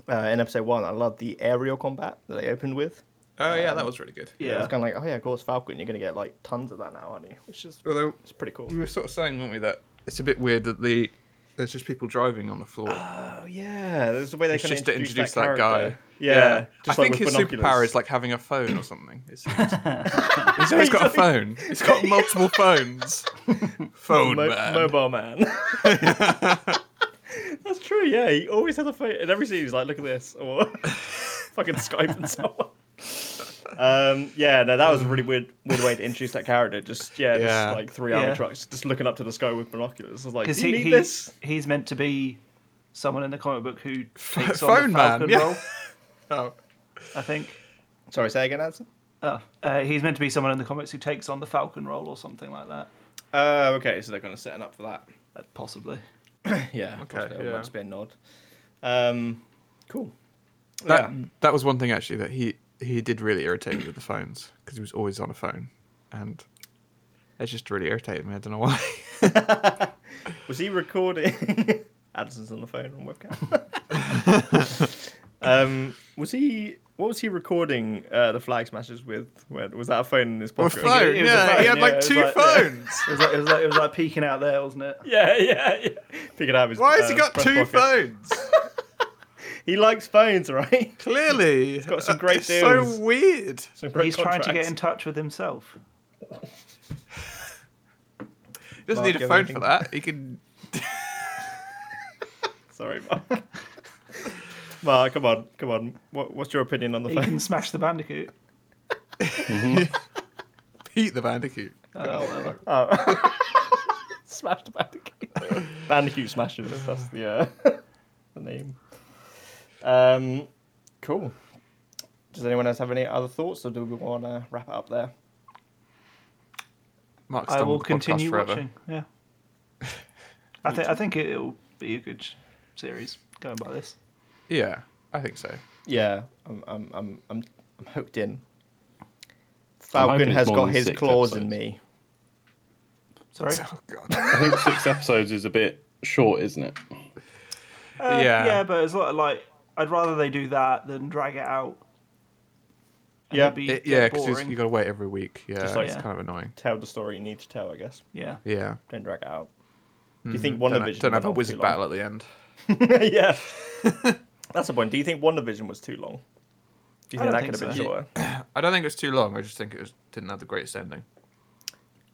Speaker 2: uh, in episode one. I love the aerial combat that they opened with.
Speaker 3: oh yeah, that was really good.
Speaker 2: Yeah. It's
Speaker 5: Yeah.
Speaker 2: kind of like, oh yeah, of course, Falcon. You're gonna get like tons of that now, aren't you? Which is
Speaker 3: Although
Speaker 2: it's pretty cool.
Speaker 3: we were sort of saying, weren't we, that it's a bit weird that the There's just people driving on the floor.
Speaker 2: Oh yeah, there's the way they
Speaker 3: it's
Speaker 2: kind
Speaker 3: just
Speaker 2: of
Speaker 3: to
Speaker 2: introduce
Speaker 3: introduce that, guy.
Speaker 2: character. Yeah,
Speaker 3: I
Speaker 2: just like
Speaker 3: think
Speaker 2: with
Speaker 3: his superpower
Speaker 2: binoculars.
Speaker 3: is like having a phone or something. It's, he's always got a phone. He's got multiple phones. phone
Speaker 2: Mo-
Speaker 3: man.
Speaker 2: mobile man. That's true. Yeah, he always has a phone. In every scene, he's like, "Look at this," or fucking Skype and so on. Um, yeah, no, that was a really weird, weird way to introduce that character. Just yeah,
Speaker 3: Yeah.
Speaker 2: just like three army
Speaker 5: Yeah.
Speaker 2: trucks, just looking up to the sky with binoculars. I was like,
Speaker 5: Because
Speaker 2: "Do you need
Speaker 5: he, he-
Speaker 2: this?"
Speaker 5: he's meant to be someone in the comic book who takes on
Speaker 3: phone
Speaker 5: the
Speaker 3: man,
Speaker 5: Falcon
Speaker 3: yeah.
Speaker 5: role.
Speaker 3: Oh.
Speaker 5: I think.
Speaker 2: Sorry, say again, Anson.
Speaker 5: Oh, uh, he's meant to be someone in the comics who takes on the Falcon role or something like that.
Speaker 2: Uh, okay, so they're going to set him up for that.
Speaker 5: Uh, possibly.
Speaker 2: Yeah.
Speaker 3: Okay,
Speaker 2: possibly,
Speaker 3: yeah.
Speaker 2: Might just be a nod. Um, cool.
Speaker 3: That
Speaker 2: Yeah.
Speaker 3: that was one thing actually that he he did really irritate me with the phones because he was always on a phone, and it just really irritated me. I don't know why.
Speaker 2: Was he recording? Addison's on the phone on webcam. um, was he? What was he recording uh, the flag smashes with? Where, was that a phone in his
Speaker 3: Or a
Speaker 2: pocket?
Speaker 3: phone,
Speaker 5: was a
Speaker 3: yeah.
Speaker 5: phone,
Speaker 3: he had
Speaker 5: yeah,
Speaker 3: like
Speaker 5: it was
Speaker 3: two
Speaker 5: like- yeah.
Speaker 3: phones.
Speaker 5: It was like, it was like, it was like peeking out there, wasn't it?
Speaker 2: Yeah, yeah, yeah. Pick it up. His,
Speaker 3: Why has he
Speaker 2: uh,
Speaker 3: got
Speaker 2: breast
Speaker 3: two
Speaker 2: pocket.
Speaker 3: phones?
Speaker 2: He likes phones, right?
Speaker 3: Clearly, he's
Speaker 2: got some great deals.
Speaker 3: So weird.
Speaker 2: Some great
Speaker 5: He's trying to get
Speaker 2: contracts.
Speaker 5: in touch with himself.
Speaker 3: He doesn't
Speaker 2: Mark, you
Speaker 3: need a
Speaker 2: have
Speaker 3: phone
Speaker 2: anything?
Speaker 3: for that. He can.
Speaker 2: Sorry, Mark. Mark, come on, come on. What, what's your opinion on the
Speaker 5: He
Speaker 2: phone?
Speaker 5: can smash the bandicoot.
Speaker 3: Pete the Bandicoot.
Speaker 5: Oh, whatever.
Speaker 2: Smash the Bandicoot. Bandicoot Smashes. That's the uh, the name. Um, cool. Does anyone else have any other thoughts, or do we want to wrap it up there?
Speaker 3: Mark's
Speaker 5: I
Speaker 3: done
Speaker 5: will
Speaker 3: the podcast
Speaker 5: continue
Speaker 3: forever.
Speaker 5: watching. Yeah. I, th- I think it, it'll be a good series going by this.
Speaker 3: Yeah, I think so.
Speaker 2: Yeah, I'm, I'm, I'm, I'm, I'm hooked in.
Speaker 4: I'm hoping
Speaker 2: Falcon
Speaker 4: it's
Speaker 2: has
Speaker 4: more
Speaker 2: got
Speaker 4: than
Speaker 2: his
Speaker 4: six
Speaker 2: claws in
Speaker 4: episodes.
Speaker 2: me.
Speaker 5: Sorry?
Speaker 3: Oh god.
Speaker 4: I think six episodes is a bit short, isn't it?
Speaker 5: Uh,
Speaker 3: Yeah.
Speaker 5: Yeah, but it's lot like I'd rather they do that than drag it out. and
Speaker 2: Yeah.
Speaker 5: it'd be-
Speaker 3: It-
Speaker 5: get
Speaker 3: yeah, because
Speaker 5: boring.
Speaker 3: you got to wait every week. Yeah,
Speaker 2: Just like-
Speaker 3: it's
Speaker 5: Yeah.
Speaker 3: kind of annoying.
Speaker 2: Tell the story you need to tell, I guess.
Speaker 5: Yeah.
Speaker 3: Yeah.
Speaker 2: Don't drag it out. Do
Speaker 4: Mm-hmm.
Speaker 2: you think Wonder
Speaker 3: Don't,
Speaker 2: Vision?
Speaker 3: don't have a wizard battle at the end.
Speaker 2: yeah, that's the point. Do you think Wonder Vision was too long? Do you
Speaker 5: I
Speaker 2: think that could have
Speaker 5: don't think
Speaker 2: been
Speaker 5: so.
Speaker 2: shorter?
Speaker 3: I don't think it was too long. I just think it was, didn't have the greatest ending.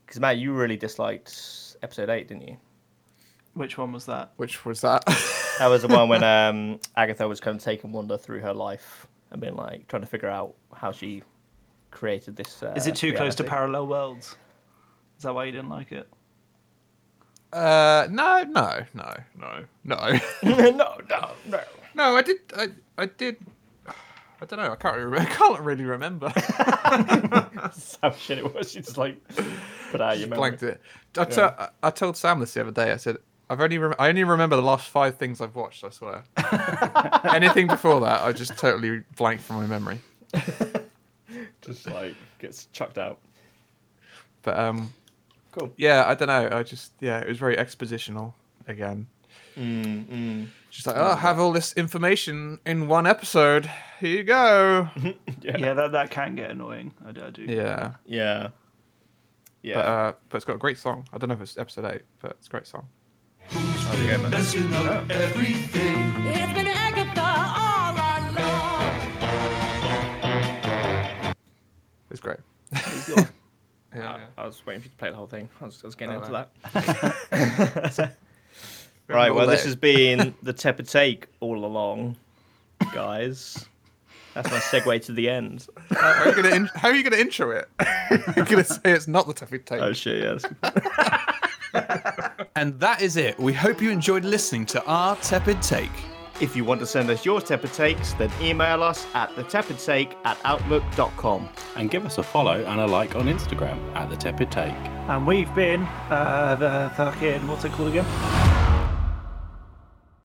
Speaker 2: Because Matt, you really disliked episode eight, didn't you?
Speaker 5: Which one was that?
Speaker 3: Which was that?
Speaker 2: That was the one when um, Agatha was kind of taking Wanda through her life and being like trying to figure out how she created this. Uh,
Speaker 5: Is it too close to
Speaker 2: reality.
Speaker 5: parallel worlds? Is that why you didn't like it?
Speaker 3: uh, no, no, no, no, no,
Speaker 2: no, no, no.
Speaker 3: no. I did. I, I did. I don't know. I can't. Re- I can't really remember.
Speaker 2: That's how shit it was. She just like put out your memory.
Speaker 3: Blanked it. I, t- I I told Sam this the other day. I said I've only. Rem- I only remember the last five things I've watched. I swear. Anything before that, I just totally blanked from my memory.
Speaker 2: Just like gets chucked out.
Speaker 3: But um,
Speaker 2: Cool.
Speaker 3: yeah, I don't know. I just yeah, it was very expositional again. Just like, oh, have all this information in one episode. Here you go.
Speaker 2: Yeah.
Speaker 5: Yeah, that, that can get annoying. I, do- I do.
Speaker 3: yeah,
Speaker 2: Yeah. Yeah.
Speaker 3: But, uh, but it's got a great song. I don't know if it's episode eight, but it's a great song.
Speaker 9: It's been Agatha all along.
Speaker 3: It's great. yeah, yeah.
Speaker 2: I was waiting for you to play the whole thing. I was, I was getting
Speaker 3: Oh,
Speaker 2: into
Speaker 3: no.
Speaker 2: that. right, well, this
Speaker 3: Although-
Speaker 2: has been the tepid take all along, guys. That's my segue to the end.
Speaker 3: How are you gonna in- how are you gonna intro it? You're gonna say it's not the Tuffy Tape.
Speaker 2: Oh shit, yes.
Speaker 10: And that is it. We hope you enjoyed listening to our tepid take.
Speaker 2: If you want to send us your tepid takes, then email us at the tepid take at outlook.com.
Speaker 4: And give us a follow and a like on Instagram at the Tepid Take.
Speaker 5: And we've been uh, the fucking what's it called again?